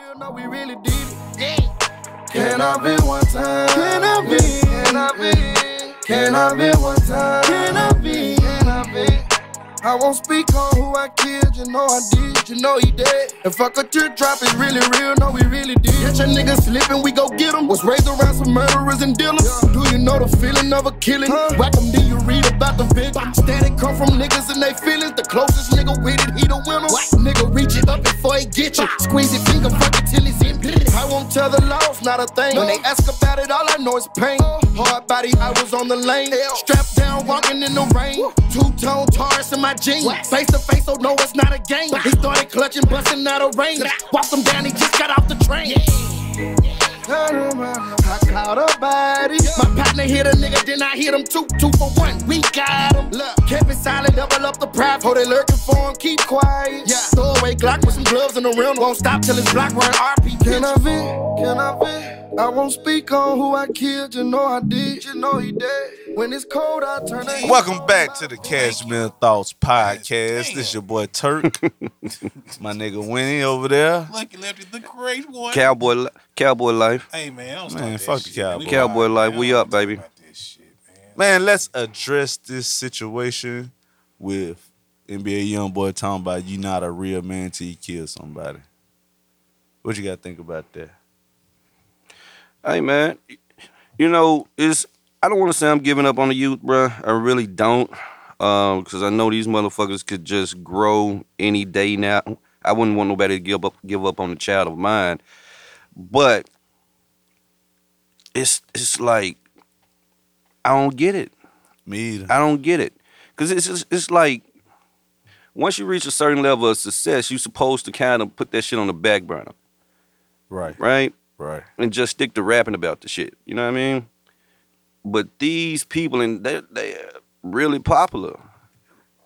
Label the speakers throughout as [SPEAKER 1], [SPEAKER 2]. [SPEAKER 1] you know we really did it. Can I be one time? Can I be? Can I be? Can I be one time? Can I be? Can I be? I won't speak on who I killed, you know I did, you know he dead. And fuck a teardrop, it's really real, no, we really did. Get your niggas slipping, we go get 'em. Was raised around some murderers and dealers. Do you know the feeling of a killing? Huh? Whack 'em, then you read about the victim. Static come from niggas and they feelings. The closest nigga with it, he the winner. Nigga reach it up before he get you. Squeeze your finger, fuck it till it's in. I won't tell the laws, not a thing. Oh. When they ask about it, all I know is pain. Hard body, I was on the lane. Strapped down, walking in the rain. Two tone Taurus in my jeans. Face to face, so no, it's not a game. He started clutching, busting out of range. Walked him down, he just got off the train. I caught a body. My partner hit a nigga, then I hit him two, two for one. We got him. Look, kept it silent, double up the pride. Hold it lurking for him, keep quiet. Yeah, throw away Glock with some gloves in the rim. Won't stop till it's block run RP. Can I vent? Can I vent? I won't speak on who I killed, you know I did, you know he dead. When it's cold, I turn it.
[SPEAKER 2] Welcome back to the Cashmere Thoughts Podcast. This your boy Turk. My nigga Winnie over there.
[SPEAKER 3] Lucky left it the great one.
[SPEAKER 4] Cowboy, li- cowboy life.
[SPEAKER 3] hey man, I don't
[SPEAKER 2] Man,
[SPEAKER 3] start that
[SPEAKER 2] fuck the
[SPEAKER 3] shit.
[SPEAKER 2] Cowboy.
[SPEAKER 3] We-
[SPEAKER 4] Cowboy life, we
[SPEAKER 3] I don't
[SPEAKER 4] up, baby.
[SPEAKER 3] talk about this shit, man.
[SPEAKER 2] Man, let's address this situation with NBA young boy talking about you not a real man till you kill somebody. What you gotta think about that?
[SPEAKER 4] Hey man, you know it's. I don't want to say I'm giving up on the youth, bruh. I really don't, because I know these motherfuckers could just grow any day now. I wouldn't want nobody to give up give up on a child of mine, but it's it's like I don't get it.
[SPEAKER 2] Me either.
[SPEAKER 4] I don't get it. Cause it's just, it's like once you reach a certain level of success, you supposed to kind of put that shit on the back burner,
[SPEAKER 2] Right,
[SPEAKER 4] right?
[SPEAKER 2] right.
[SPEAKER 4] And just stick to rapping about the shit. You know what I mean? But these people and they they're really popular.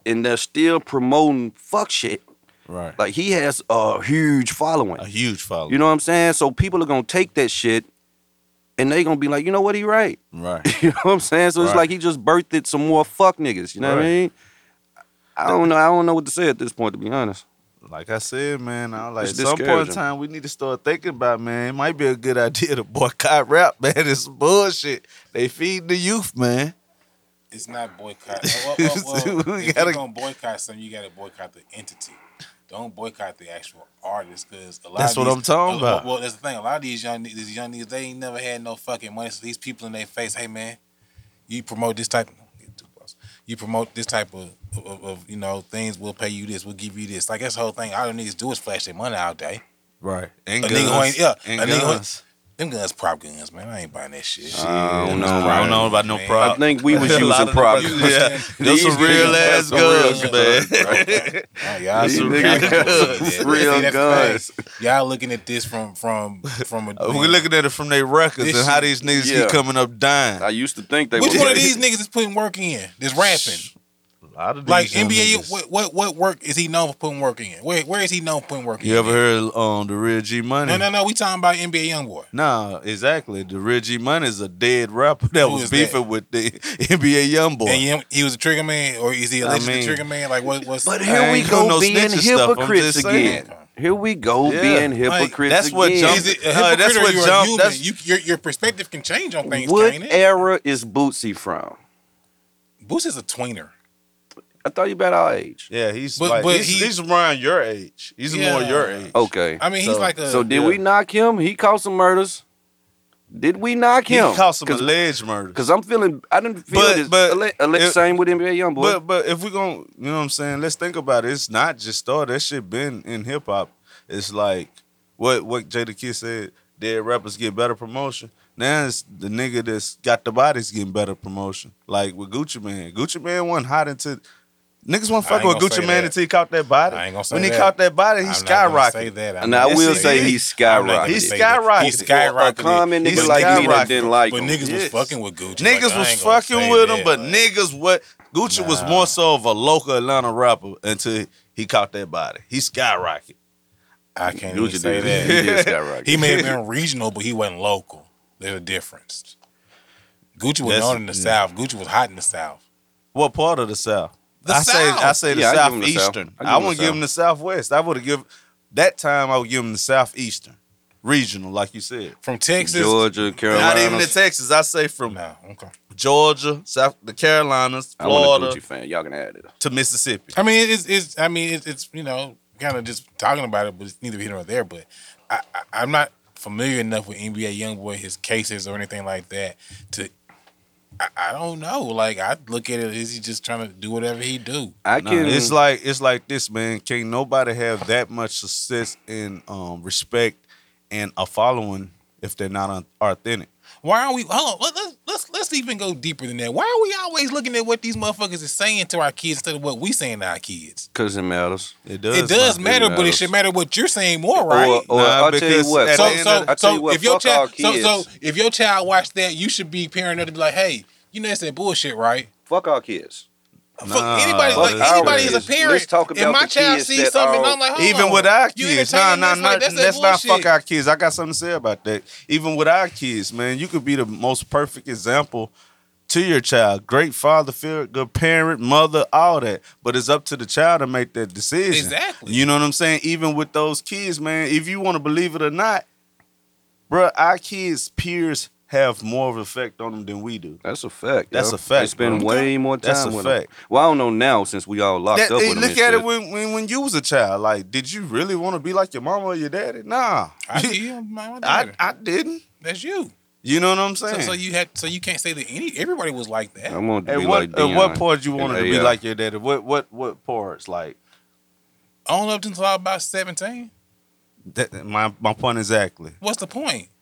[SPEAKER 4] And they're still promoting fuck shit.
[SPEAKER 2] Right.
[SPEAKER 4] Like he has a huge
[SPEAKER 2] a
[SPEAKER 4] following.
[SPEAKER 2] huge following.
[SPEAKER 4] You know what I'm saying? So people are gonna take that shit and they gonna be like, you know what, he right.
[SPEAKER 2] right.
[SPEAKER 4] You know what I'm saying? So it's
[SPEAKER 2] Right.
[SPEAKER 4] like he just birthed it some more fuck niggas. You know what
[SPEAKER 2] Right.
[SPEAKER 4] I mean? I don't know. I don't know what to say at this point, to be honest.
[SPEAKER 2] Like I said, man, I was like at
[SPEAKER 4] It's
[SPEAKER 2] some point in
[SPEAKER 4] discouraging.
[SPEAKER 2] time we need to start thinking about, man, it might be a good idea to boycott rap, man. It's bullshit. They feed the youth, man.
[SPEAKER 3] It's not boycott. Oh, Well, well, well,
[SPEAKER 2] We
[SPEAKER 3] if
[SPEAKER 2] gotta-
[SPEAKER 3] you're gonna boycott something, you gotta boycott the entity. Don't boycott the actual artist, because a lot.
[SPEAKER 2] That's
[SPEAKER 3] of
[SPEAKER 2] what
[SPEAKER 3] these-
[SPEAKER 2] I'm talking
[SPEAKER 3] well,
[SPEAKER 2] about.
[SPEAKER 3] Well, that's the thing. A lot of these young, niggas- these young niggas, they ain't never had no fucking money. So these people in their face, hey man, you promote this type. get too close. You promote this type of, of, of you know things. We'll pay you this. We'll give you this. Like that's the whole thing. All them niggas do is flash their money all day.
[SPEAKER 2] Right. And
[SPEAKER 3] A
[SPEAKER 2] guns.
[SPEAKER 3] nigga who ain't- yeah,
[SPEAKER 2] And
[SPEAKER 3] a nigga who ain't-
[SPEAKER 2] guns.
[SPEAKER 3] Them guns, prop guns, man. I ain't buying that shit.
[SPEAKER 4] I don't know.
[SPEAKER 2] I don't
[SPEAKER 4] man.
[SPEAKER 2] know about no
[SPEAKER 3] Man.
[SPEAKER 2] prop.
[SPEAKER 4] I think we was
[SPEAKER 2] A lot
[SPEAKER 4] using
[SPEAKER 2] of
[SPEAKER 4] prop.
[SPEAKER 2] them- Yeah, those
[SPEAKER 4] These
[SPEAKER 2] some
[SPEAKER 4] niggas
[SPEAKER 2] real
[SPEAKER 4] have
[SPEAKER 2] ass
[SPEAKER 4] some real
[SPEAKER 2] guns,
[SPEAKER 4] guns,
[SPEAKER 2] man.
[SPEAKER 3] Oh, y'all
[SPEAKER 4] These
[SPEAKER 3] some
[SPEAKER 4] niggas
[SPEAKER 3] goddamn
[SPEAKER 4] have
[SPEAKER 3] idiots.
[SPEAKER 4] real
[SPEAKER 3] See, that's
[SPEAKER 4] guns.
[SPEAKER 3] the thing. Y'all looking at this from from from a.
[SPEAKER 2] We're looking at it from their records
[SPEAKER 3] This
[SPEAKER 2] and how
[SPEAKER 3] shit-
[SPEAKER 2] these niggas
[SPEAKER 4] yeah.
[SPEAKER 2] keep coming up dying.
[SPEAKER 4] I used to think they
[SPEAKER 3] Which
[SPEAKER 4] were
[SPEAKER 3] one of these niggas is putting work in? This rapping,
[SPEAKER 2] A lot of these
[SPEAKER 3] like
[SPEAKER 2] young
[SPEAKER 3] NBA.
[SPEAKER 2] niggas.
[SPEAKER 3] What, what what work is he known for putting work in? Where where is he known for putting work in?
[SPEAKER 2] You ever heard um the real G Money?
[SPEAKER 3] No no no. We talking about NBA YoungBoy.
[SPEAKER 2] Nah, exactly. The real G Money is a dead rapper that
[SPEAKER 3] Who
[SPEAKER 2] was
[SPEAKER 3] is
[SPEAKER 2] beefing with the NBA YoungBoy.
[SPEAKER 3] And you, he was a trigger man, or is he allegedly
[SPEAKER 2] mean-
[SPEAKER 3] trigger man? Like what what's?
[SPEAKER 4] But
[SPEAKER 2] I
[SPEAKER 4] here we
[SPEAKER 2] ain't doing
[SPEAKER 4] go
[SPEAKER 2] no
[SPEAKER 4] being
[SPEAKER 2] snitching stuff, I'm
[SPEAKER 4] hypocrites
[SPEAKER 2] just saying.
[SPEAKER 4] again. Here we go
[SPEAKER 2] Yeah,
[SPEAKER 4] being
[SPEAKER 3] like,
[SPEAKER 4] hypocrites
[SPEAKER 2] that's what
[SPEAKER 4] again.
[SPEAKER 2] jump-
[SPEAKER 3] is it a
[SPEAKER 2] Uh, that's
[SPEAKER 3] hypocrite or
[SPEAKER 2] what
[SPEAKER 3] you're a
[SPEAKER 2] jump-
[SPEAKER 3] human?
[SPEAKER 2] that's-
[SPEAKER 3] You, your your perspective can change on things,
[SPEAKER 4] What
[SPEAKER 3] can't it?
[SPEAKER 4] era is Bootsy from?
[SPEAKER 3] Boots is a tweener.
[SPEAKER 4] I thought you about our age.
[SPEAKER 2] Yeah, he's
[SPEAKER 3] But-
[SPEAKER 2] like
[SPEAKER 3] but
[SPEAKER 2] he's,
[SPEAKER 3] he-
[SPEAKER 2] he's around your age. He's more
[SPEAKER 3] Yeah.
[SPEAKER 2] your age.
[SPEAKER 4] Okay.
[SPEAKER 3] I mean, he's
[SPEAKER 2] So-
[SPEAKER 3] like a.
[SPEAKER 4] so did
[SPEAKER 2] yeah.
[SPEAKER 4] we knock him? He caused some murders. Did we knock
[SPEAKER 2] he
[SPEAKER 4] him?
[SPEAKER 2] caught some
[SPEAKER 4] Cause,
[SPEAKER 2] alleged murder.
[SPEAKER 4] Cause I'm feeling I didn't feel
[SPEAKER 2] But-
[SPEAKER 4] this.
[SPEAKER 2] but-
[SPEAKER 4] Ale- Ale-
[SPEAKER 2] it-
[SPEAKER 4] same with NBA YoungBoy.
[SPEAKER 2] But but if we're gonna you know what I'm saying, let's think about it. It's not just started. That shit been in hip hop. It's like what what Jada Kid said, dead rappers get better promotion. Now it's the nigga that's got the bodies getting better promotion. Like with Gucci Man. Gucci Man wasn't hot until niggas wasn't
[SPEAKER 3] I ain't
[SPEAKER 2] fucking with
[SPEAKER 3] gonna
[SPEAKER 2] Gucci
[SPEAKER 3] say
[SPEAKER 2] Man
[SPEAKER 3] that.
[SPEAKER 2] until he caught that body.
[SPEAKER 3] I ain't gonna say
[SPEAKER 2] when he
[SPEAKER 3] that.
[SPEAKER 2] caught that body, he
[SPEAKER 3] I'm not gonna say
[SPEAKER 2] skyrocketed.
[SPEAKER 3] that. I'm
[SPEAKER 4] And I
[SPEAKER 3] not
[SPEAKER 4] will
[SPEAKER 3] gonna
[SPEAKER 4] say
[SPEAKER 3] I'm
[SPEAKER 2] he-
[SPEAKER 4] he
[SPEAKER 3] not gonna
[SPEAKER 4] skyrocketed.
[SPEAKER 2] He's
[SPEAKER 3] say that.
[SPEAKER 2] skyrocketed.
[SPEAKER 3] He
[SPEAKER 4] A
[SPEAKER 3] skyrocketed.
[SPEAKER 4] common
[SPEAKER 2] He's
[SPEAKER 4] nigga like me that
[SPEAKER 2] skyrocketed.
[SPEAKER 4] didn't like
[SPEAKER 3] but
[SPEAKER 4] him.
[SPEAKER 3] niggas was
[SPEAKER 2] Yes.
[SPEAKER 3] fucking with Gucci.
[SPEAKER 2] Niggas
[SPEAKER 3] Like, I
[SPEAKER 2] was
[SPEAKER 3] ain't gonna
[SPEAKER 2] fucking
[SPEAKER 3] say
[SPEAKER 2] with
[SPEAKER 3] that,
[SPEAKER 2] him, but
[SPEAKER 3] like,
[SPEAKER 2] niggas what Gucci was
[SPEAKER 3] Nah.
[SPEAKER 2] more so of a local Atlanta rapper until he caught that body. He skyrocketed.
[SPEAKER 3] I can't
[SPEAKER 4] Gucci
[SPEAKER 3] even say
[SPEAKER 4] did- He
[SPEAKER 3] that.
[SPEAKER 4] did skyrocket.
[SPEAKER 3] He may have been regional, but he wasn't local. There's a difference. Gucci was
[SPEAKER 2] That's-
[SPEAKER 3] known in the South. Gucci was hot in the South.
[SPEAKER 2] What part of the South?
[SPEAKER 3] The
[SPEAKER 2] I say
[SPEAKER 3] South.
[SPEAKER 2] I say the
[SPEAKER 4] Yeah, I give him the South.
[SPEAKER 2] southeastern.
[SPEAKER 4] I give
[SPEAKER 2] I
[SPEAKER 4] him the
[SPEAKER 2] wouldn't give
[SPEAKER 4] South.
[SPEAKER 2] him the southwest. I would have give that time I would give him the southeastern. regional, like you said.
[SPEAKER 3] From Texas.
[SPEAKER 4] Georgia, Carolina.
[SPEAKER 2] Not even in Texas. I say from
[SPEAKER 3] No, okay.
[SPEAKER 2] Georgia, South the Carolinas,
[SPEAKER 4] I'm a Gucci
[SPEAKER 2] Florida
[SPEAKER 4] fan. Y'all can add it.
[SPEAKER 2] to Mississippi.
[SPEAKER 3] I mean, it's, it's I mean, it's, it's you know, kind of just talking about it, but it's neither here nor there. But I, I, I'm not familiar enough with NBA YoungBoy, his cases or anything like that. To, I, I don't know. Like I look at it, is he just trying to do whatever he do?
[SPEAKER 4] I
[SPEAKER 2] Nah,
[SPEAKER 4] can.
[SPEAKER 2] it's like it's like this, man. Can't nobody have that much success and um, respect and a following if they're not un- authentic.
[SPEAKER 3] Why are we? Hold on. Let, let's let's let's even go deeper than that. Why are we always looking at what these motherfuckers is saying to our kids instead of what we saying to our kids?
[SPEAKER 4] because it matters.
[SPEAKER 2] It does.
[SPEAKER 3] it does
[SPEAKER 2] like,
[SPEAKER 4] matter,
[SPEAKER 3] matter, but it
[SPEAKER 4] matters.
[SPEAKER 3] should matter what you're saying more, right?
[SPEAKER 4] Or, or
[SPEAKER 2] Nah,
[SPEAKER 4] I'll tell you
[SPEAKER 2] because
[SPEAKER 4] what.
[SPEAKER 2] at
[SPEAKER 3] so
[SPEAKER 2] the end
[SPEAKER 3] so
[SPEAKER 2] of the-
[SPEAKER 4] I tell you
[SPEAKER 3] so
[SPEAKER 4] what,
[SPEAKER 3] if your
[SPEAKER 4] fuck our
[SPEAKER 3] child so
[SPEAKER 4] kids.
[SPEAKER 3] so if your child watched that, you should be parent enough to be like, hey, you know that's that bullshit, right?
[SPEAKER 4] fuck our kids.
[SPEAKER 2] Nah,
[SPEAKER 3] Fuck anybody,
[SPEAKER 2] fuck
[SPEAKER 3] like
[SPEAKER 4] our
[SPEAKER 3] anybody is a
[SPEAKER 4] kids.
[SPEAKER 3] parent.
[SPEAKER 4] Let's talk
[SPEAKER 3] if
[SPEAKER 4] about
[SPEAKER 3] my
[SPEAKER 4] the
[SPEAKER 3] child
[SPEAKER 4] kids
[SPEAKER 3] sees
[SPEAKER 4] that
[SPEAKER 3] something,
[SPEAKER 4] are-
[SPEAKER 3] I'm like, hold
[SPEAKER 2] Even
[SPEAKER 3] on.
[SPEAKER 2] with our
[SPEAKER 3] You
[SPEAKER 2] kids, nah,
[SPEAKER 3] entertaining
[SPEAKER 2] nah,
[SPEAKER 3] this?
[SPEAKER 2] nah.
[SPEAKER 3] Like,
[SPEAKER 2] Let's
[SPEAKER 3] that
[SPEAKER 2] not fuck
[SPEAKER 3] bullshit.
[SPEAKER 2] our kids. I got something to say about that. Even with our kids, man, you could be the most perfect example to your child. Great father, figure, good parent, mother, all that. But it's up to the child to make that decision.
[SPEAKER 3] Exactly.
[SPEAKER 2] You know what I'm saying? Even with those kids, man, if you want to believe it or not, bruh, our kids' peers have more of an effect on them than we do.
[SPEAKER 4] That's a fact.
[SPEAKER 2] That's
[SPEAKER 4] yo.
[SPEAKER 2] a fact,
[SPEAKER 4] They spend
[SPEAKER 2] bro.
[SPEAKER 4] way more time
[SPEAKER 2] That's a
[SPEAKER 4] with
[SPEAKER 2] fact.
[SPEAKER 4] them. Well, I don't know now since we all locked
[SPEAKER 2] That-
[SPEAKER 4] up
[SPEAKER 2] hey,
[SPEAKER 4] with
[SPEAKER 2] look
[SPEAKER 4] them. and
[SPEAKER 2] at
[SPEAKER 4] shit.
[SPEAKER 2] it when, when when you was a child. Like, did you really want to be like your mama or your daddy? Nah.
[SPEAKER 3] I see you, my, my
[SPEAKER 2] I,
[SPEAKER 3] daughter.
[SPEAKER 2] I didn't.
[SPEAKER 3] that's you.
[SPEAKER 2] You know what I'm
[SPEAKER 3] So,
[SPEAKER 2] saying?
[SPEAKER 3] so you had so you can't say that any everybody was like that.
[SPEAKER 4] I want to
[SPEAKER 2] at
[SPEAKER 4] be
[SPEAKER 2] what
[SPEAKER 4] like
[SPEAKER 2] at what
[SPEAKER 4] Deion
[SPEAKER 2] part you
[SPEAKER 4] and
[SPEAKER 2] wanted to be
[SPEAKER 4] AI.
[SPEAKER 2] like your daddy? What what what parts like?
[SPEAKER 3] Only up until I was about seventeen.
[SPEAKER 2] That, my my point exactly.
[SPEAKER 3] What's the point?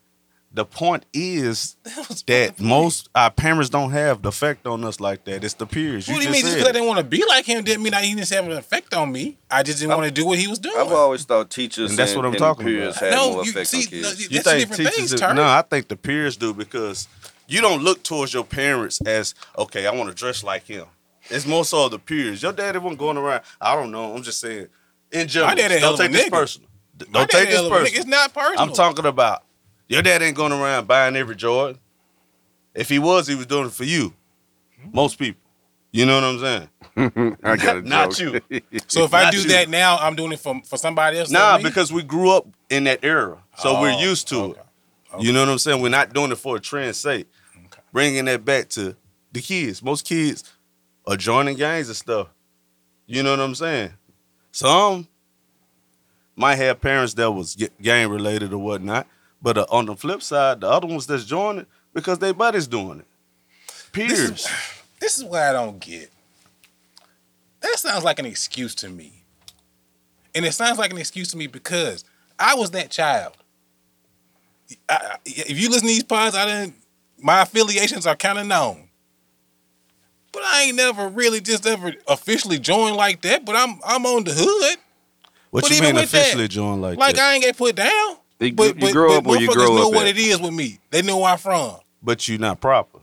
[SPEAKER 2] The point is
[SPEAKER 3] That was-
[SPEAKER 2] that most our parents don't have the effect on us like that. It's the peers. You
[SPEAKER 3] What do you
[SPEAKER 2] just
[SPEAKER 3] mean? Just
[SPEAKER 2] said
[SPEAKER 3] because I
[SPEAKER 2] it.
[SPEAKER 3] didn't want to be like him didn't mean I he didn't have an effect on me. I just didn't
[SPEAKER 4] I've-
[SPEAKER 3] want to do what he was doing.
[SPEAKER 4] I've always thought
[SPEAKER 2] And
[SPEAKER 4] teachers and
[SPEAKER 2] that's what I'm
[SPEAKER 4] and
[SPEAKER 2] talking
[SPEAKER 4] peers
[SPEAKER 2] about.
[SPEAKER 4] had
[SPEAKER 3] No,
[SPEAKER 4] more
[SPEAKER 3] you-
[SPEAKER 4] effect
[SPEAKER 3] see,
[SPEAKER 4] on kids.
[SPEAKER 3] no,
[SPEAKER 2] You
[SPEAKER 3] That's
[SPEAKER 2] think
[SPEAKER 3] different
[SPEAKER 2] teachers?
[SPEAKER 3] things,
[SPEAKER 2] do-
[SPEAKER 3] Turk.
[SPEAKER 2] no, I think the peers do because you don't look towards your parents as okay. I want to dress like him. It's more so the peers. Your daddy wasn't going around. I don't know. I'm just saying. In general,
[SPEAKER 3] daddy a hell of
[SPEAKER 2] don't
[SPEAKER 3] a
[SPEAKER 2] take this
[SPEAKER 3] nigga.
[SPEAKER 2] personal. D-
[SPEAKER 3] My
[SPEAKER 2] Don't
[SPEAKER 3] daddy
[SPEAKER 2] take this
[SPEAKER 3] hell of a nigga.
[SPEAKER 2] personal.
[SPEAKER 3] It's not personal.
[SPEAKER 2] I'm talking about your dad ain't going around buying every Jordan. If he was, he was doing it for you. Most people. You know what I'm saying?
[SPEAKER 4] I got a
[SPEAKER 2] Not
[SPEAKER 4] joke.
[SPEAKER 3] So if I
[SPEAKER 2] Not
[SPEAKER 3] do
[SPEAKER 2] you.
[SPEAKER 3] that now, I'm doing it for for somebody else.
[SPEAKER 2] Nah,
[SPEAKER 3] not me?
[SPEAKER 2] because we grew up in that era. So we're
[SPEAKER 3] Oh,
[SPEAKER 2] used to
[SPEAKER 3] okay.
[SPEAKER 2] it. You know what I'm saying? We're not doing it for a trend's sake.
[SPEAKER 3] Okay.
[SPEAKER 2] Bringing that back to the kids. Most kids are joining gangs and stuff. You know what I'm saying? Some might have parents that was ga- gang related or whatnot, but uh, on the flip side, the other ones that's joining because their buddies doing it.
[SPEAKER 3] This is-
[SPEAKER 2] Peers.
[SPEAKER 3] This is what I don't get. That sounds like an excuse to me. And it sounds like an excuse to me because I was that child. I- I- if you listen to these pods, I didn't. My affiliations are kind of known, but I ain't never really just ever officially joined like that. But I'm I'm on the hood.
[SPEAKER 2] What
[SPEAKER 3] But
[SPEAKER 2] you
[SPEAKER 3] even
[SPEAKER 2] mean
[SPEAKER 3] with that,
[SPEAKER 2] officially joined like,
[SPEAKER 3] Like
[SPEAKER 2] that?
[SPEAKER 3] I ain't get put down.
[SPEAKER 4] You-
[SPEAKER 3] But,
[SPEAKER 4] you
[SPEAKER 3] but,
[SPEAKER 4] grow
[SPEAKER 3] but
[SPEAKER 4] up where you
[SPEAKER 3] motherfuckers
[SPEAKER 4] grow
[SPEAKER 3] know
[SPEAKER 4] up
[SPEAKER 3] what
[SPEAKER 4] at.
[SPEAKER 3] it is with me. They know where I'm from.
[SPEAKER 2] but you not proper.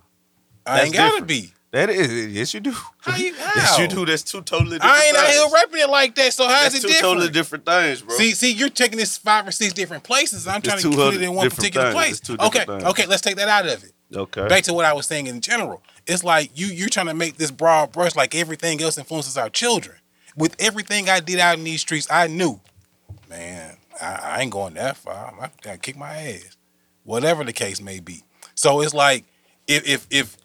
[SPEAKER 3] I
[SPEAKER 2] That's
[SPEAKER 3] ain't gotta
[SPEAKER 2] different.
[SPEAKER 3] be.
[SPEAKER 2] That is, yes, you do.
[SPEAKER 3] How you-
[SPEAKER 2] Yes,
[SPEAKER 3] how?
[SPEAKER 2] you do. That's two totally different
[SPEAKER 3] I ain't out
[SPEAKER 2] things.
[SPEAKER 3] here rapping it like that. So how is
[SPEAKER 2] That's
[SPEAKER 3] it
[SPEAKER 2] two
[SPEAKER 3] different?
[SPEAKER 2] totally different things, bro.
[SPEAKER 3] See, see, you're taking this five or six different places. and I'm
[SPEAKER 2] It's
[SPEAKER 3] trying to
[SPEAKER 2] two
[SPEAKER 3] put it
[SPEAKER 2] hundred
[SPEAKER 3] in one
[SPEAKER 2] different
[SPEAKER 3] particular
[SPEAKER 2] things.
[SPEAKER 3] place.
[SPEAKER 2] It's two
[SPEAKER 3] okay,
[SPEAKER 2] different things.
[SPEAKER 3] okay, let's take that out of it.
[SPEAKER 2] okay.
[SPEAKER 3] Back to what I was saying in general. It's like you you're trying to make this broad brush like everything else influences our children. With everything I did out in these streets, I knew, man, I, I ain't going that far. I gotta kick my ass, whatever the case may be. So it's like if if if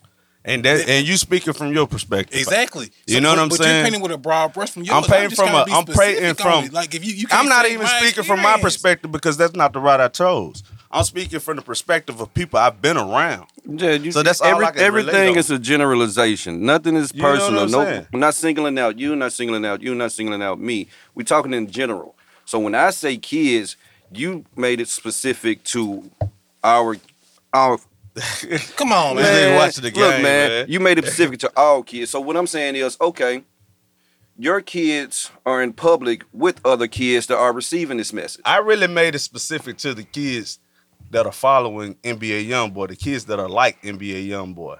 [SPEAKER 2] and that, and you speaking from your perspective.
[SPEAKER 3] exactly,
[SPEAKER 2] You
[SPEAKER 3] So-
[SPEAKER 2] know what
[SPEAKER 3] but-
[SPEAKER 2] I'm
[SPEAKER 3] but
[SPEAKER 2] saying?
[SPEAKER 3] you're painting with a broad brush from yours.
[SPEAKER 2] painting
[SPEAKER 3] just
[SPEAKER 2] from
[SPEAKER 3] trying
[SPEAKER 2] a-
[SPEAKER 3] to be
[SPEAKER 2] I'm painting
[SPEAKER 3] specific on
[SPEAKER 2] from-
[SPEAKER 3] it. like if you you can't
[SPEAKER 2] I'm not
[SPEAKER 3] say
[SPEAKER 2] even
[SPEAKER 3] my
[SPEAKER 2] speaking from my
[SPEAKER 3] experience.
[SPEAKER 2] perspective because that's not the route I chose. I'm speaking from the perspective of people I've been around.
[SPEAKER 4] Yeah, you,
[SPEAKER 2] So that's all I can relate
[SPEAKER 4] everything
[SPEAKER 2] on.
[SPEAKER 4] is a generalization. Nothing is
[SPEAKER 2] You know what
[SPEAKER 4] personal.
[SPEAKER 2] I'm
[SPEAKER 4] no,
[SPEAKER 2] saying?
[SPEAKER 4] I'm not singling out you. Not singling out you. Not singling out me. We're talking in general. So when I say kids, you made it specific to our our
[SPEAKER 3] Come on, man.
[SPEAKER 2] Man, they watching the
[SPEAKER 4] look,
[SPEAKER 2] game, man.
[SPEAKER 4] You made it specific to all kids. So what I'm saying is, okay, your kids are in public with other kids that are receiving this message.
[SPEAKER 2] I really made it specific to the kids that are following NBA YoungBoy, the kids that are like NBA YoungBoy,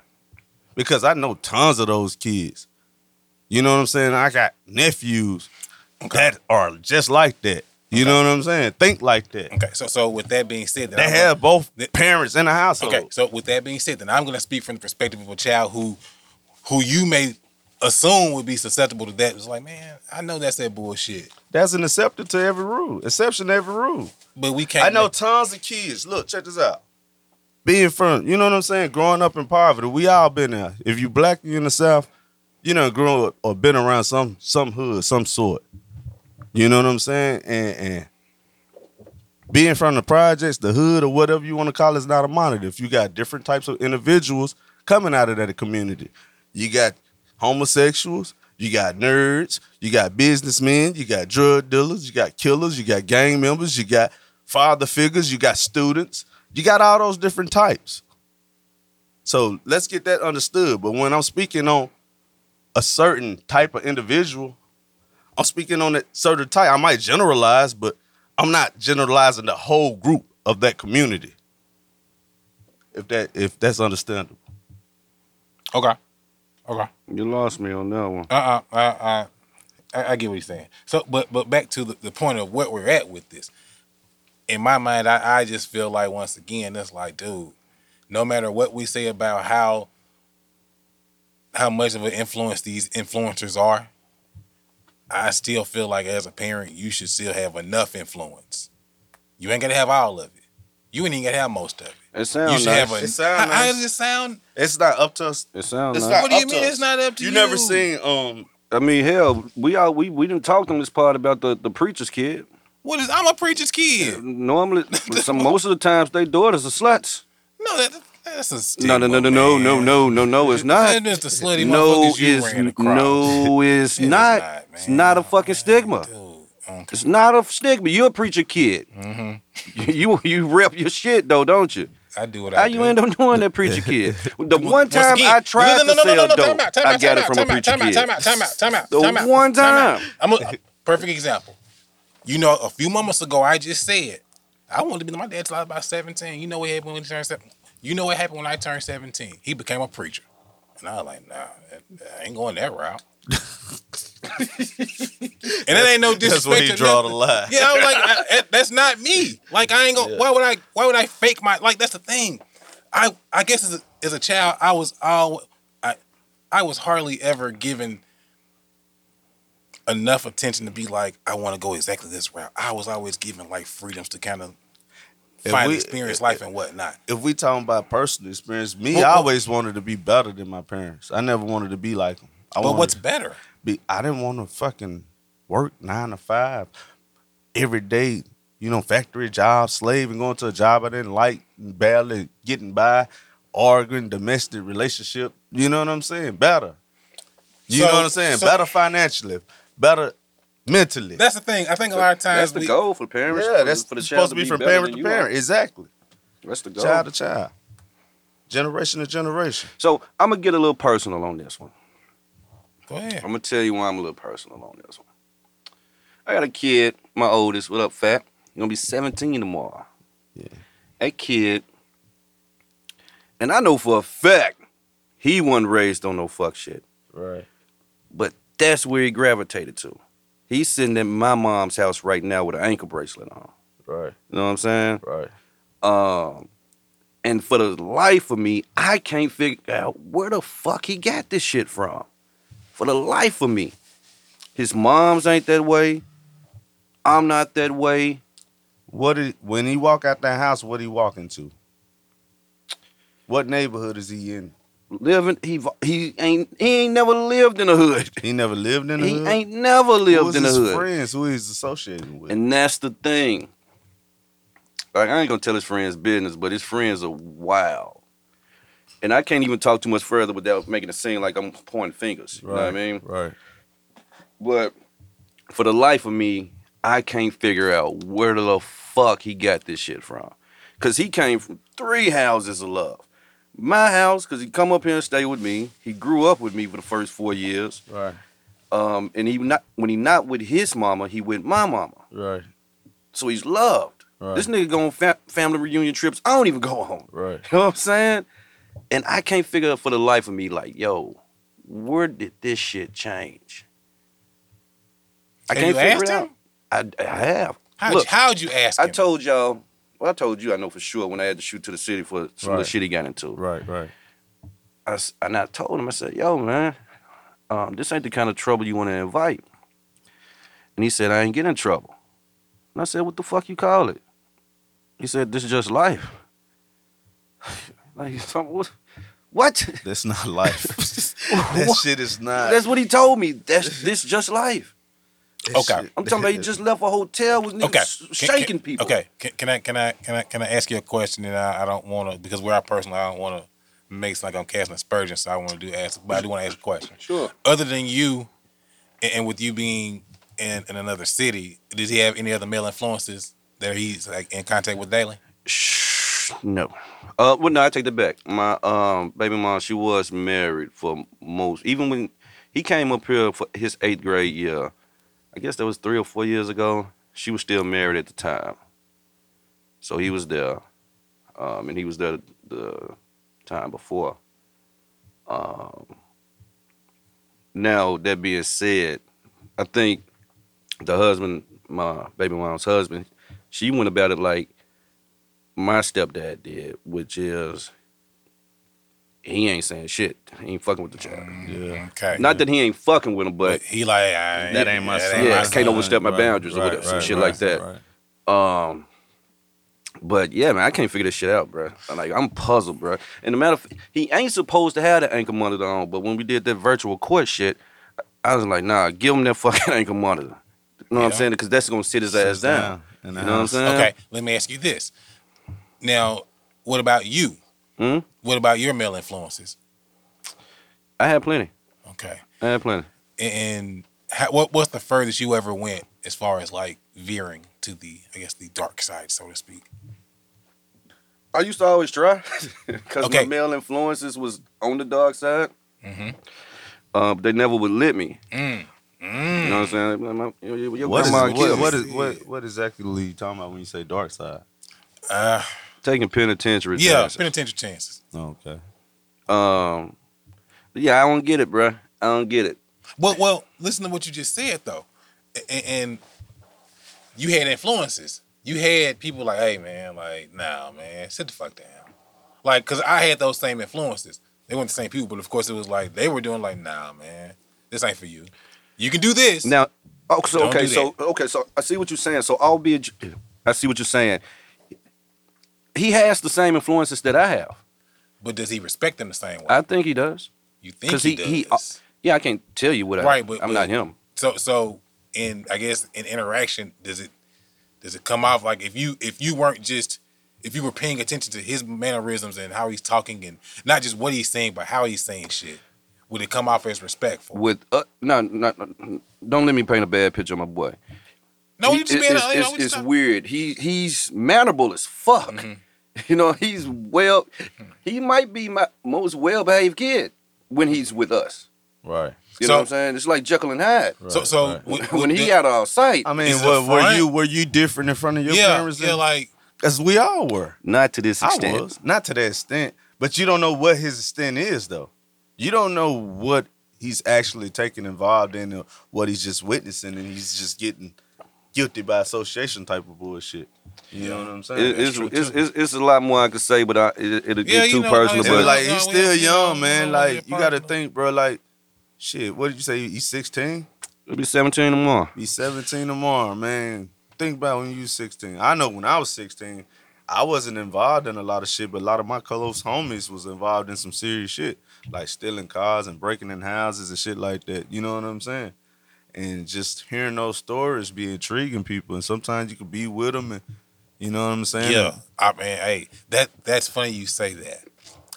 [SPEAKER 2] because I know tons of those kids. You know what I'm saying? I got nephews that are just like that. You know what I'm saying? Think like that.
[SPEAKER 3] Okay, so so with that being said, then
[SPEAKER 2] They
[SPEAKER 3] I'm
[SPEAKER 2] have both
[SPEAKER 3] Th-
[SPEAKER 2] parents in the household.
[SPEAKER 3] gonna- okay. So with that being said, then I'm going to speak from the perspective of a child who, who you may assume would be susceptible to that. It's like, man, I know that's that bullshit,
[SPEAKER 2] That's an exception to every rule. Exception to every rule.
[SPEAKER 3] but we can't.
[SPEAKER 2] I know
[SPEAKER 3] let-
[SPEAKER 2] tons of kids. Look, check this out. Being from, you know what I'm saying? Growing up in poverty, we all been there. If you black, you in the South, you know, grew up or been around some some hood, some sort. You know what I'm saying? And and being from the projects, the hood, or whatever you want to call it, is not a monitor. If you got different types of individuals coming out of that community, you got homosexuals, you got nerds, you got businessmen, you got drug dealers, you got killers, you got gang members, you got father figures, you got students, you got all those different types. So let's get that understood. But when I'm speaking on a certain type of individual, I'm speaking on that certain type. I might generalize, but I'm not generalizing the whole group of that community. If that if that's understandable.
[SPEAKER 3] Okay. Okay.
[SPEAKER 4] You lost me on that one.
[SPEAKER 3] Uh uh-uh, uh I, I get what you're saying. So, but but back to the, the point of where we're at with this. In my mind, I, I just feel like once again, it's like, dude, no matter what we say about how how much of an influence these influencers are, I still feel like as a parent, you should still have enough influence. You ain't gotta have all of it. You ain't even gotta have most of it.
[SPEAKER 4] It
[SPEAKER 3] you
[SPEAKER 4] sounds
[SPEAKER 3] should
[SPEAKER 4] nice.
[SPEAKER 3] have a.
[SPEAKER 2] It sound
[SPEAKER 3] How- how
[SPEAKER 2] nice.
[SPEAKER 3] does it sound?
[SPEAKER 2] It's not up to us.
[SPEAKER 4] it sounds
[SPEAKER 2] It's
[SPEAKER 4] nice.
[SPEAKER 2] not
[SPEAKER 3] What do you
[SPEAKER 2] up to
[SPEAKER 3] mean
[SPEAKER 2] us.
[SPEAKER 3] it's not up to you?
[SPEAKER 2] You never seen um
[SPEAKER 4] I mean, hell, we all we we didn't talk on this part about the the preacher's kid.
[SPEAKER 3] What is? I'm a preacher's kid.
[SPEAKER 4] Normally, some most of the times they daughters are sluts.
[SPEAKER 3] No, that, that's a stigma,
[SPEAKER 4] No, no, no, no, no, no, no, no, no. It's not.
[SPEAKER 3] That is the slutty
[SPEAKER 4] No,
[SPEAKER 3] motherfuckers you
[SPEAKER 4] it's
[SPEAKER 3] ran across.
[SPEAKER 4] no, it's
[SPEAKER 3] It is
[SPEAKER 4] not.
[SPEAKER 3] not,
[SPEAKER 4] It's
[SPEAKER 3] man.
[SPEAKER 4] not a fucking stigma.
[SPEAKER 3] Dude, um,
[SPEAKER 4] It's not a stigma. You're a preacher kid.
[SPEAKER 3] Mm-hmm.
[SPEAKER 4] You you rep your shit though, don't you?
[SPEAKER 3] I do what I
[SPEAKER 4] How
[SPEAKER 3] do.
[SPEAKER 4] you end up doing that preacher kid? The one
[SPEAKER 3] Once
[SPEAKER 4] time
[SPEAKER 3] again-
[SPEAKER 4] I tried
[SPEAKER 3] no, no, no,
[SPEAKER 4] to
[SPEAKER 3] no,
[SPEAKER 4] sell
[SPEAKER 3] no, no,
[SPEAKER 4] dope,
[SPEAKER 3] time out, time
[SPEAKER 4] I
[SPEAKER 3] out,
[SPEAKER 4] got
[SPEAKER 3] time
[SPEAKER 4] it
[SPEAKER 3] out,
[SPEAKER 4] from a
[SPEAKER 3] time out,
[SPEAKER 4] preacher
[SPEAKER 3] time out,
[SPEAKER 4] kid.
[SPEAKER 3] Time out, time out, time out,
[SPEAKER 4] The
[SPEAKER 3] time out,
[SPEAKER 4] one
[SPEAKER 3] time
[SPEAKER 4] time.
[SPEAKER 3] out. I'm a perfect example. You know, a few moments ago, I just said I wanted to be my dad till I was about 17. You know what happened when he turned 17? You know what happened when I turned 17? He became a preacher. And I was like, nah, that- I ain't going that route. and it ain't no disrespect.
[SPEAKER 2] that's where he
[SPEAKER 3] to
[SPEAKER 2] draw the
[SPEAKER 3] nothing.
[SPEAKER 2] line.
[SPEAKER 3] Yeah, I was like, I, I- that's not me. Like, I ain't gonna. Why would I? Why would I fake my? Like, that's the thing. I I guess as a, as a child, I was all I I was hardly ever given enough attention to be like, I want to go exactly this route. I was always given like freedoms to kind of
[SPEAKER 2] If
[SPEAKER 3] find
[SPEAKER 2] we- eh,
[SPEAKER 3] experience life and whatnot.
[SPEAKER 2] if we talking about personal experience, me,
[SPEAKER 3] Well,
[SPEAKER 2] I
[SPEAKER 3] well-
[SPEAKER 2] always wanted to be better than my parents. I never wanted to be like them. I
[SPEAKER 3] But
[SPEAKER 2] wanted
[SPEAKER 3] what's
[SPEAKER 2] to
[SPEAKER 3] better?
[SPEAKER 2] be, I didn't want to fucking work nine to five every day. You know, factory job, slave, and going to a job I didn't like, barely getting by, arguing, domestic relationship. You know what I'm saying? Better. You
[SPEAKER 3] So-
[SPEAKER 2] know what I'm saying?
[SPEAKER 3] so-
[SPEAKER 2] better financially, better mentally.
[SPEAKER 3] That's the thing. I think a lot of
[SPEAKER 4] That's
[SPEAKER 3] times
[SPEAKER 4] the
[SPEAKER 3] we,
[SPEAKER 4] goal for parents.
[SPEAKER 2] yeah, that's
[SPEAKER 4] for the
[SPEAKER 2] supposed
[SPEAKER 4] child
[SPEAKER 2] to be, from
[SPEAKER 4] better
[SPEAKER 2] parent
[SPEAKER 4] than
[SPEAKER 2] to
[SPEAKER 4] you are.
[SPEAKER 2] parent. Exactly.
[SPEAKER 4] That's the goal.
[SPEAKER 2] Child to child, generation to generation.
[SPEAKER 4] So I'm gonna get a little personal on this one.
[SPEAKER 3] Go ahead.
[SPEAKER 4] I'm gonna tell you why I'm a little personal on this one. I got a kid, my oldest. What up, Fat? He's gonna be 17 tomorrow.
[SPEAKER 2] Yeah.
[SPEAKER 4] That kid, and I know for a fact he wasn't raised on no fuck shit.
[SPEAKER 2] Right.
[SPEAKER 4] But that's where he gravitated to. He's sitting at my mom's house right now with an ankle bracelet on.
[SPEAKER 2] Right.
[SPEAKER 4] You know what I'm saying?
[SPEAKER 2] Right.
[SPEAKER 4] Um, and for the life of me, I can't figure out where the fuck he got this shit from. For the life of me, his mom's ain't that way. I'm not that way.
[SPEAKER 2] What is, when he walk out that house, what he walk into? What neighborhood is he in?
[SPEAKER 4] Living, he he ain't he ain't never lived in a hood.
[SPEAKER 2] He never lived in the
[SPEAKER 4] He
[SPEAKER 2] hood.
[SPEAKER 4] ain't never
[SPEAKER 2] Who
[SPEAKER 4] lived
[SPEAKER 2] was
[SPEAKER 4] in a
[SPEAKER 2] his
[SPEAKER 4] hood.
[SPEAKER 2] friends who he's associating with.
[SPEAKER 4] And that's the thing. Like I ain't gonna tell his friends business, but his friends are wild. And I can't even talk too much further without making it seem like I'm pointing fingers. You know what I mean?
[SPEAKER 2] Right.
[SPEAKER 4] But for the life of me, I can't figure out where the fuck he got this shit from. Cause he came from three houses of love. My house, cause he come up here and stay with me. He grew up with me for the first four years.
[SPEAKER 2] Right.
[SPEAKER 4] Um, and he not when he not with his mama, he with my mama.
[SPEAKER 2] Right.
[SPEAKER 4] So he's loved.
[SPEAKER 2] Right.
[SPEAKER 4] This nigga go on fa- family reunion trips. I don't even go on.
[SPEAKER 2] Right.
[SPEAKER 4] You know what I'm saying? And I can't figure out for the life of me, like, yo, where did this shit change? I
[SPEAKER 3] Have
[SPEAKER 4] can't
[SPEAKER 3] you
[SPEAKER 4] figure
[SPEAKER 3] asked
[SPEAKER 4] it out.
[SPEAKER 3] him?
[SPEAKER 4] I, I have.
[SPEAKER 3] How'd,
[SPEAKER 4] Look,
[SPEAKER 3] you, how'd you ask him?
[SPEAKER 4] I told y'all. Well, I told you I know for sure when I had to shoot to the city for some of
[SPEAKER 2] Right.
[SPEAKER 4] the shit he got into.
[SPEAKER 2] Right. Right.
[SPEAKER 4] I s and I told him, I said, yo, man, um, this ain't the kind of trouble you want to invite. And he said, I ain't getting in trouble. And I said, what the fuck you call it? He said, this is just life. like, some- what? What?
[SPEAKER 2] That's not life. that shit is
[SPEAKER 3] Uh,
[SPEAKER 2] not.
[SPEAKER 4] That's what he told me. That's this just life.
[SPEAKER 2] that
[SPEAKER 3] Okay.
[SPEAKER 2] shit-
[SPEAKER 4] I'm talking about he just left a hotel with niggas
[SPEAKER 3] Okay.
[SPEAKER 4] s-
[SPEAKER 3] Can-
[SPEAKER 4] shaking
[SPEAKER 3] can-
[SPEAKER 4] people.
[SPEAKER 3] Okay. Can, can I can I can I can I ask you a question? And I, I don't want to because where I personally I don't want to makes like I'm casting aspersions. So I want to do ask, but I do want to ask a question.
[SPEAKER 4] Sure.
[SPEAKER 3] Other than you, and, and with you being in, in another city, does he have any other male influences that he's like in contact with daily?
[SPEAKER 4] Shh, no. Uh, well, no, I take that back. My um baby mom, she was married for most. Even when he came up here for his eighth grade year, I guess that was three or four years ago. She was still married at the time, so he was there, um, and he was there the time before. Um, now that being said, I think the husband, my baby mom's husband, she went about it like my stepdad did, which is he ain't saying shit. He ain't fucking with the child.
[SPEAKER 3] Mm-hmm. Yeah. Okay.
[SPEAKER 4] Not that he ain't fucking with him, but
[SPEAKER 3] But he like I,
[SPEAKER 2] That ain't my son.
[SPEAKER 4] yeah, I
[SPEAKER 3] son.
[SPEAKER 4] can't overstep my boundaries or
[SPEAKER 2] right,
[SPEAKER 4] whatever, some
[SPEAKER 2] right,
[SPEAKER 4] shit
[SPEAKER 2] right,
[SPEAKER 4] like that.
[SPEAKER 2] right.
[SPEAKER 4] um, but yeah, man, I can't figure this shit out, bro. Like I'm puzzled, bro. And the matter of he ain't supposed to have the ankle monitor on, but when we did that virtual court shit, I was like, nah, give him that fucking ankle monitor. You know what I'm
[SPEAKER 3] Yeah.
[SPEAKER 4] saying? Because that's gonna sit his ass
[SPEAKER 2] Sits
[SPEAKER 4] down.
[SPEAKER 2] in the
[SPEAKER 4] You know what I'm
[SPEAKER 2] house.
[SPEAKER 4] saying?
[SPEAKER 3] Okay, let me ask you this. Now, what about you?
[SPEAKER 4] Hmm?
[SPEAKER 3] What about your male influences?
[SPEAKER 4] I had plenty.
[SPEAKER 3] Okay,
[SPEAKER 4] I had plenty.
[SPEAKER 3] and how, what what's the furthest you ever went as far as like veering to the I guess the dark side, so to speak?
[SPEAKER 4] I used to always try because
[SPEAKER 3] Okay.
[SPEAKER 4] my male influences was on the dark side.
[SPEAKER 3] Mhm.
[SPEAKER 4] Uh, but they never would let me.
[SPEAKER 3] Mm.
[SPEAKER 4] You
[SPEAKER 3] Hmm.
[SPEAKER 4] know what I'm saying? Like, my- your- your
[SPEAKER 2] What is,
[SPEAKER 4] grandma
[SPEAKER 2] what,
[SPEAKER 4] killed me.
[SPEAKER 2] what, is, what, what exactly are you talking about when you say dark side?
[SPEAKER 3] Uh,
[SPEAKER 4] Taking penitentiary.
[SPEAKER 3] yeah,
[SPEAKER 4] chances.
[SPEAKER 3] penitential chances.
[SPEAKER 2] Oh, okay.
[SPEAKER 4] Um, yeah, I don't get it, bruh. I don't get it.
[SPEAKER 3] Well, well, listen to what you just said though, A- and, and you had influences. You had people like, hey man, like nah man, sit the fuck down. Like, cause I had those same influences. They weren't the same people, but of course it was like they were doing like, nah man, this ain't for you. You can do this.
[SPEAKER 4] Now, oh, so,
[SPEAKER 3] Don't
[SPEAKER 4] okay,
[SPEAKER 3] do
[SPEAKER 4] so okay, so I see what you're saying. So albeit, I see what you're saying. He has the same influences that I have.
[SPEAKER 3] but does he respect them the same way?
[SPEAKER 4] I think he does.
[SPEAKER 3] you think
[SPEAKER 4] 'Cause
[SPEAKER 3] he,
[SPEAKER 4] he- he- uh,
[SPEAKER 3] does?
[SPEAKER 4] Yeah, I can't tell you what I.
[SPEAKER 3] Right, but-
[SPEAKER 4] I'm
[SPEAKER 3] but-
[SPEAKER 4] not him.
[SPEAKER 3] so, so in I guess in interaction, does it does it come off like if you if you weren't just if you were paying attention to his mannerisms and how he's talking and not just what he's saying but how he's saying shit, would it come off as respectful?
[SPEAKER 4] With uh, no, no, no, don't let me paint a bad picture of my boy.
[SPEAKER 3] No,
[SPEAKER 4] He-
[SPEAKER 3] you just being
[SPEAKER 4] it's,
[SPEAKER 3] you know,
[SPEAKER 4] it's,
[SPEAKER 3] we
[SPEAKER 4] it's
[SPEAKER 3] just talking-
[SPEAKER 4] weird. He he's mannerable as fuck.
[SPEAKER 3] Mm-hmm.
[SPEAKER 4] You know, he's well. He might be my most well behaved kid when he's with us.
[SPEAKER 2] Right.
[SPEAKER 3] Mm-hmm. So-
[SPEAKER 4] You know what I'm saying? It's like Jekyll and Hyde.
[SPEAKER 3] so
[SPEAKER 2] Right,
[SPEAKER 3] so
[SPEAKER 2] right.
[SPEAKER 3] would-
[SPEAKER 4] when
[SPEAKER 3] would
[SPEAKER 4] he
[SPEAKER 3] the-
[SPEAKER 4] out of our sight,
[SPEAKER 2] I mean,
[SPEAKER 3] Is it
[SPEAKER 2] were, were
[SPEAKER 3] front?
[SPEAKER 2] you were you different in front of your
[SPEAKER 3] yeah
[SPEAKER 2] parents?
[SPEAKER 3] yeah like
[SPEAKER 2] As we all were.
[SPEAKER 4] not to this
[SPEAKER 2] I
[SPEAKER 4] extent.
[SPEAKER 2] was not to that extent, but you don't know what his extent is, though. You don't know what he's actually taking involved in, or what he's just witnessing, and he's just getting guilty by association type of bullshit. You know what I'm saying?
[SPEAKER 4] It- it's, it's, it's, it's a lot more I could say, but I, it, it'll
[SPEAKER 3] Yeah,
[SPEAKER 4] get
[SPEAKER 3] you
[SPEAKER 4] too
[SPEAKER 3] know,
[SPEAKER 4] personal.
[SPEAKER 2] It was
[SPEAKER 4] But
[SPEAKER 2] like
[SPEAKER 3] No,
[SPEAKER 2] he's
[SPEAKER 3] we-
[SPEAKER 2] still
[SPEAKER 3] we
[SPEAKER 2] young,
[SPEAKER 3] don't-
[SPEAKER 2] man.
[SPEAKER 3] we don't wanna
[SPEAKER 2] Like
[SPEAKER 3] be
[SPEAKER 2] you got to
[SPEAKER 3] partners.
[SPEAKER 2] think, bro. Like shit. What did you say? He's 16.
[SPEAKER 4] it'll be 17 tomorrow.
[SPEAKER 2] Be 17 tomorrow, man. Think about when you was 16. I know when I was 16, I wasn't involved in a lot of shit, but a lot of my close homies was involved in some serious shit, like stealing cars and breaking in houses and shit like that. You know what I'm saying? And just hearing those stories be intriguing people, and sometimes you could be with them, and you know what I'm saying?
[SPEAKER 3] Yeah, I mean, hey, that that's funny you say that.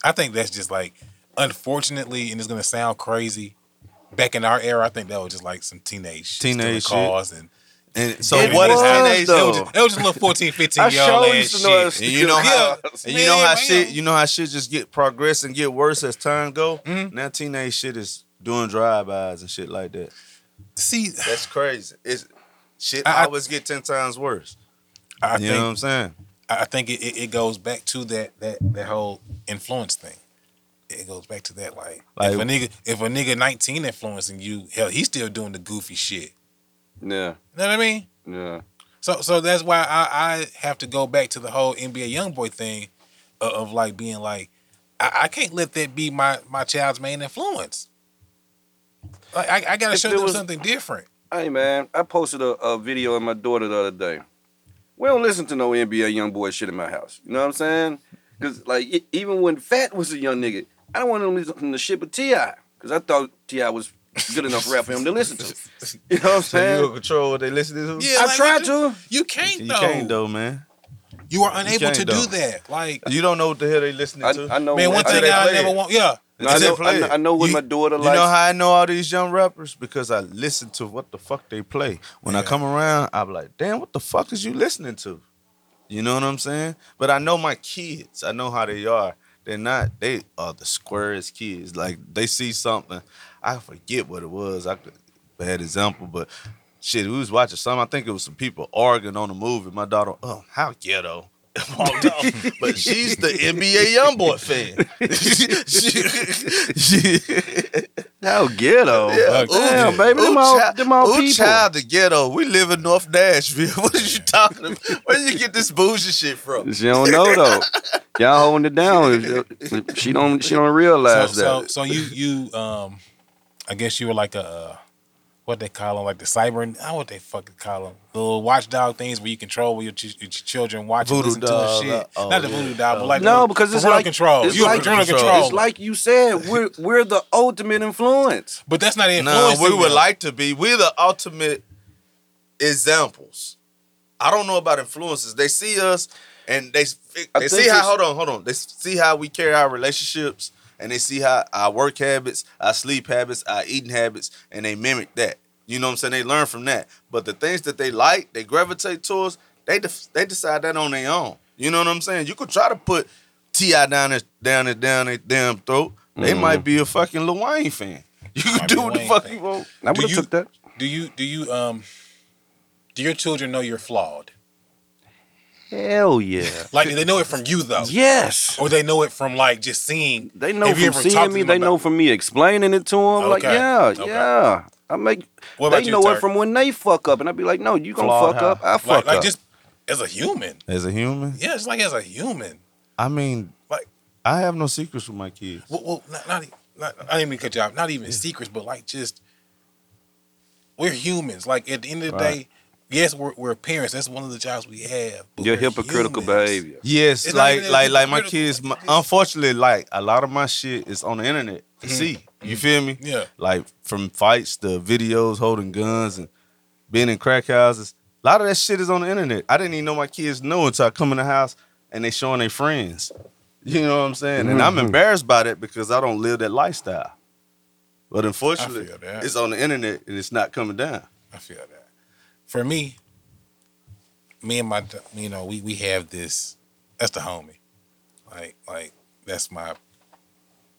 [SPEAKER 3] I think that's just like, unfortunately, and it's gonna sound crazy. Back in our era, I think that was just like some teenage
[SPEAKER 2] Teenage
[SPEAKER 3] stealing cars and
[SPEAKER 2] And so
[SPEAKER 4] It
[SPEAKER 2] what is
[SPEAKER 4] was,
[SPEAKER 2] teenage?
[SPEAKER 4] though.
[SPEAKER 3] It was just, it was just little 14, 15
[SPEAKER 4] I
[SPEAKER 3] year old
[SPEAKER 4] sure
[SPEAKER 3] ass
[SPEAKER 4] used to know
[SPEAKER 3] shit.
[SPEAKER 4] that
[SPEAKER 2] And you know how
[SPEAKER 3] Yeah.
[SPEAKER 2] and you know
[SPEAKER 3] Man,
[SPEAKER 2] how
[SPEAKER 3] man.
[SPEAKER 2] shit you know how shit just get progress and get worse as time go. Now teenage shit is doing drive bys and shit like that.
[SPEAKER 3] See,
[SPEAKER 2] That's crazy. It's shit
[SPEAKER 3] I- I-
[SPEAKER 2] always get ten times worse.
[SPEAKER 3] I
[SPEAKER 2] you
[SPEAKER 3] think
[SPEAKER 2] know what I'm saying?
[SPEAKER 3] I I think it, it, it goes back to that that that whole influence thing. It goes back to that like,
[SPEAKER 2] Like-
[SPEAKER 3] if a nigga if a nigga 19 influencing you, hell, he's still doing the goofy shit.
[SPEAKER 4] Yeah,
[SPEAKER 3] You know what I mean?
[SPEAKER 4] yeah.
[SPEAKER 3] So so that's why I, I have to go back to the whole NBA YoungBoy thing of, of like being like I, I can't let that be my my child's main influence. Like I, I gotta
[SPEAKER 4] If
[SPEAKER 3] show
[SPEAKER 4] it
[SPEAKER 3] them
[SPEAKER 4] was- Mm-hmm.
[SPEAKER 3] something different.
[SPEAKER 4] Hey man, I posted a, a video of my daughter the other day. We don't listen to no NBA young boy shit in my house. You know what I'm saying? Cause like e- even when Fat was a young nigga, I don't want him to listen to shit but Ti. Cause I thought Ti was good enough rap for him to listen to. You know what I'm
[SPEAKER 2] So you
[SPEAKER 4] saying?
[SPEAKER 2] gonna control what they listen to?
[SPEAKER 3] Yeah,
[SPEAKER 4] I
[SPEAKER 3] like,
[SPEAKER 4] tried
[SPEAKER 3] nigga,
[SPEAKER 4] to.
[SPEAKER 3] You can't
[SPEAKER 2] You
[SPEAKER 3] though.
[SPEAKER 2] can't though, man.
[SPEAKER 3] You are unable
[SPEAKER 2] can't,
[SPEAKER 3] to
[SPEAKER 2] though.
[SPEAKER 3] do that. Like
[SPEAKER 2] You don't know what the hell they listening
[SPEAKER 4] I,
[SPEAKER 2] to.
[SPEAKER 4] I know.
[SPEAKER 3] man, one
[SPEAKER 2] Until
[SPEAKER 3] thing
[SPEAKER 2] they
[SPEAKER 3] I
[SPEAKER 2] play it.
[SPEAKER 3] never want. Yeah,
[SPEAKER 4] I, I
[SPEAKER 2] Until
[SPEAKER 4] know,
[SPEAKER 2] they
[SPEAKER 4] I
[SPEAKER 2] play
[SPEAKER 4] know,
[SPEAKER 2] it.
[SPEAKER 4] I know what
[SPEAKER 3] You-
[SPEAKER 4] my daughter
[SPEAKER 2] You
[SPEAKER 4] likes.
[SPEAKER 2] know how I know all these young rappers? Because I listen to what the fuck they play. When I
[SPEAKER 3] Yeah.
[SPEAKER 2] come around, I'm like, damn, what the fuck is you listening to? You know what I'm saying? But I know my kids. I know how they are. They're not, they are the squarest kids. Like they see something. I forget what it was. I could bad example, but shit, we was watching some. I think it was some people arguing on a movie. My daughter, oh, how ghetto. Walked off. but she's the NBA YoungBoy fan. she, she,
[SPEAKER 4] How ghetto.
[SPEAKER 2] yeah.
[SPEAKER 3] Fuck that.
[SPEAKER 4] Damn, baby, them
[SPEAKER 2] Ooh,
[SPEAKER 4] all,
[SPEAKER 2] child-
[SPEAKER 4] them all
[SPEAKER 2] ooh,
[SPEAKER 4] people.
[SPEAKER 2] child, the ghetto. We live in North Nashville. What are you talking about? Where you get this bougie shit from?
[SPEAKER 4] She don't know though. Y'all holding it down. She don't. She
[SPEAKER 3] so,
[SPEAKER 4] don't realize
[SPEAKER 3] so
[SPEAKER 4] that.
[SPEAKER 3] so you you um, I guess you were like a uh, what they call them like the cyber. How what they fucking call them? The little watchdog things where you control where your, ch- your children watch and
[SPEAKER 2] Voodoo
[SPEAKER 3] listen
[SPEAKER 2] dog,
[SPEAKER 3] to and
[SPEAKER 2] uh,
[SPEAKER 3] shit.
[SPEAKER 2] oh,
[SPEAKER 3] Not the
[SPEAKER 2] yeah.
[SPEAKER 3] voodoo dog, but
[SPEAKER 2] Oh.
[SPEAKER 3] like
[SPEAKER 4] no,
[SPEAKER 3] the
[SPEAKER 4] because it's
[SPEAKER 3] parental
[SPEAKER 4] like
[SPEAKER 3] control.
[SPEAKER 4] It's
[SPEAKER 3] you
[SPEAKER 4] like,
[SPEAKER 3] a parental
[SPEAKER 2] control.
[SPEAKER 3] control.
[SPEAKER 4] It's like you said. We're we're the ultimate influence.
[SPEAKER 3] but that's not
[SPEAKER 2] No,
[SPEAKER 3] influence.
[SPEAKER 2] we would like to be. We're the ultimate examples. I don't know about influences. They see us and they
[SPEAKER 4] I
[SPEAKER 2] they
[SPEAKER 4] think
[SPEAKER 2] see how
[SPEAKER 4] it's-
[SPEAKER 2] hold on, hold on. They see how we carry our relationships and they see how our work habits, our sleep habits, our eating habits, and they mimic that. You know what I'm saying? They learn from that. But the things that they like, they gravitate towards, they def- they decide that on their own. You know what I'm saying? You could try to put T.I. down his down his down their damn throat. They might be a fucking Lil Wayne fan. You can
[SPEAKER 3] Mm-hmm. Might be
[SPEAKER 2] do
[SPEAKER 3] a
[SPEAKER 2] what the
[SPEAKER 3] Wayne
[SPEAKER 2] fuck
[SPEAKER 3] fan.
[SPEAKER 2] you want.
[SPEAKER 4] I
[SPEAKER 3] Do
[SPEAKER 4] would have
[SPEAKER 3] you-
[SPEAKER 4] took that.
[SPEAKER 3] Do you do you um, do your children know you're flawed?
[SPEAKER 4] Hell yeah.
[SPEAKER 3] Like do they know it from you though?
[SPEAKER 4] yes.
[SPEAKER 3] Or they know it from like just seeing.
[SPEAKER 4] They know
[SPEAKER 3] Have you
[SPEAKER 4] from
[SPEAKER 3] ever talked
[SPEAKER 4] seeing
[SPEAKER 3] to
[SPEAKER 4] me.
[SPEAKER 3] them
[SPEAKER 4] They
[SPEAKER 3] about-
[SPEAKER 4] know from me explaining it to them. Like
[SPEAKER 3] Okay.
[SPEAKER 4] yeah,
[SPEAKER 3] Okay.
[SPEAKER 4] yeah. I make.
[SPEAKER 3] What
[SPEAKER 4] they
[SPEAKER 3] about you,
[SPEAKER 4] know it
[SPEAKER 3] Turk?
[SPEAKER 4] from when they fuck up, and I be like, no, you gonna
[SPEAKER 2] Flawed,
[SPEAKER 4] fuck
[SPEAKER 2] huh?
[SPEAKER 4] up. I fuck
[SPEAKER 3] like, like
[SPEAKER 4] up.
[SPEAKER 3] just as a human.
[SPEAKER 2] As a human,
[SPEAKER 3] Yeah, just like as a human.
[SPEAKER 2] I mean,
[SPEAKER 3] Like
[SPEAKER 2] I have no secrets with my kids.
[SPEAKER 3] well, well not, not, e- not I didn't mean to cut you off. Not even secrets, but like just we're humans. Like at the end of the
[SPEAKER 2] Right.
[SPEAKER 3] day, yes, we're, we're parents. That's one of the jobs we have. But
[SPEAKER 4] Your
[SPEAKER 3] we're
[SPEAKER 4] hypocritical
[SPEAKER 3] humans.
[SPEAKER 4] behavior.
[SPEAKER 2] Yes,
[SPEAKER 3] It's not
[SPEAKER 2] like
[SPEAKER 3] even
[SPEAKER 2] like
[SPEAKER 3] that
[SPEAKER 2] like my
[SPEAKER 3] critical,
[SPEAKER 2] kids. My,
[SPEAKER 3] like, it's-
[SPEAKER 2] unfortunately, like a lot of my shit is on the internet to see. You feel me?
[SPEAKER 3] Mm-hmm. Yeah.
[SPEAKER 2] Like from fights to videos holding guns and being in crack houses. A lot of that shit is on the internet. I didn't even know my kids knew until I come in the house and they showing their friends. You know what I'm saying? And
[SPEAKER 3] Mm-hmm.
[SPEAKER 2] I'm embarrassed by that because I don't live that lifestyle. But unfortunately,
[SPEAKER 3] that.
[SPEAKER 2] it's on the internet and it's not coming down.
[SPEAKER 3] I feel that. For me, me and my, you know, we we have this. That's the homie. Like like that's my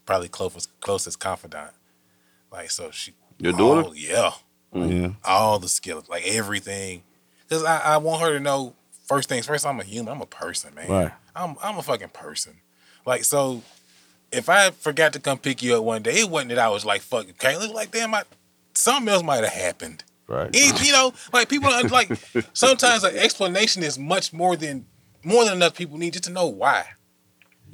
[SPEAKER 3] probably closest closest confidant. Like so she.
[SPEAKER 4] Your daughter?
[SPEAKER 3] Oh, yeah.
[SPEAKER 2] Yeah.
[SPEAKER 3] all the skills, like everything. Cause I, I want her to know first things first, I'm a human, I'm a person, man.
[SPEAKER 2] Right.
[SPEAKER 3] I'm I'm a fucking person. Like so if I forgot to come pick you up one day, it wasn't that I was like fucking Caitlin, it was like damn I something else might have happened.
[SPEAKER 2] Right.
[SPEAKER 3] It- you know, like people don't like sometimes an explanation is much more than more than enough people need just to know why.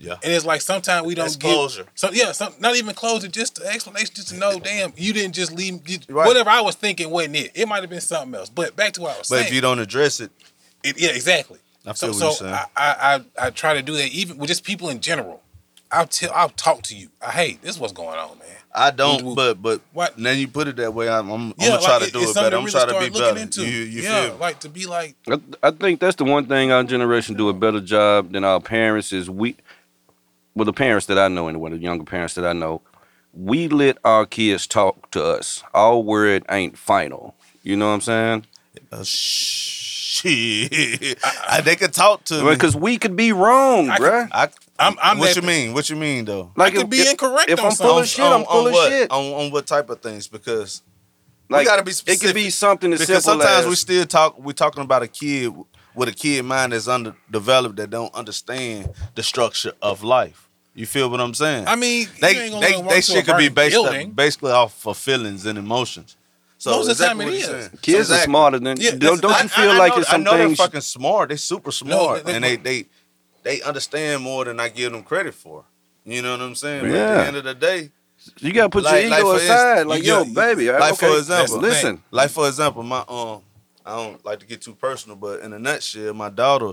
[SPEAKER 2] Yeah.
[SPEAKER 3] And it's like sometimes we don't
[SPEAKER 2] That's
[SPEAKER 3] give
[SPEAKER 2] closure.
[SPEAKER 3] So yeah, some, not even closure, just an explanation, just to know. damn, you didn't just leave. you-
[SPEAKER 2] Right.
[SPEAKER 3] Whatever I was thinking wasn't it. It might have been something else. But back to what I was
[SPEAKER 2] But
[SPEAKER 3] saying.
[SPEAKER 2] if you don't address it,
[SPEAKER 3] It- yeah, exactly.
[SPEAKER 2] I
[SPEAKER 3] so
[SPEAKER 2] feel what you're
[SPEAKER 3] so
[SPEAKER 2] saying.
[SPEAKER 3] I, I I I try to do that even with just people in general. I'll tell I'll talk to you. I, hey, this is what's going on, man.
[SPEAKER 2] I don't,
[SPEAKER 3] Who-
[SPEAKER 2] but but
[SPEAKER 3] what-
[SPEAKER 2] now you put it that way, I'm, I'm,
[SPEAKER 3] Yeah,
[SPEAKER 2] I'm gonna try
[SPEAKER 3] like,
[SPEAKER 2] to do
[SPEAKER 3] it's
[SPEAKER 2] it
[SPEAKER 3] something
[SPEAKER 2] better. I'm
[SPEAKER 3] really
[SPEAKER 2] trying to
[SPEAKER 3] start
[SPEAKER 2] be
[SPEAKER 3] looking
[SPEAKER 2] better.
[SPEAKER 3] Into.
[SPEAKER 2] You, you
[SPEAKER 3] yeah,
[SPEAKER 2] feel me?
[SPEAKER 3] like to be like
[SPEAKER 4] I, I think that's the one thing our generation do a better job than our parents is we, well, the parents that I know anyway, the younger parents that I know, we let our kids talk to us. Our word ain't final. You know what I'm saying?
[SPEAKER 2] Uh, shit, I, they could talk to me.
[SPEAKER 4] Because we could be wrong,
[SPEAKER 3] I
[SPEAKER 4] bruh.
[SPEAKER 2] I,
[SPEAKER 3] I'm I'm
[SPEAKER 2] what
[SPEAKER 3] that-
[SPEAKER 2] you mean? What you mean though?
[SPEAKER 4] Like
[SPEAKER 3] could be incorrect
[SPEAKER 4] If
[SPEAKER 3] on
[SPEAKER 4] I'm full
[SPEAKER 3] something.
[SPEAKER 4] of shit, I'm full of
[SPEAKER 2] what?
[SPEAKER 4] shit.
[SPEAKER 2] On, on what type of things? Because
[SPEAKER 4] Like
[SPEAKER 2] gotta be
[SPEAKER 4] It could be
[SPEAKER 2] specific.
[SPEAKER 4] something as
[SPEAKER 2] because
[SPEAKER 4] simple
[SPEAKER 2] sometimes we
[SPEAKER 4] as
[SPEAKER 2] still talk. We're talking about a kid with a kid mind that's underdeveloped that don't understand the structure of life. You feel what I'm saying?
[SPEAKER 3] I mean,
[SPEAKER 2] they
[SPEAKER 3] you ain't gonna let
[SPEAKER 2] they,
[SPEAKER 3] them walk
[SPEAKER 2] they
[SPEAKER 3] to a
[SPEAKER 2] shit could be
[SPEAKER 3] burning
[SPEAKER 2] based
[SPEAKER 3] building.
[SPEAKER 2] up, basically off of feelings and emotions. So
[SPEAKER 3] Most of the
[SPEAKER 2] exactly
[SPEAKER 3] time it
[SPEAKER 2] what
[SPEAKER 3] is.
[SPEAKER 2] you're saying.
[SPEAKER 4] kids are
[SPEAKER 2] Exactly.
[SPEAKER 4] smarter than.
[SPEAKER 3] Yeah,
[SPEAKER 4] don't
[SPEAKER 3] that's-
[SPEAKER 4] don't
[SPEAKER 2] I-
[SPEAKER 4] you feel
[SPEAKER 2] I- I
[SPEAKER 4] like
[SPEAKER 2] know-
[SPEAKER 4] it's some
[SPEAKER 2] I know
[SPEAKER 4] things?
[SPEAKER 2] they're fucking smart. They super smart,
[SPEAKER 3] they-
[SPEAKER 2] and they they they understand more than I give them credit for. You know what I'm saying? But
[SPEAKER 4] Yeah.
[SPEAKER 2] at the end of the day,
[SPEAKER 4] You gotta put
[SPEAKER 2] Like-
[SPEAKER 4] your
[SPEAKER 2] like
[SPEAKER 4] ego
[SPEAKER 2] for
[SPEAKER 4] aside.
[SPEAKER 2] instance,
[SPEAKER 4] Like,
[SPEAKER 2] you
[SPEAKER 4] yo,
[SPEAKER 2] got-
[SPEAKER 4] baby. I-
[SPEAKER 2] like for
[SPEAKER 4] okay,
[SPEAKER 2] example,
[SPEAKER 4] listen.
[SPEAKER 2] Like for example, my um, I don't like to get too personal, but in a nutshell, my daughter,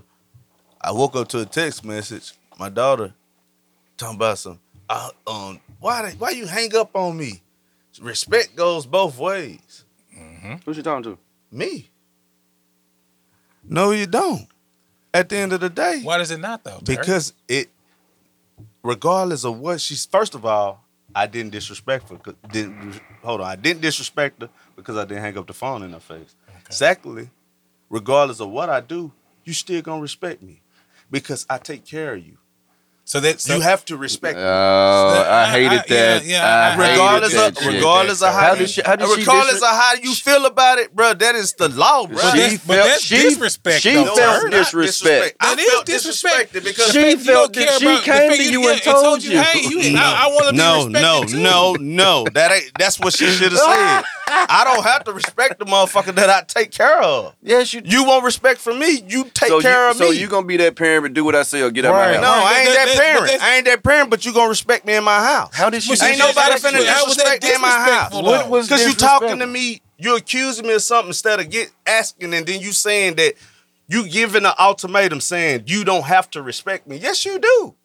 [SPEAKER 2] I woke up to a text message. My daughter talking about some. I, um, why they, why you hang up on me? Respect goes both ways.
[SPEAKER 4] Who you talking to?
[SPEAKER 2] Me. No, you don't. At the end of the day,
[SPEAKER 3] Why does it not though? Terry?
[SPEAKER 2] because it, regardless of what she's, first of all, I didn't disrespect her. 'cause- Didn't, hold on, I didn't disrespect her because I didn't hang up the phone in her face. Secondly, regardless of what I do, you still gonna respect me because I take care of you.
[SPEAKER 3] so that so
[SPEAKER 2] you have to respect.
[SPEAKER 4] Oh,
[SPEAKER 2] me.
[SPEAKER 4] I hated
[SPEAKER 3] I- yeah,
[SPEAKER 4] that.
[SPEAKER 3] yeah,
[SPEAKER 4] I
[SPEAKER 3] I-
[SPEAKER 4] hated
[SPEAKER 2] Regardless
[SPEAKER 4] that
[SPEAKER 2] of
[SPEAKER 4] shit.
[SPEAKER 2] regardless of how,
[SPEAKER 4] How
[SPEAKER 2] you,
[SPEAKER 4] did she- how did she
[SPEAKER 2] regardless
[SPEAKER 4] disres-
[SPEAKER 2] of how you feel about it, bro, that is the law, bro.
[SPEAKER 3] But
[SPEAKER 4] she
[SPEAKER 3] that's- but
[SPEAKER 4] felt
[SPEAKER 3] that's
[SPEAKER 4] she,
[SPEAKER 3] disrespect,
[SPEAKER 4] She
[SPEAKER 3] though,
[SPEAKER 2] No,
[SPEAKER 4] felt
[SPEAKER 2] it's not
[SPEAKER 4] disrespect.
[SPEAKER 2] I
[SPEAKER 3] That is
[SPEAKER 2] felt
[SPEAKER 3] disrespect.
[SPEAKER 2] disrespected because
[SPEAKER 4] She
[SPEAKER 3] fact you don't
[SPEAKER 4] felt
[SPEAKER 3] care
[SPEAKER 4] that she
[SPEAKER 3] about- the
[SPEAKER 4] came
[SPEAKER 3] fact
[SPEAKER 4] to you and told you.
[SPEAKER 3] Hey, you I, I want to be
[SPEAKER 2] no,
[SPEAKER 3] respected
[SPEAKER 2] no,
[SPEAKER 3] too.
[SPEAKER 2] no, no. That ain't. That's what she should have said. I don't have to respect the motherfucker that I take care of.
[SPEAKER 4] Yes, you.
[SPEAKER 2] You want respect from me? You take
[SPEAKER 4] so
[SPEAKER 2] care
[SPEAKER 4] you,
[SPEAKER 2] of
[SPEAKER 4] so
[SPEAKER 2] me.
[SPEAKER 4] you gonna be that parent, but do what I say or get out
[SPEAKER 3] Right.
[SPEAKER 4] my
[SPEAKER 2] no,
[SPEAKER 4] house.
[SPEAKER 2] I ain't
[SPEAKER 3] That-
[SPEAKER 2] that,
[SPEAKER 3] that- but
[SPEAKER 2] parent.
[SPEAKER 3] that's-
[SPEAKER 2] I ain't that parent. But you gonna respect me in my house?
[SPEAKER 4] How did she?
[SPEAKER 3] But she
[SPEAKER 2] ain't
[SPEAKER 3] said
[SPEAKER 2] nobody
[SPEAKER 3] that's
[SPEAKER 2] finna
[SPEAKER 3] what- how was that
[SPEAKER 2] disrespect me in my house.
[SPEAKER 3] disrespectful,
[SPEAKER 4] What
[SPEAKER 3] though?
[SPEAKER 4] was
[SPEAKER 2] Because you
[SPEAKER 4] disrespectful?
[SPEAKER 2] talking to me, you accusing me of something instead of get asking, and then you saying that you giving an ultimatum saying you don't have to respect me. Yes, you do.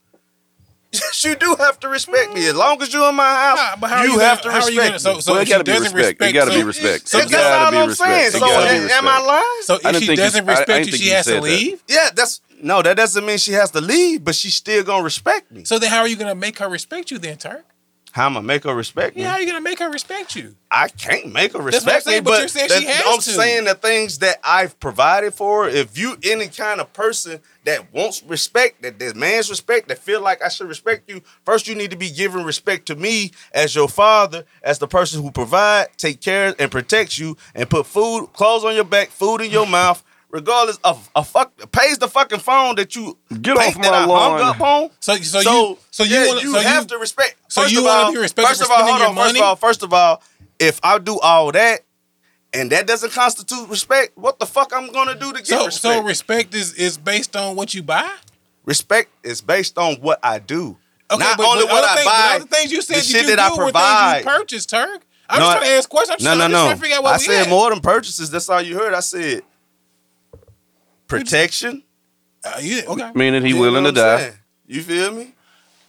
[SPEAKER 2] Yes, you do have to respect me. As long as you in my house,
[SPEAKER 3] Nah, but how are
[SPEAKER 2] you,
[SPEAKER 3] you gonna-
[SPEAKER 2] have to
[SPEAKER 3] how are
[SPEAKER 2] respect
[SPEAKER 3] you gonna-
[SPEAKER 2] me.
[SPEAKER 3] so- so-
[SPEAKER 4] well, it
[SPEAKER 3] she
[SPEAKER 4] gotta be
[SPEAKER 3] doesn't
[SPEAKER 4] respect. It gotta be
[SPEAKER 3] respect- so-
[SPEAKER 4] respect.
[SPEAKER 3] so
[SPEAKER 4] it
[SPEAKER 2] that's
[SPEAKER 4] gotta
[SPEAKER 2] all
[SPEAKER 4] be
[SPEAKER 2] I'm saying.
[SPEAKER 4] respect.
[SPEAKER 2] So,
[SPEAKER 4] It gotta be
[SPEAKER 2] am, am I
[SPEAKER 4] respect.
[SPEAKER 2] lying?
[SPEAKER 3] So
[SPEAKER 4] I
[SPEAKER 3] if
[SPEAKER 4] didn't
[SPEAKER 3] she
[SPEAKER 4] think you-
[SPEAKER 3] doesn't
[SPEAKER 4] I- I
[SPEAKER 3] respect
[SPEAKER 4] didn't
[SPEAKER 3] you,
[SPEAKER 4] think
[SPEAKER 3] she
[SPEAKER 4] you
[SPEAKER 3] has to
[SPEAKER 4] said that.
[SPEAKER 3] leave.
[SPEAKER 2] yeah, that's no. That doesn't mean she has to leave, but she's still gonna respect me.
[SPEAKER 3] So then, how are you gonna make her respect you then, Turk?
[SPEAKER 2] How am I make her respect me?
[SPEAKER 3] Yeah, how are you gonna make her respect you?
[SPEAKER 2] I can't make her
[SPEAKER 3] That's what I'm
[SPEAKER 2] respect me,
[SPEAKER 3] saying,
[SPEAKER 2] but
[SPEAKER 3] but you're saying she
[SPEAKER 2] that-
[SPEAKER 3] has
[SPEAKER 2] I'm
[SPEAKER 3] to.
[SPEAKER 2] saying the things that I've provided for her. If you any kind of person that wants respect, that demands respect, that feel like I should respect you, first you need to be giving respect to me as your father, as the person who provide, take care, and protects you, and put food, clothes on your back, food in your mouth. Regardless of a fuck pays the fucking phone that you
[SPEAKER 4] Get
[SPEAKER 2] think
[SPEAKER 4] off
[SPEAKER 2] that
[SPEAKER 4] my
[SPEAKER 2] I
[SPEAKER 4] lawn.
[SPEAKER 2] hung up on.
[SPEAKER 3] So, so, you, so you,
[SPEAKER 2] yeah,
[SPEAKER 3] wanna,
[SPEAKER 2] you
[SPEAKER 3] so
[SPEAKER 2] have
[SPEAKER 3] you,
[SPEAKER 2] to respect.
[SPEAKER 3] so
[SPEAKER 2] first
[SPEAKER 3] you
[SPEAKER 2] of
[SPEAKER 3] wanna
[SPEAKER 2] all-
[SPEAKER 3] be respected
[SPEAKER 2] First
[SPEAKER 3] for
[SPEAKER 2] of all,
[SPEAKER 3] spending
[SPEAKER 2] hold
[SPEAKER 3] your
[SPEAKER 2] on. First
[SPEAKER 3] money?
[SPEAKER 2] of all, first of all, if I do all that and that doesn't constitute respect, what the fuck I'm gonna do to get
[SPEAKER 3] so,
[SPEAKER 2] respect?
[SPEAKER 3] so respect is is based on what you buy.
[SPEAKER 2] respect is based on what I do, not
[SPEAKER 3] but-
[SPEAKER 2] only
[SPEAKER 3] but
[SPEAKER 2] what
[SPEAKER 3] other
[SPEAKER 2] I
[SPEAKER 3] things,
[SPEAKER 2] buy.
[SPEAKER 3] But other things you said
[SPEAKER 2] the
[SPEAKER 3] that
[SPEAKER 2] shit
[SPEAKER 3] you
[SPEAKER 2] that I
[SPEAKER 3] do
[SPEAKER 2] provide.
[SPEAKER 3] with things you purchase, Turk. I'm
[SPEAKER 2] No,
[SPEAKER 3] just
[SPEAKER 2] I-
[SPEAKER 3] trying to ask questions. I'm
[SPEAKER 2] no,
[SPEAKER 3] just,
[SPEAKER 2] no,
[SPEAKER 3] I'm
[SPEAKER 2] no.
[SPEAKER 3] just trying to figure out what
[SPEAKER 2] I
[SPEAKER 3] we
[SPEAKER 2] said
[SPEAKER 3] at.
[SPEAKER 2] more than purchases. That's all you heard. I said protection.
[SPEAKER 3] Uh, yeah, okay.
[SPEAKER 4] Meaning he
[SPEAKER 2] You know
[SPEAKER 4] willing to
[SPEAKER 2] what I'm
[SPEAKER 4] die.
[SPEAKER 2] saying? You feel me?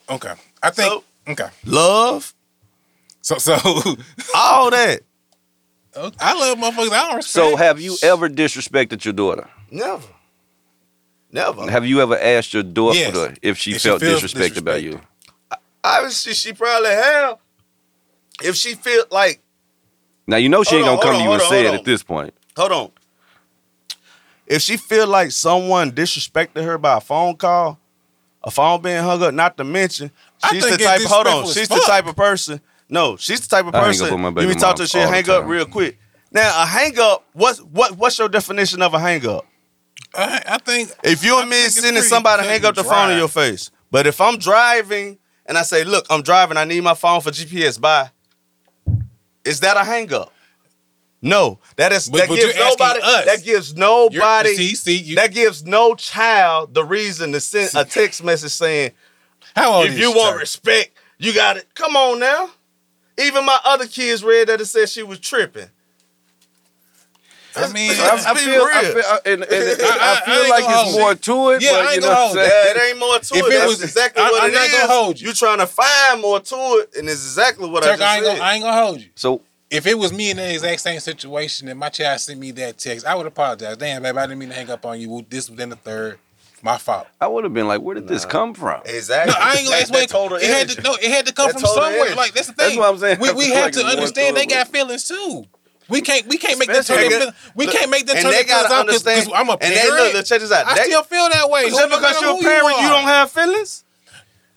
[SPEAKER 3] Okay. I think.
[SPEAKER 2] So-
[SPEAKER 3] okay.
[SPEAKER 2] Love,
[SPEAKER 3] So, so
[SPEAKER 2] all that.
[SPEAKER 3] I love motherfuckers. I don't respect.
[SPEAKER 4] So have you ever disrespected your daughter?
[SPEAKER 2] Never, never.
[SPEAKER 4] Have you ever asked your daughter
[SPEAKER 3] Yes.
[SPEAKER 4] if she
[SPEAKER 3] If she
[SPEAKER 4] felt
[SPEAKER 3] feels
[SPEAKER 4] disrespected by you?
[SPEAKER 2] Obviously, she probably have. If she feel like,
[SPEAKER 4] Now you know she
[SPEAKER 2] Hold
[SPEAKER 4] ain't gonna
[SPEAKER 2] on,
[SPEAKER 4] come to you
[SPEAKER 2] hold
[SPEAKER 4] and
[SPEAKER 2] on,
[SPEAKER 4] say
[SPEAKER 2] hold
[SPEAKER 4] it
[SPEAKER 2] on.
[SPEAKER 4] at this point.
[SPEAKER 2] hold on. If she feel like someone disrespected her by a phone call, a phone being hung up, not to mention,
[SPEAKER 3] I
[SPEAKER 2] she's the
[SPEAKER 3] think it's
[SPEAKER 2] type. Hold on,
[SPEAKER 3] disrespectful as
[SPEAKER 2] she's the
[SPEAKER 3] fuck.
[SPEAKER 2] type of person. No, she's the type of
[SPEAKER 4] I hang up
[SPEAKER 2] person.
[SPEAKER 4] with my
[SPEAKER 2] you
[SPEAKER 4] baby
[SPEAKER 2] be talking
[SPEAKER 4] moms
[SPEAKER 2] to shit,
[SPEAKER 4] all the
[SPEAKER 2] hang up
[SPEAKER 4] time.
[SPEAKER 2] real quick. Now a hang up. What's what? What's your definition of a hang up?
[SPEAKER 3] I, I think.
[SPEAKER 2] If you and
[SPEAKER 3] I
[SPEAKER 2] me
[SPEAKER 3] think
[SPEAKER 2] is
[SPEAKER 3] it's
[SPEAKER 2] sending
[SPEAKER 3] pretty
[SPEAKER 2] somebody to hang up the
[SPEAKER 3] fucking
[SPEAKER 2] phone in
[SPEAKER 3] dry.
[SPEAKER 2] your face, but if I'm driving and I say, "Look, I'm driving. I need my phone for GPS." Bye. Is that a hang up? No, that is
[SPEAKER 3] But-
[SPEAKER 2] that
[SPEAKER 3] but
[SPEAKER 2] gives
[SPEAKER 3] you're asking
[SPEAKER 2] nobody.
[SPEAKER 3] us.
[SPEAKER 2] That gives
[SPEAKER 3] You're-
[SPEAKER 2] nobody.
[SPEAKER 3] See, see, you,
[SPEAKER 2] that gives no child the reason to send a text message saying,
[SPEAKER 3] how old
[SPEAKER 2] "If
[SPEAKER 3] is
[SPEAKER 2] you
[SPEAKER 3] she,
[SPEAKER 2] want
[SPEAKER 3] Turk?
[SPEAKER 2] respect, you got it." Come on now. Even my other kids read that and said she was tripping.
[SPEAKER 3] I mean,
[SPEAKER 2] I'm-
[SPEAKER 4] I
[SPEAKER 2] Be
[SPEAKER 4] feel, I
[SPEAKER 2] real.
[SPEAKER 4] feel, I, and, and, and
[SPEAKER 3] I-
[SPEAKER 4] I,
[SPEAKER 3] I- I
[SPEAKER 4] feel
[SPEAKER 3] ain't
[SPEAKER 4] like
[SPEAKER 3] gonna
[SPEAKER 4] it's
[SPEAKER 3] hold
[SPEAKER 4] more
[SPEAKER 3] you.
[SPEAKER 4] to it.
[SPEAKER 3] Yeah,
[SPEAKER 4] but
[SPEAKER 3] I ain't
[SPEAKER 4] you know
[SPEAKER 3] gonna
[SPEAKER 4] what I'm
[SPEAKER 3] hold you.
[SPEAKER 4] saying?
[SPEAKER 2] That ain't more to
[SPEAKER 3] If
[SPEAKER 2] it.
[SPEAKER 3] it
[SPEAKER 2] That's
[SPEAKER 3] was-
[SPEAKER 2] exactly
[SPEAKER 3] I-
[SPEAKER 2] what
[SPEAKER 3] I'm
[SPEAKER 2] it
[SPEAKER 3] not
[SPEAKER 2] is.
[SPEAKER 3] gonna hold you.
[SPEAKER 2] You're trying to find more to it, and it's exactly what
[SPEAKER 3] Turk, I
[SPEAKER 2] I
[SPEAKER 3] ain't,
[SPEAKER 2] just
[SPEAKER 3] gonna,
[SPEAKER 2] said.
[SPEAKER 3] I ain't gonna hold you.
[SPEAKER 4] So
[SPEAKER 3] If it was me in the exact same situation and my child sent me that text, I would apologize. Damn, babe, I didn't mean to hang up on you. Well, This was then the third. My fault.
[SPEAKER 4] I would have been like, where did this come from?
[SPEAKER 2] exactly.
[SPEAKER 3] No, I ain't gonna ask
[SPEAKER 2] That- that
[SPEAKER 3] where
[SPEAKER 2] total
[SPEAKER 3] it had
[SPEAKER 2] energy.
[SPEAKER 3] to. No, it had to come
[SPEAKER 2] That
[SPEAKER 3] from
[SPEAKER 2] told her
[SPEAKER 3] somewhere.
[SPEAKER 2] energy.
[SPEAKER 3] Like that's the thing.
[SPEAKER 4] That's what I'm saying.
[SPEAKER 3] We, we
[SPEAKER 4] I feel
[SPEAKER 3] have
[SPEAKER 4] like
[SPEAKER 3] to
[SPEAKER 4] it's more
[SPEAKER 3] understand
[SPEAKER 4] to
[SPEAKER 3] they
[SPEAKER 4] it,
[SPEAKER 3] got
[SPEAKER 4] but-
[SPEAKER 3] feelings too. We can't. We can't make them turn
[SPEAKER 2] Especially-
[SPEAKER 3] their feelings. We
[SPEAKER 2] Look,
[SPEAKER 3] can't make them
[SPEAKER 2] and
[SPEAKER 3] turn
[SPEAKER 2] they
[SPEAKER 3] their feelings
[SPEAKER 2] gotta
[SPEAKER 3] out because
[SPEAKER 2] understand-
[SPEAKER 3] I'm a
[SPEAKER 2] and
[SPEAKER 3] parent.
[SPEAKER 2] they- look, look, check this out.
[SPEAKER 3] I
[SPEAKER 2] They-
[SPEAKER 3] still feel that way.
[SPEAKER 2] Just because you're a parent, you, don't have feelings.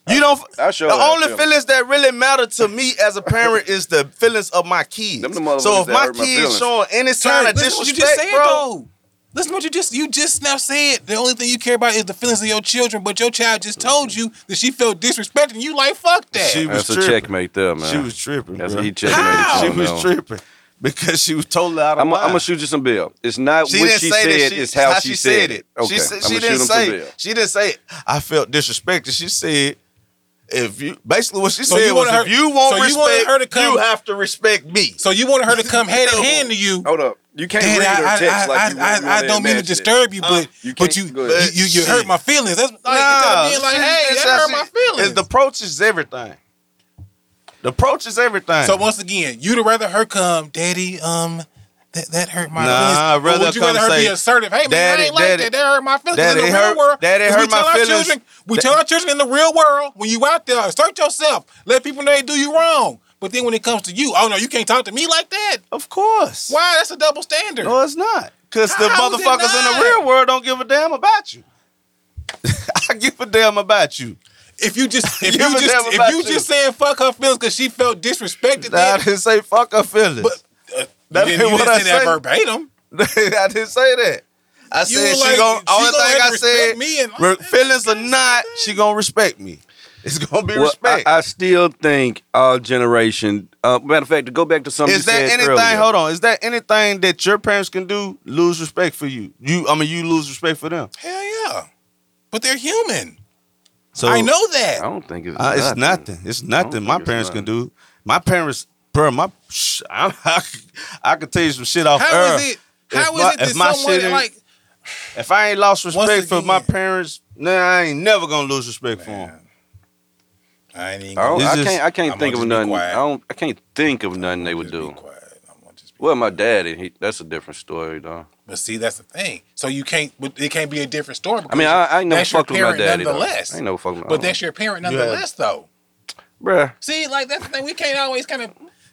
[SPEAKER 2] You don't.
[SPEAKER 4] I sure
[SPEAKER 2] the
[SPEAKER 4] have
[SPEAKER 2] only
[SPEAKER 4] feelings.
[SPEAKER 2] feelings. that really matter to me as a parent is the feelings of my kids.
[SPEAKER 4] Them the motherfuckers
[SPEAKER 2] so if
[SPEAKER 4] that
[SPEAKER 2] my
[SPEAKER 4] hurt my
[SPEAKER 2] kids
[SPEAKER 4] feelings.
[SPEAKER 2] showing any sign
[SPEAKER 3] Turn,
[SPEAKER 2] of
[SPEAKER 3] listen to what you just
[SPEAKER 2] disrespect,
[SPEAKER 3] said,
[SPEAKER 2] bro,
[SPEAKER 3] though. Listen to what you just you just now said. The only thing you care about is the feelings of your children, but your child just told you that she felt disrespected. and You like fuck that.
[SPEAKER 2] She- was
[SPEAKER 4] That's a
[SPEAKER 2] tripping.
[SPEAKER 4] checkmate there, man.
[SPEAKER 2] she was tripping.
[SPEAKER 4] That's
[SPEAKER 2] bro.
[SPEAKER 4] he checkmated.
[SPEAKER 2] She
[SPEAKER 4] you on that
[SPEAKER 2] was
[SPEAKER 4] one.
[SPEAKER 2] tripping because she was totally out of
[SPEAKER 4] I'm
[SPEAKER 2] mind.
[SPEAKER 4] gonna shoot you some bill. It's not
[SPEAKER 2] She
[SPEAKER 4] what
[SPEAKER 2] didn't
[SPEAKER 4] she
[SPEAKER 2] say
[SPEAKER 4] said.
[SPEAKER 2] that she,
[SPEAKER 4] it's how, she, said it. Okay,
[SPEAKER 2] She, said-
[SPEAKER 4] I'm
[SPEAKER 2] she
[SPEAKER 4] gonna shoot
[SPEAKER 2] didn't
[SPEAKER 4] him some
[SPEAKER 2] say.
[SPEAKER 4] bill.
[SPEAKER 2] She didn't say. I felt disrespected. She said, If you basically what she
[SPEAKER 3] So
[SPEAKER 2] said
[SPEAKER 3] you
[SPEAKER 2] was
[SPEAKER 3] wanted
[SPEAKER 2] if
[SPEAKER 3] her-
[SPEAKER 2] you want
[SPEAKER 3] so you wanted
[SPEAKER 2] respect, you,
[SPEAKER 3] her to come-
[SPEAKER 2] have to respect me.
[SPEAKER 3] So you wanted her to come hand in hand to you.
[SPEAKER 5] Hold up. You can't
[SPEAKER 3] Dad,
[SPEAKER 5] read her
[SPEAKER 3] I,
[SPEAKER 5] text
[SPEAKER 3] I,
[SPEAKER 5] like you
[SPEAKER 3] I, I,
[SPEAKER 5] really
[SPEAKER 3] I
[SPEAKER 5] wanna
[SPEAKER 3] don't mean to
[SPEAKER 5] imagine it.
[SPEAKER 3] disturb you, but
[SPEAKER 5] you
[SPEAKER 3] but
[SPEAKER 5] can't-
[SPEAKER 3] you,
[SPEAKER 5] go
[SPEAKER 3] you
[SPEAKER 5] ahead.
[SPEAKER 3] you you hurt my feelings. That's like,
[SPEAKER 2] Nah,
[SPEAKER 3] you telling me, like,
[SPEAKER 2] see,
[SPEAKER 3] hey,
[SPEAKER 2] that's
[SPEAKER 3] that
[SPEAKER 2] how
[SPEAKER 3] hurt
[SPEAKER 2] she-
[SPEAKER 3] my feelings.
[SPEAKER 2] It's the approach is everything. The approach is everything.
[SPEAKER 3] So once again, you'd rather her come, Daddy. Um, that that hurt my
[SPEAKER 2] Nah,
[SPEAKER 3] feelings.
[SPEAKER 2] I'd
[SPEAKER 3] Or
[SPEAKER 2] rather
[SPEAKER 3] would you
[SPEAKER 2] come
[SPEAKER 3] rather her be
[SPEAKER 2] say,
[SPEAKER 3] assertive? Hey, man,
[SPEAKER 2] "Daddy,
[SPEAKER 3] I ain't like
[SPEAKER 2] daddy,
[SPEAKER 3] that. That hurt my feelings.
[SPEAKER 2] daddy,
[SPEAKER 3] in the
[SPEAKER 2] hurt-
[SPEAKER 3] real world,
[SPEAKER 2] daddy,
[SPEAKER 3] 'cause
[SPEAKER 2] hurt
[SPEAKER 3] we
[SPEAKER 2] my
[SPEAKER 3] tell our
[SPEAKER 2] feelings.
[SPEAKER 3] Children, we tell our children in the real world when you out there, assert yourself. Let people know they do you wrong. But then when it comes to you, oh no, you can't talk to me like that.
[SPEAKER 2] of course.
[SPEAKER 3] Why? That's a double standard.
[SPEAKER 2] No, it's not. Because the
[SPEAKER 3] How is it
[SPEAKER 2] motherfuckers in
[SPEAKER 3] not?
[SPEAKER 2] the real world don't give a damn about you. I give a damn about you.
[SPEAKER 3] If you just if you
[SPEAKER 2] Give a damn
[SPEAKER 3] just if
[SPEAKER 2] about
[SPEAKER 3] you
[SPEAKER 2] you.
[SPEAKER 3] just saying fuck her feelings because she felt disrespected,
[SPEAKER 2] Nah, I
[SPEAKER 3] then,
[SPEAKER 2] didn't say fuck her feelings.
[SPEAKER 3] you
[SPEAKER 2] that
[SPEAKER 3] didn't,
[SPEAKER 2] ain't
[SPEAKER 3] you
[SPEAKER 2] what
[SPEAKER 3] didn't
[SPEAKER 2] I
[SPEAKER 3] say that
[SPEAKER 2] said.
[SPEAKER 3] verbatim.
[SPEAKER 2] I didn't say that. I
[SPEAKER 3] You
[SPEAKER 2] said
[SPEAKER 3] were
[SPEAKER 2] she
[SPEAKER 3] like,
[SPEAKER 2] gon'
[SPEAKER 3] she gonna
[SPEAKER 2] Only
[SPEAKER 3] have
[SPEAKER 2] thing I
[SPEAKER 3] to
[SPEAKER 2] said,
[SPEAKER 3] respect me and-
[SPEAKER 2] re- feelings or not, she gonna respect me. It's gonna be
[SPEAKER 4] Well, I,
[SPEAKER 2] respect.
[SPEAKER 4] I still think our generation. Uh, matter of fact, to go back to something
[SPEAKER 2] is
[SPEAKER 4] you
[SPEAKER 2] that
[SPEAKER 4] said
[SPEAKER 2] anything?
[SPEAKER 4] earlier.
[SPEAKER 2] Hold on. Is that anything that your parents can do? Lose respect for you. You, I mean, you lose respect for them.
[SPEAKER 3] Hell yeah, but they're human.
[SPEAKER 2] So
[SPEAKER 3] I know that.
[SPEAKER 4] I don't think it's.
[SPEAKER 2] Uh, it's
[SPEAKER 4] nothing.
[SPEAKER 2] nothing. It's
[SPEAKER 4] don't
[SPEAKER 2] nothing.
[SPEAKER 4] think
[SPEAKER 2] My
[SPEAKER 4] it's
[SPEAKER 2] parents can
[SPEAKER 4] nothing.
[SPEAKER 2] do. My parents, bro. My, sh- I, I, I could tell you some shit off
[SPEAKER 3] How
[SPEAKER 2] air.
[SPEAKER 3] is it? How
[SPEAKER 2] If
[SPEAKER 3] is
[SPEAKER 2] my-
[SPEAKER 3] it
[SPEAKER 2] if
[SPEAKER 3] that
[SPEAKER 2] my
[SPEAKER 3] someone
[SPEAKER 2] shit ain't-
[SPEAKER 3] like
[SPEAKER 2] If I ain't lost
[SPEAKER 3] Once
[SPEAKER 2] respect for my
[SPEAKER 3] again.
[SPEAKER 2] parents, nah, I ain't never gonna lose respect for them.
[SPEAKER 3] Man, I ain't even
[SPEAKER 4] I, don't,
[SPEAKER 2] It's
[SPEAKER 4] I
[SPEAKER 2] just-
[SPEAKER 4] can't. I
[SPEAKER 3] I'm
[SPEAKER 4] can't
[SPEAKER 3] gonna
[SPEAKER 4] think of
[SPEAKER 3] just be
[SPEAKER 4] nothing. I
[SPEAKER 3] quiet.
[SPEAKER 4] don't. I can't think of nothing they
[SPEAKER 3] I'ma
[SPEAKER 4] would
[SPEAKER 3] just be
[SPEAKER 4] do.
[SPEAKER 3] quiet. I'ma just be-
[SPEAKER 4] Well, my daddy. He, that's a different story, though.
[SPEAKER 3] But see, that's the thing. So you can't. But it can't be a different story.
[SPEAKER 4] I mean, I, I ain't never
[SPEAKER 3] that's your
[SPEAKER 4] fucked with my
[SPEAKER 3] parent
[SPEAKER 4] daddy. Though.
[SPEAKER 3] Nonetheless,
[SPEAKER 4] I ain't never fucked with.
[SPEAKER 3] but that's your parent
[SPEAKER 2] Yeah.
[SPEAKER 3] nonetheless, though.
[SPEAKER 4] bruh.
[SPEAKER 3] See, like that's the thing. We can't always kind of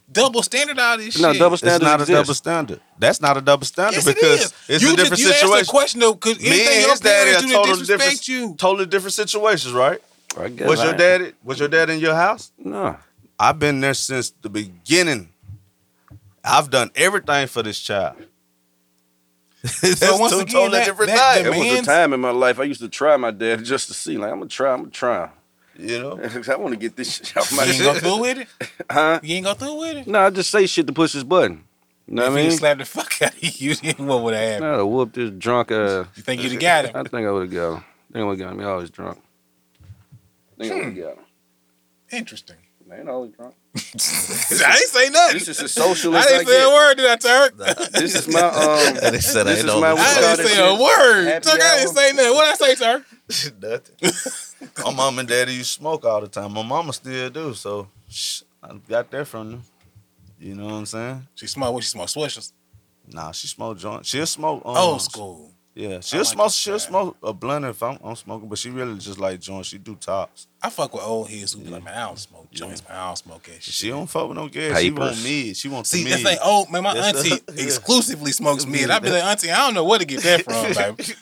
[SPEAKER 3] double standard all this
[SPEAKER 4] No,
[SPEAKER 3] shit.
[SPEAKER 4] double
[SPEAKER 2] It's
[SPEAKER 4] standard
[SPEAKER 2] not
[SPEAKER 4] exists.
[SPEAKER 2] a double standard. That's not a double
[SPEAKER 3] Yes,
[SPEAKER 2] standard because
[SPEAKER 3] it is.
[SPEAKER 2] it's
[SPEAKER 3] you
[SPEAKER 2] a different
[SPEAKER 3] just, You asked the
[SPEAKER 2] situation.
[SPEAKER 3] question though, because
[SPEAKER 2] Me
[SPEAKER 3] anything
[SPEAKER 2] and
[SPEAKER 3] your
[SPEAKER 2] his daddy
[SPEAKER 3] parents
[SPEAKER 2] are
[SPEAKER 3] do to
[SPEAKER 2] totally different,
[SPEAKER 3] disrespect you.
[SPEAKER 2] totally different situations, right?
[SPEAKER 4] I guess
[SPEAKER 2] Was
[SPEAKER 4] I-
[SPEAKER 2] your daddy? Was your dad in your house?
[SPEAKER 4] No.
[SPEAKER 2] I've been there since the beginning. I've done everything for this child. That's
[SPEAKER 3] once
[SPEAKER 2] two
[SPEAKER 3] again,
[SPEAKER 2] totally
[SPEAKER 3] that-
[SPEAKER 2] different
[SPEAKER 3] that
[SPEAKER 2] things,
[SPEAKER 4] There was a
[SPEAKER 3] Man's-
[SPEAKER 4] time in my life I used to try my dad just to see. Like I'm gonna try. I'm gonna try.
[SPEAKER 2] you know.
[SPEAKER 4] I want to get this shit out
[SPEAKER 3] You
[SPEAKER 4] my.
[SPEAKER 3] ain't go through with it.
[SPEAKER 4] huh?
[SPEAKER 3] You ain't go through with it.
[SPEAKER 4] No, I just say shit to push this button. You know
[SPEAKER 3] If
[SPEAKER 4] what I
[SPEAKER 3] he
[SPEAKER 4] mean?
[SPEAKER 3] slapped the fuck out of you, then what would have happened?
[SPEAKER 4] No, whoop this drunk. Uh,
[SPEAKER 3] You think you'd have got him?
[SPEAKER 4] I think I would have got him. I think I would have got him. He always drunk. I think I would
[SPEAKER 3] Hmm.
[SPEAKER 4] have got him.
[SPEAKER 3] Interesting.
[SPEAKER 4] Man, always drunk.
[SPEAKER 3] I ain't say nothing.
[SPEAKER 4] This is as socialist
[SPEAKER 3] I
[SPEAKER 4] I
[SPEAKER 3] didn't say a
[SPEAKER 4] get.
[SPEAKER 3] word, did I, Turk?
[SPEAKER 4] This is my um.
[SPEAKER 2] And they said
[SPEAKER 4] This is my
[SPEAKER 3] I
[SPEAKER 4] Call
[SPEAKER 3] didn't
[SPEAKER 4] this
[SPEAKER 3] say
[SPEAKER 4] shit
[SPEAKER 3] a word.
[SPEAKER 4] happy
[SPEAKER 3] Turk, I didn't
[SPEAKER 4] hour.
[SPEAKER 3] say nothing. What did I say, Turk?
[SPEAKER 2] Nothing. My mom and daddy used to smoke all the time. My mama still do, so sh- I got that from them. You know what I'm saying?
[SPEAKER 3] She smoked what? She smoked swishers.
[SPEAKER 2] Nah, she smoke joint. She'll smoke. Um,
[SPEAKER 3] Old school.
[SPEAKER 2] Yeah, she'll
[SPEAKER 3] like
[SPEAKER 2] smoke.
[SPEAKER 3] that
[SPEAKER 2] She'll
[SPEAKER 3] style.
[SPEAKER 2] smoke a blunt if I'm, I'm smoking, but she really just like joint. She do tops.
[SPEAKER 3] I fuck with old heads who be like, man, I don't smoke joints, man. I don't smoke that shit.
[SPEAKER 2] She don't fuck with no gas. She
[SPEAKER 4] Papers.
[SPEAKER 2] want mid. She want
[SPEAKER 3] See,
[SPEAKER 2] the
[SPEAKER 3] that's
[SPEAKER 2] mid.
[SPEAKER 3] like, oh man, my
[SPEAKER 2] That's
[SPEAKER 3] auntie
[SPEAKER 2] the- yeah.
[SPEAKER 3] exclusively smokes mead. I'd be like, auntie, I don't know where to get that from. baby.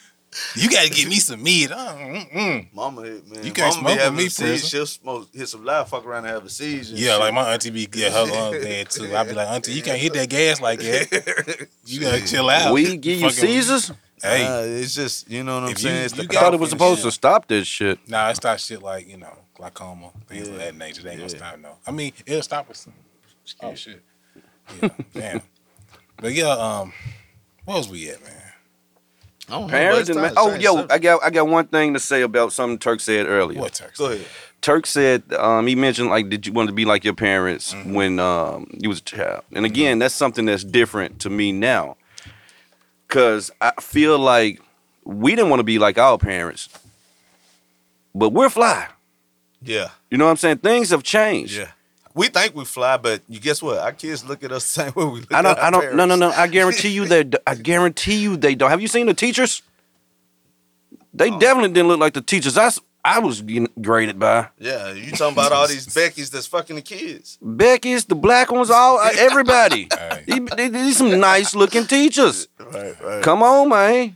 [SPEAKER 3] you got to get me some mead. Uh, mm, mm.
[SPEAKER 2] Mama, hit, man,
[SPEAKER 3] You can't
[SPEAKER 2] Mama
[SPEAKER 3] smoke
[SPEAKER 2] be
[SPEAKER 3] with
[SPEAKER 2] having
[SPEAKER 3] me,
[SPEAKER 2] a seizure.
[SPEAKER 3] prison.
[SPEAKER 2] She'll smoke, hit some loud, fuck around and have a seizure. and
[SPEAKER 3] Yeah,
[SPEAKER 2] shit.
[SPEAKER 3] like my auntie be yeah, her lung bad too. I'd be like, auntie, you can't hit that gas like that. You gotta chill out.
[SPEAKER 4] We give you
[SPEAKER 3] Fucking-
[SPEAKER 4] Caesars?
[SPEAKER 3] Hey,
[SPEAKER 2] Uh, it's just you know what I'm
[SPEAKER 3] If you-
[SPEAKER 2] saying. it's
[SPEAKER 3] you
[SPEAKER 2] the
[SPEAKER 4] I
[SPEAKER 3] got-
[SPEAKER 4] thought it was supposed to
[SPEAKER 3] Yeah.
[SPEAKER 4] stop this shit.
[SPEAKER 3] nah, it's not shit like you know glaucoma things of
[SPEAKER 2] Yeah.
[SPEAKER 3] that nature. They ain't gonna
[SPEAKER 2] Yeah.
[SPEAKER 3] stop no. I mean, it'll stop us. Oh shit. Yeah, damn. But yeah, um, where was we at, man?
[SPEAKER 2] I don't know, but
[SPEAKER 4] Parents
[SPEAKER 2] it's
[SPEAKER 4] and
[SPEAKER 2] time
[SPEAKER 4] ma-
[SPEAKER 2] to
[SPEAKER 4] oh
[SPEAKER 2] change
[SPEAKER 4] yo,
[SPEAKER 2] subject.
[SPEAKER 4] I got I got one thing to say about something Turk said earlier.
[SPEAKER 3] What text?
[SPEAKER 2] go ahead.
[SPEAKER 4] Turk said um, he mentioned like did you want to be like your parents
[SPEAKER 2] Mm-hmm.
[SPEAKER 4] when um, you was a child? And again, that's something that's different to me now, because I feel like we didn't want to be like our parents, but we're fly.
[SPEAKER 2] Yeah,
[SPEAKER 4] You know what I'm saying? Things have changed.
[SPEAKER 2] yeah. We think we fly, but you guess what? Our kids look at us the same way we look
[SPEAKER 4] I don't.
[SPEAKER 2] at our
[SPEAKER 4] I don't. No, no,
[SPEAKER 2] parents.
[SPEAKER 4] no. I guarantee you that. I guarantee you they don't. Have you seen the teachers? They
[SPEAKER 2] Oh.
[SPEAKER 4] definitely didn't look like the teachers I, s- I was getting graded by.
[SPEAKER 2] Yeah, you talking about all these Beckys that's fucking the kids.
[SPEAKER 4] Becky's, the black ones, all uh, everybody.
[SPEAKER 3] Hey,
[SPEAKER 4] He- they- These some nice looking teachers.
[SPEAKER 2] Right, right.
[SPEAKER 4] Come on, man.
[SPEAKER 3] hey.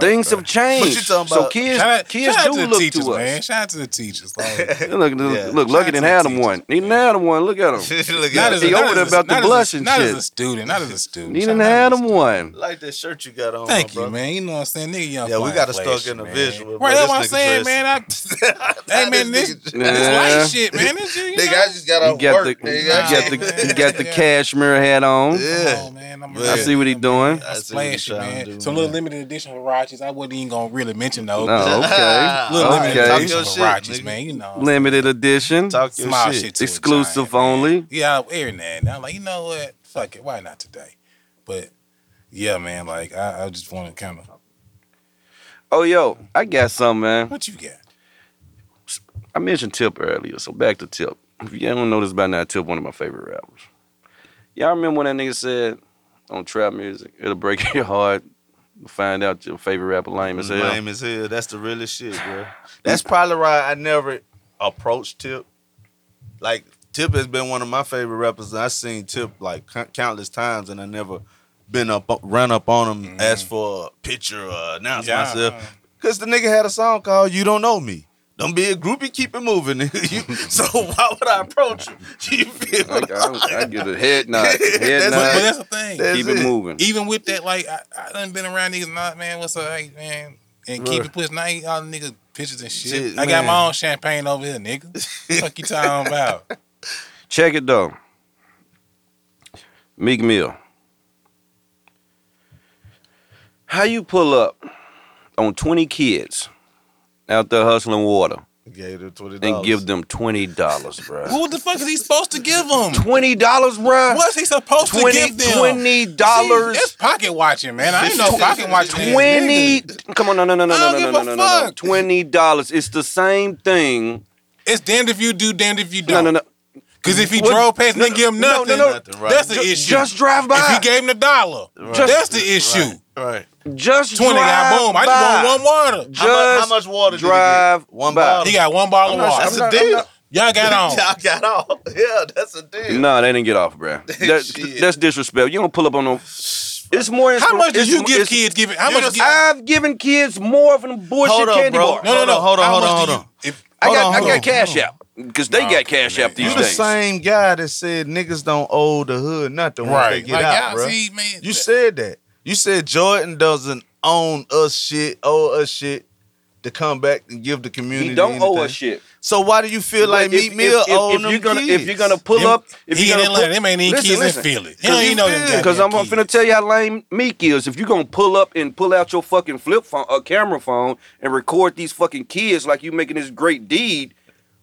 [SPEAKER 4] Things have changed.
[SPEAKER 2] But you talking
[SPEAKER 4] so
[SPEAKER 2] about-
[SPEAKER 4] kids,
[SPEAKER 3] Shout out,
[SPEAKER 4] kids
[SPEAKER 3] shout out
[SPEAKER 4] do
[SPEAKER 3] to the
[SPEAKER 4] look
[SPEAKER 3] teachers,
[SPEAKER 4] to us.
[SPEAKER 3] man. Shout out to the teachers. Like,
[SPEAKER 4] Look, look,
[SPEAKER 2] Yeah.
[SPEAKER 4] look
[SPEAKER 3] Shout out
[SPEAKER 4] lucky didn't
[SPEAKER 3] to the
[SPEAKER 4] have them
[SPEAKER 3] teachers,
[SPEAKER 4] one. He didn't have them one. Look at him.
[SPEAKER 2] look
[SPEAKER 3] not
[SPEAKER 2] at
[SPEAKER 3] as
[SPEAKER 2] us.
[SPEAKER 4] He
[SPEAKER 3] a, not
[SPEAKER 4] over there
[SPEAKER 3] as a-
[SPEAKER 4] about the
[SPEAKER 3] not as a-
[SPEAKER 4] blushing
[SPEAKER 3] Not as
[SPEAKER 4] shit.
[SPEAKER 3] a student. Not as a student.
[SPEAKER 4] He
[SPEAKER 3] Shout
[SPEAKER 4] didn't
[SPEAKER 3] out
[SPEAKER 4] have
[SPEAKER 3] to the
[SPEAKER 4] them
[SPEAKER 3] stu-
[SPEAKER 4] one.
[SPEAKER 2] like that shirt you got on.
[SPEAKER 3] Thank
[SPEAKER 2] bro.
[SPEAKER 3] you, man. You know what I'm saying? Nigga, young
[SPEAKER 2] Yeah, we
[SPEAKER 3] flying
[SPEAKER 2] gotta start
[SPEAKER 3] flash,
[SPEAKER 2] getting a
[SPEAKER 3] man.
[SPEAKER 2] visual
[SPEAKER 3] Right,
[SPEAKER 2] of what
[SPEAKER 3] that's
[SPEAKER 2] this
[SPEAKER 3] what I'm
[SPEAKER 2] nigga
[SPEAKER 3] saying,
[SPEAKER 2] dressed.
[SPEAKER 3] man. I, Hey man, this, this
[SPEAKER 4] Nah.
[SPEAKER 3] white shit, man. This shit, you
[SPEAKER 1] Nigga,
[SPEAKER 3] know?
[SPEAKER 1] I just got
[SPEAKER 4] You
[SPEAKER 1] off
[SPEAKER 4] got the
[SPEAKER 1] work.
[SPEAKER 4] you
[SPEAKER 1] nigga. I
[SPEAKER 4] got
[SPEAKER 1] can't-
[SPEAKER 4] the you got the cashmere hat on.
[SPEAKER 2] Yeah.
[SPEAKER 3] Come on, man. I'm
[SPEAKER 2] Yeah.
[SPEAKER 4] I see what he doing.
[SPEAKER 2] I see what he
[SPEAKER 3] Flashy,
[SPEAKER 2] trying
[SPEAKER 3] man.
[SPEAKER 2] to do,
[SPEAKER 3] Some little
[SPEAKER 2] man.
[SPEAKER 3] limited edition Hirachis. I wasn't even gonna really mention those.
[SPEAKER 4] No, okay.
[SPEAKER 3] Little
[SPEAKER 4] Okay.
[SPEAKER 3] limited
[SPEAKER 4] Talk
[SPEAKER 3] edition
[SPEAKER 2] your shit,
[SPEAKER 3] Hirachis,
[SPEAKER 2] nigga.
[SPEAKER 3] man. You know,
[SPEAKER 4] Limited edition,
[SPEAKER 2] Talk your
[SPEAKER 3] small
[SPEAKER 2] shit.
[SPEAKER 3] shit. to a
[SPEAKER 4] exclusive
[SPEAKER 3] giant, man.
[SPEAKER 4] only.
[SPEAKER 3] Yeah, every now and then. I'm like, you know what? Fuck it. Why not today? But yeah, man. Like I, I just want to kind of
[SPEAKER 4] Oh yo, I got something, man.
[SPEAKER 3] what you got?
[SPEAKER 4] I mentioned Tip earlier, so back to Tip. If you don't know this by now, Tip one of my favorite rappers. Y'all remember when that nigga said on trap music, it'll break your heart to find out your favorite rapper lame as hell.
[SPEAKER 2] Lame as hell. That's the realest shit, bro. That's probably why I never approached Tip. Like Tip has been one of my favorite rappers. and I seen Tip like c- countless times, and I never been up run up on him, asked for a picture, or announce
[SPEAKER 3] Yeah.
[SPEAKER 2] myself, because the nigga had a song called "You Don't Know Me." Don't be a groupie, keep it moving, nigga. You, so why would I approach you? You feel
[SPEAKER 4] Like, I, don't- I get a head nod,
[SPEAKER 2] That's
[SPEAKER 3] But, but
[SPEAKER 4] head nod.
[SPEAKER 3] that's the thing.
[SPEAKER 2] That's
[SPEAKER 4] Keep it
[SPEAKER 2] it.
[SPEAKER 4] moving.
[SPEAKER 3] Even with that, like I, I done been around niggas not man, what's up, hey, man? And keep it pushing. I ain't all niggas pictures and shit.
[SPEAKER 2] Shit,
[SPEAKER 3] I got
[SPEAKER 2] man.
[SPEAKER 3] my own champagne over here, nigga. fuck you talking about?
[SPEAKER 4] Check it though. Meek Mill. How you pull up on 20 kids out there hustling water
[SPEAKER 2] Gave her twenty
[SPEAKER 4] and give them $20, bruh?
[SPEAKER 3] Who the fuck is he supposed to give them?
[SPEAKER 4] $20, bruh?
[SPEAKER 3] What's he supposed to
[SPEAKER 4] 20
[SPEAKER 3] give them?
[SPEAKER 4] $20.
[SPEAKER 3] See, That's pocket watching, man. I ain't no pocket watching. ass
[SPEAKER 4] Twenty.
[SPEAKER 3] nigga.
[SPEAKER 4] Come on, no, no, no, no,
[SPEAKER 3] I
[SPEAKER 4] no,
[SPEAKER 3] don't
[SPEAKER 4] no,
[SPEAKER 3] give
[SPEAKER 4] no,
[SPEAKER 3] a
[SPEAKER 4] no, no, no.
[SPEAKER 3] fuck.
[SPEAKER 4] Twenty dollars. It's the same thing.
[SPEAKER 3] It's damned if you do, damned if you
[SPEAKER 4] No,
[SPEAKER 3] don't.
[SPEAKER 4] no, no.
[SPEAKER 3] Cause if he
[SPEAKER 4] What-
[SPEAKER 3] drove past and didn't give him
[SPEAKER 4] no,
[SPEAKER 3] nothing,
[SPEAKER 4] no, no.
[SPEAKER 2] Nothing, right.
[SPEAKER 3] that's the
[SPEAKER 4] Ju-
[SPEAKER 3] issue.
[SPEAKER 4] Just drive
[SPEAKER 3] if
[SPEAKER 4] by.
[SPEAKER 3] he gave him the dollar,
[SPEAKER 2] Right.
[SPEAKER 3] that's the issue.
[SPEAKER 2] right.
[SPEAKER 4] Just
[SPEAKER 3] Twenty
[SPEAKER 4] drive
[SPEAKER 3] got boom. I
[SPEAKER 4] by.
[SPEAKER 3] just want one water.
[SPEAKER 2] How, mu- how
[SPEAKER 4] Just
[SPEAKER 2] much water? did he get?
[SPEAKER 4] drive
[SPEAKER 2] one
[SPEAKER 4] by.
[SPEAKER 2] bottle.
[SPEAKER 3] He got one bottle of water.
[SPEAKER 2] That's a deal.
[SPEAKER 3] Y'all got on.
[SPEAKER 2] Y'all got off. Yeah, that's a deal.
[SPEAKER 4] No, they didn't get off, bruh. That,
[SPEAKER 2] Shit.
[SPEAKER 4] that's disrespect. You don't pull up on them. It's more.
[SPEAKER 3] How
[SPEAKER 4] inspir-
[SPEAKER 3] much did
[SPEAKER 4] it's-
[SPEAKER 3] you give
[SPEAKER 4] it's-
[SPEAKER 3] kids? Give it. How
[SPEAKER 2] You
[SPEAKER 3] much?
[SPEAKER 2] just-
[SPEAKER 3] Give,
[SPEAKER 4] I've given kids more of them bullshit
[SPEAKER 2] Hold up,
[SPEAKER 4] candy
[SPEAKER 2] bro.
[SPEAKER 4] bar.
[SPEAKER 2] No, hold on,
[SPEAKER 3] How
[SPEAKER 2] hold on,
[SPEAKER 3] much
[SPEAKER 2] hold
[SPEAKER 3] do
[SPEAKER 2] on.
[SPEAKER 3] you- if-
[SPEAKER 4] I
[SPEAKER 3] hold
[SPEAKER 4] got,
[SPEAKER 3] on,
[SPEAKER 4] I
[SPEAKER 3] hold
[SPEAKER 4] got
[SPEAKER 3] on.
[SPEAKER 4] cash out because they
[SPEAKER 3] Nah,
[SPEAKER 4] got cash out these
[SPEAKER 2] You the
[SPEAKER 4] days.
[SPEAKER 2] same guy that said niggas don't owe the hood nothing once they
[SPEAKER 3] Right.
[SPEAKER 2] get
[SPEAKER 3] Like,
[SPEAKER 2] out,
[SPEAKER 3] y'all
[SPEAKER 2] bro.
[SPEAKER 3] see, man.
[SPEAKER 2] You said that. You said Jordan doesn't own us shit, owe us shit to come back and give the community.
[SPEAKER 4] He don't owe
[SPEAKER 2] anything.
[SPEAKER 4] us shit.
[SPEAKER 2] So why do you feel like
[SPEAKER 4] But if-
[SPEAKER 2] Meat Mill
[SPEAKER 4] if- if-
[SPEAKER 2] owe
[SPEAKER 4] if
[SPEAKER 2] them
[SPEAKER 4] you're gonna-
[SPEAKER 2] kids?
[SPEAKER 4] If you're gonna pull
[SPEAKER 3] Them-
[SPEAKER 4] up, if
[SPEAKER 3] he
[SPEAKER 4] you're
[SPEAKER 3] in
[SPEAKER 4] gonna
[SPEAKER 3] Atlanta,
[SPEAKER 4] pull-
[SPEAKER 3] them ain't even
[SPEAKER 4] Listen,
[SPEAKER 3] kids
[SPEAKER 4] listen.
[SPEAKER 3] in Philly. He don't even know them
[SPEAKER 2] Yeah,
[SPEAKER 3] goddamn
[SPEAKER 4] Because I'm, I'm
[SPEAKER 3] kids.
[SPEAKER 4] finna tell you how lame Meek is. If you gonna pull up and pull out your fucking flip phone, a camera phone, and record these fucking kids like you making this great deed,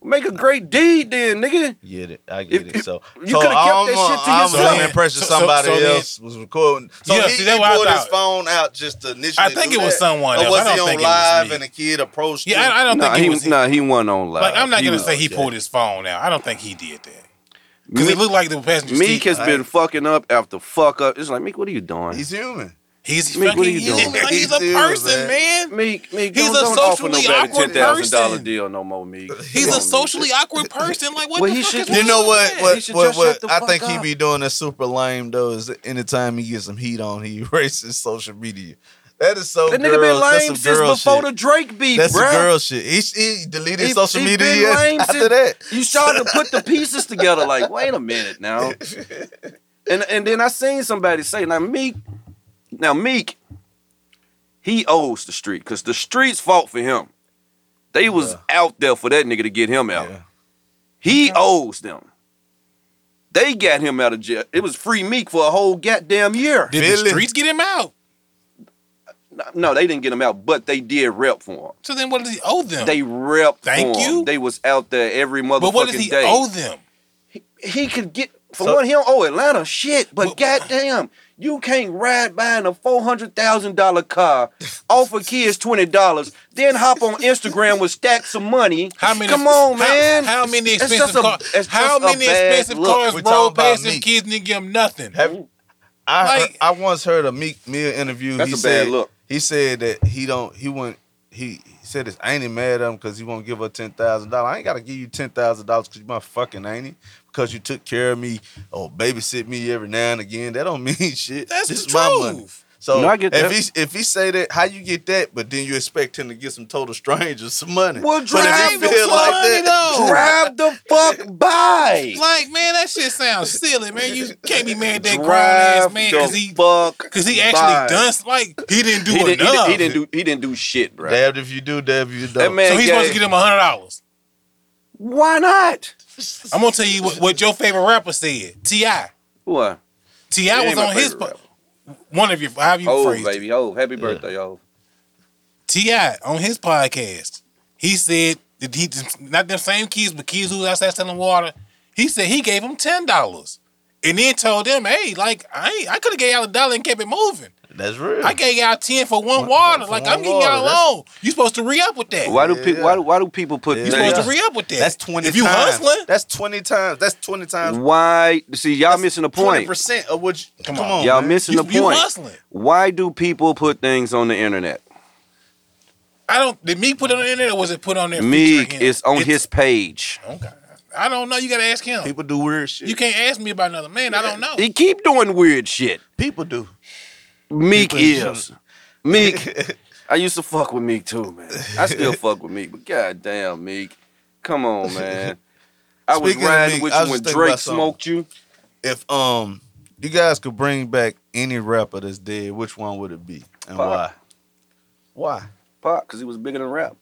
[SPEAKER 4] make a great deed then, nigga.
[SPEAKER 2] Get it? I get
[SPEAKER 4] If-
[SPEAKER 2] it. So
[SPEAKER 4] you
[SPEAKER 2] so
[SPEAKER 4] coulda
[SPEAKER 2] I
[SPEAKER 4] kept
[SPEAKER 2] don't
[SPEAKER 4] that
[SPEAKER 2] know,
[SPEAKER 4] shit to
[SPEAKER 2] I'm
[SPEAKER 4] yourself.
[SPEAKER 2] under the impression
[SPEAKER 3] So- so-
[SPEAKER 2] somebody
[SPEAKER 3] so then-
[SPEAKER 2] else was recording. So
[SPEAKER 3] Yeah,
[SPEAKER 2] he,
[SPEAKER 3] see, that's
[SPEAKER 2] he
[SPEAKER 3] what I
[SPEAKER 2] pulled his
[SPEAKER 3] thought.
[SPEAKER 2] phone out just to initially.
[SPEAKER 3] I think
[SPEAKER 2] do
[SPEAKER 3] it was
[SPEAKER 2] that.
[SPEAKER 3] someone
[SPEAKER 2] Or
[SPEAKER 3] else.
[SPEAKER 2] was
[SPEAKER 3] I don't
[SPEAKER 2] he on
[SPEAKER 3] think it was
[SPEAKER 2] live
[SPEAKER 3] me.
[SPEAKER 2] and a kid approached?
[SPEAKER 3] Yeah,
[SPEAKER 2] him?
[SPEAKER 3] I, I don't
[SPEAKER 4] Nah,
[SPEAKER 3] think
[SPEAKER 4] he,
[SPEAKER 3] it was.
[SPEAKER 4] nah, he wasn't on live.
[SPEAKER 3] like I'm not
[SPEAKER 4] He
[SPEAKER 3] gonna
[SPEAKER 4] was-
[SPEAKER 3] say he
[SPEAKER 2] okay.
[SPEAKER 3] pulled his phone out. I don't think he did that because
[SPEAKER 4] Meek,
[SPEAKER 3] it looked like the passenger seat.
[SPEAKER 4] Meek has been
[SPEAKER 2] right?
[SPEAKER 4] fucking up after fuck up. It's like Meek, what are you doing?
[SPEAKER 2] He's human.
[SPEAKER 3] He's
[SPEAKER 4] Meek,
[SPEAKER 3] fucking.
[SPEAKER 4] what are you
[SPEAKER 3] he
[SPEAKER 4] doing?
[SPEAKER 3] looks like he's a
[SPEAKER 2] He's
[SPEAKER 3] person,
[SPEAKER 2] human, man.
[SPEAKER 3] man.
[SPEAKER 4] Meek, Meek,
[SPEAKER 3] He's
[SPEAKER 4] don't,
[SPEAKER 3] a
[SPEAKER 4] don't offer
[SPEAKER 3] socially
[SPEAKER 4] nobody ten
[SPEAKER 3] awkward
[SPEAKER 4] thousand dollar
[SPEAKER 3] person.
[SPEAKER 4] deal no more, Meek.
[SPEAKER 3] He's
[SPEAKER 4] Come
[SPEAKER 3] a
[SPEAKER 4] on, Meek.
[SPEAKER 3] socially awkward person. Like what?
[SPEAKER 4] Well,
[SPEAKER 3] the
[SPEAKER 4] he
[SPEAKER 3] fuck is
[SPEAKER 4] should- You
[SPEAKER 2] You
[SPEAKER 3] wrong
[SPEAKER 2] know
[SPEAKER 3] with
[SPEAKER 2] what?
[SPEAKER 3] that?
[SPEAKER 4] He
[SPEAKER 2] What?
[SPEAKER 4] should
[SPEAKER 2] What?
[SPEAKER 4] just shut
[SPEAKER 2] what
[SPEAKER 4] the
[SPEAKER 2] I
[SPEAKER 4] fuck
[SPEAKER 2] think he
[SPEAKER 4] up.
[SPEAKER 2] be doing that super lame though. Is anytime he gets some heat on, he erases social media. That is so.
[SPEAKER 4] That nigga
[SPEAKER 2] girl,
[SPEAKER 4] been
[SPEAKER 2] that's
[SPEAKER 4] lame
[SPEAKER 2] some
[SPEAKER 4] since
[SPEAKER 2] girl
[SPEAKER 4] before
[SPEAKER 2] shit.
[SPEAKER 4] the Drake beef,
[SPEAKER 2] That's
[SPEAKER 4] bruh.
[SPEAKER 2] some girl shit. He, he deleted
[SPEAKER 4] He-
[SPEAKER 2] social
[SPEAKER 4] he
[SPEAKER 2] media
[SPEAKER 4] been
[SPEAKER 2] yes,
[SPEAKER 4] lame
[SPEAKER 2] after
[SPEAKER 4] since-
[SPEAKER 2] that.
[SPEAKER 4] You start to put the pieces together. Like, wait a minute now. And and then I seen somebody say, now Meek, now Meek, he owes the street because the streets fought for him. They was out there for that nigga to get him out.
[SPEAKER 2] Yeah.
[SPEAKER 4] He owes them. They got him out of jail. It was free Meek for a whole goddamn year.
[SPEAKER 3] Did
[SPEAKER 2] Philly.
[SPEAKER 3] the streets get him out?
[SPEAKER 4] No, they didn't get him out, but they did rep for him.
[SPEAKER 3] So then, what does he owe them?
[SPEAKER 4] They rep
[SPEAKER 3] Thank
[SPEAKER 4] for him.
[SPEAKER 3] you.
[SPEAKER 4] They was out there every motherfucking
[SPEAKER 3] but what does he
[SPEAKER 4] day.
[SPEAKER 3] owe them?
[SPEAKER 4] he could get for
[SPEAKER 2] So-
[SPEAKER 4] one. He don't owe Atlanta shit, but
[SPEAKER 3] Well-
[SPEAKER 4] goddamn, you can't ride by in a four hundred thousand dollar car, offer kids twenty dollars, then hop on Instagram with stacks of money.
[SPEAKER 3] How many?
[SPEAKER 4] Come on,
[SPEAKER 3] how-
[SPEAKER 4] man.
[SPEAKER 3] How many
[SPEAKER 4] It's just
[SPEAKER 3] expensive
[SPEAKER 4] a-
[SPEAKER 3] cars?
[SPEAKER 4] it's
[SPEAKER 3] How
[SPEAKER 4] just a
[SPEAKER 3] many
[SPEAKER 4] bad
[SPEAKER 3] expensive
[SPEAKER 4] look.
[SPEAKER 3] cars
[SPEAKER 2] We talking
[SPEAKER 3] rolled
[SPEAKER 2] about
[SPEAKER 3] past them
[SPEAKER 2] Meek.
[SPEAKER 3] kids and didn't give them nothing?
[SPEAKER 2] Have- I
[SPEAKER 3] Like-
[SPEAKER 2] heard- I once heard a Meek Mill interview.
[SPEAKER 4] That's
[SPEAKER 2] he
[SPEAKER 4] a bad
[SPEAKER 2] said,
[SPEAKER 4] look.
[SPEAKER 2] He said that he don't. He wouldn't. He, he said this. I ain't even mad at him because he won't give her ten thousand dollars. I ain't gotta give you ten thousand dollars because you my fucking ain't because you took care of me or babysit me every now and again. That don't mean shit.
[SPEAKER 3] That's
[SPEAKER 2] this
[SPEAKER 3] the
[SPEAKER 2] is my
[SPEAKER 3] truth.
[SPEAKER 2] money. So
[SPEAKER 4] No, I get
[SPEAKER 2] if
[SPEAKER 4] that.
[SPEAKER 2] he if he say that, how you get that? But then you expect him to get some total strangers some money.
[SPEAKER 4] Well,
[SPEAKER 2] but
[SPEAKER 4] drive
[SPEAKER 2] if he
[SPEAKER 4] the
[SPEAKER 2] feel like
[SPEAKER 3] money,
[SPEAKER 2] that,
[SPEAKER 3] though.
[SPEAKER 4] Drive the fuck by.
[SPEAKER 3] Like, man, that shit sounds silly, man. You can't be mad at that grown ass
[SPEAKER 4] Drive
[SPEAKER 3] man
[SPEAKER 4] the
[SPEAKER 3] because he
[SPEAKER 4] fuck
[SPEAKER 3] because he
[SPEAKER 4] by.
[SPEAKER 3] actually done s- like he didn't do
[SPEAKER 4] He didn't, he,
[SPEAKER 3] enough.
[SPEAKER 4] didn't, he didn't do. He didn't do shit, bro.
[SPEAKER 2] damned if you do, damned if you don't.
[SPEAKER 4] That man
[SPEAKER 3] so he's supposed
[SPEAKER 4] gave-
[SPEAKER 3] to get him hundred dollars.
[SPEAKER 4] Why not?
[SPEAKER 3] I'm gonna tell you what, what your favorite rapper said. Ti.
[SPEAKER 4] What?
[SPEAKER 3] Ti
[SPEAKER 4] He
[SPEAKER 3] was
[SPEAKER 4] ain't my
[SPEAKER 3] on his
[SPEAKER 4] favorite
[SPEAKER 3] po-
[SPEAKER 4] rapper.
[SPEAKER 3] one of your however you
[SPEAKER 4] Oh,
[SPEAKER 3] phrased it.
[SPEAKER 4] baby. Oh, happy birthday, oh.
[SPEAKER 3] Ti on his podcast. He said that he not them same kids, but kids who was outside selling water. He said he gave them ten dollars, and then told them, "Hey, like I ain't, I could have gave y'all a dollar and kept it moving.
[SPEAKER 2] That's real.
[SPEAKER 3] I gave y'all ten for one water.
[SPEAKER 2] for
[SPEAKER 3] like
[SPEAKER 2] one
[SPEAKER 3] I'm getting
[SPEAKER 2] water,
[SPEAKER 3] y'all
[SPEAKER 2] that's-
[SPEAKER 3] a loan. You supposed to re up with that.
[SPEAKER 4] Why do
[SPEAKER 2] Yeah,
[SPEAKER 4] people?
[SPEAKER 2] yeah.
[SPEAKER 4] Why do, why do people put?
[SPEAKER 2] Yeah.
[SPEAKER 3] You
[SPEAKER 4] things-
[SPEAKER 3] supposed to re up with that.
[SPEAKER 2] That's twenty.
[SPEAKER 3] If you
[SPEAKER 2] times.
[SPEAKER 3] hustling,
[SPEAKER 2] that's twenty times. That's twenty times.
[SPEAKER 4] Why? See, y'all missing the
[SPEAKER 2] Twenty
[SPEAKER 4] point.
[SPEAKER 2] percent of what? You,
[SPEAKER 3] Come
[SPEAKER 2] come,
[SPEAKER 3] on.
[SPEAKER 2] on,
[SPEAKER 4] Y'all
[SPEAKER 2] man.
[SPEAKER 4] missing
[SPEAKER 3] you,
[SPEAKER 4] the
[SPEAKER 3] you
[SPEAKER 4] point.
[SPEAKER 3] hustling.
[SPEAKER 4] Why do people put things on the internet?
[SPEAKER 3] I don't. Did Meek put it on the internet or was it put on there?
[SPEAKER 4] Meek
[SPEAKER 3] featuring him?
[SPEAKER 4] is on
[SPEAKER 3] It's-
[SPEAKER 4] his page.
[SPEAKER 3] Okay. I don't know. You gotta ask him.
[SPEAKER 2] People do weird shit.
[SPEAKER 3] you can't ask me about another man. I don't know.
[SPEAKER 4] He keep doing weird shit.
[SPEAKER 2] People do.
[SPEAKER 4] Meek
[SPEAKER 2] People
[SPEAKER 4] is. Meek. I used to fuck with Meek too, man. I still fuck with Meek, but goddamn, Meek. Come on, man. I was
[SPEAKER 2] Speaking of
[SPEAKER 4] riding
[SPEAKER 2] Meek,
[SPEAKER 4] with
[SPEAKER 2] I
[SPEAKER 4] you
[SPEAKER 2] was just
[SPEAKER 4] when
[SPEAKER 2] thinking about
[SPEAKER 4] Drake
[SPEAKER 2] something.
[SPEAKER 4] smoked you.
[SPEAKER 2] If um, you guys could bring back any rapper that's dead, which one would it be and
[SPEAKER 4] Fuck.
[SPEAKER 2] why? Why?
[SPEAKER 4] Pop, because he was bigger than rap.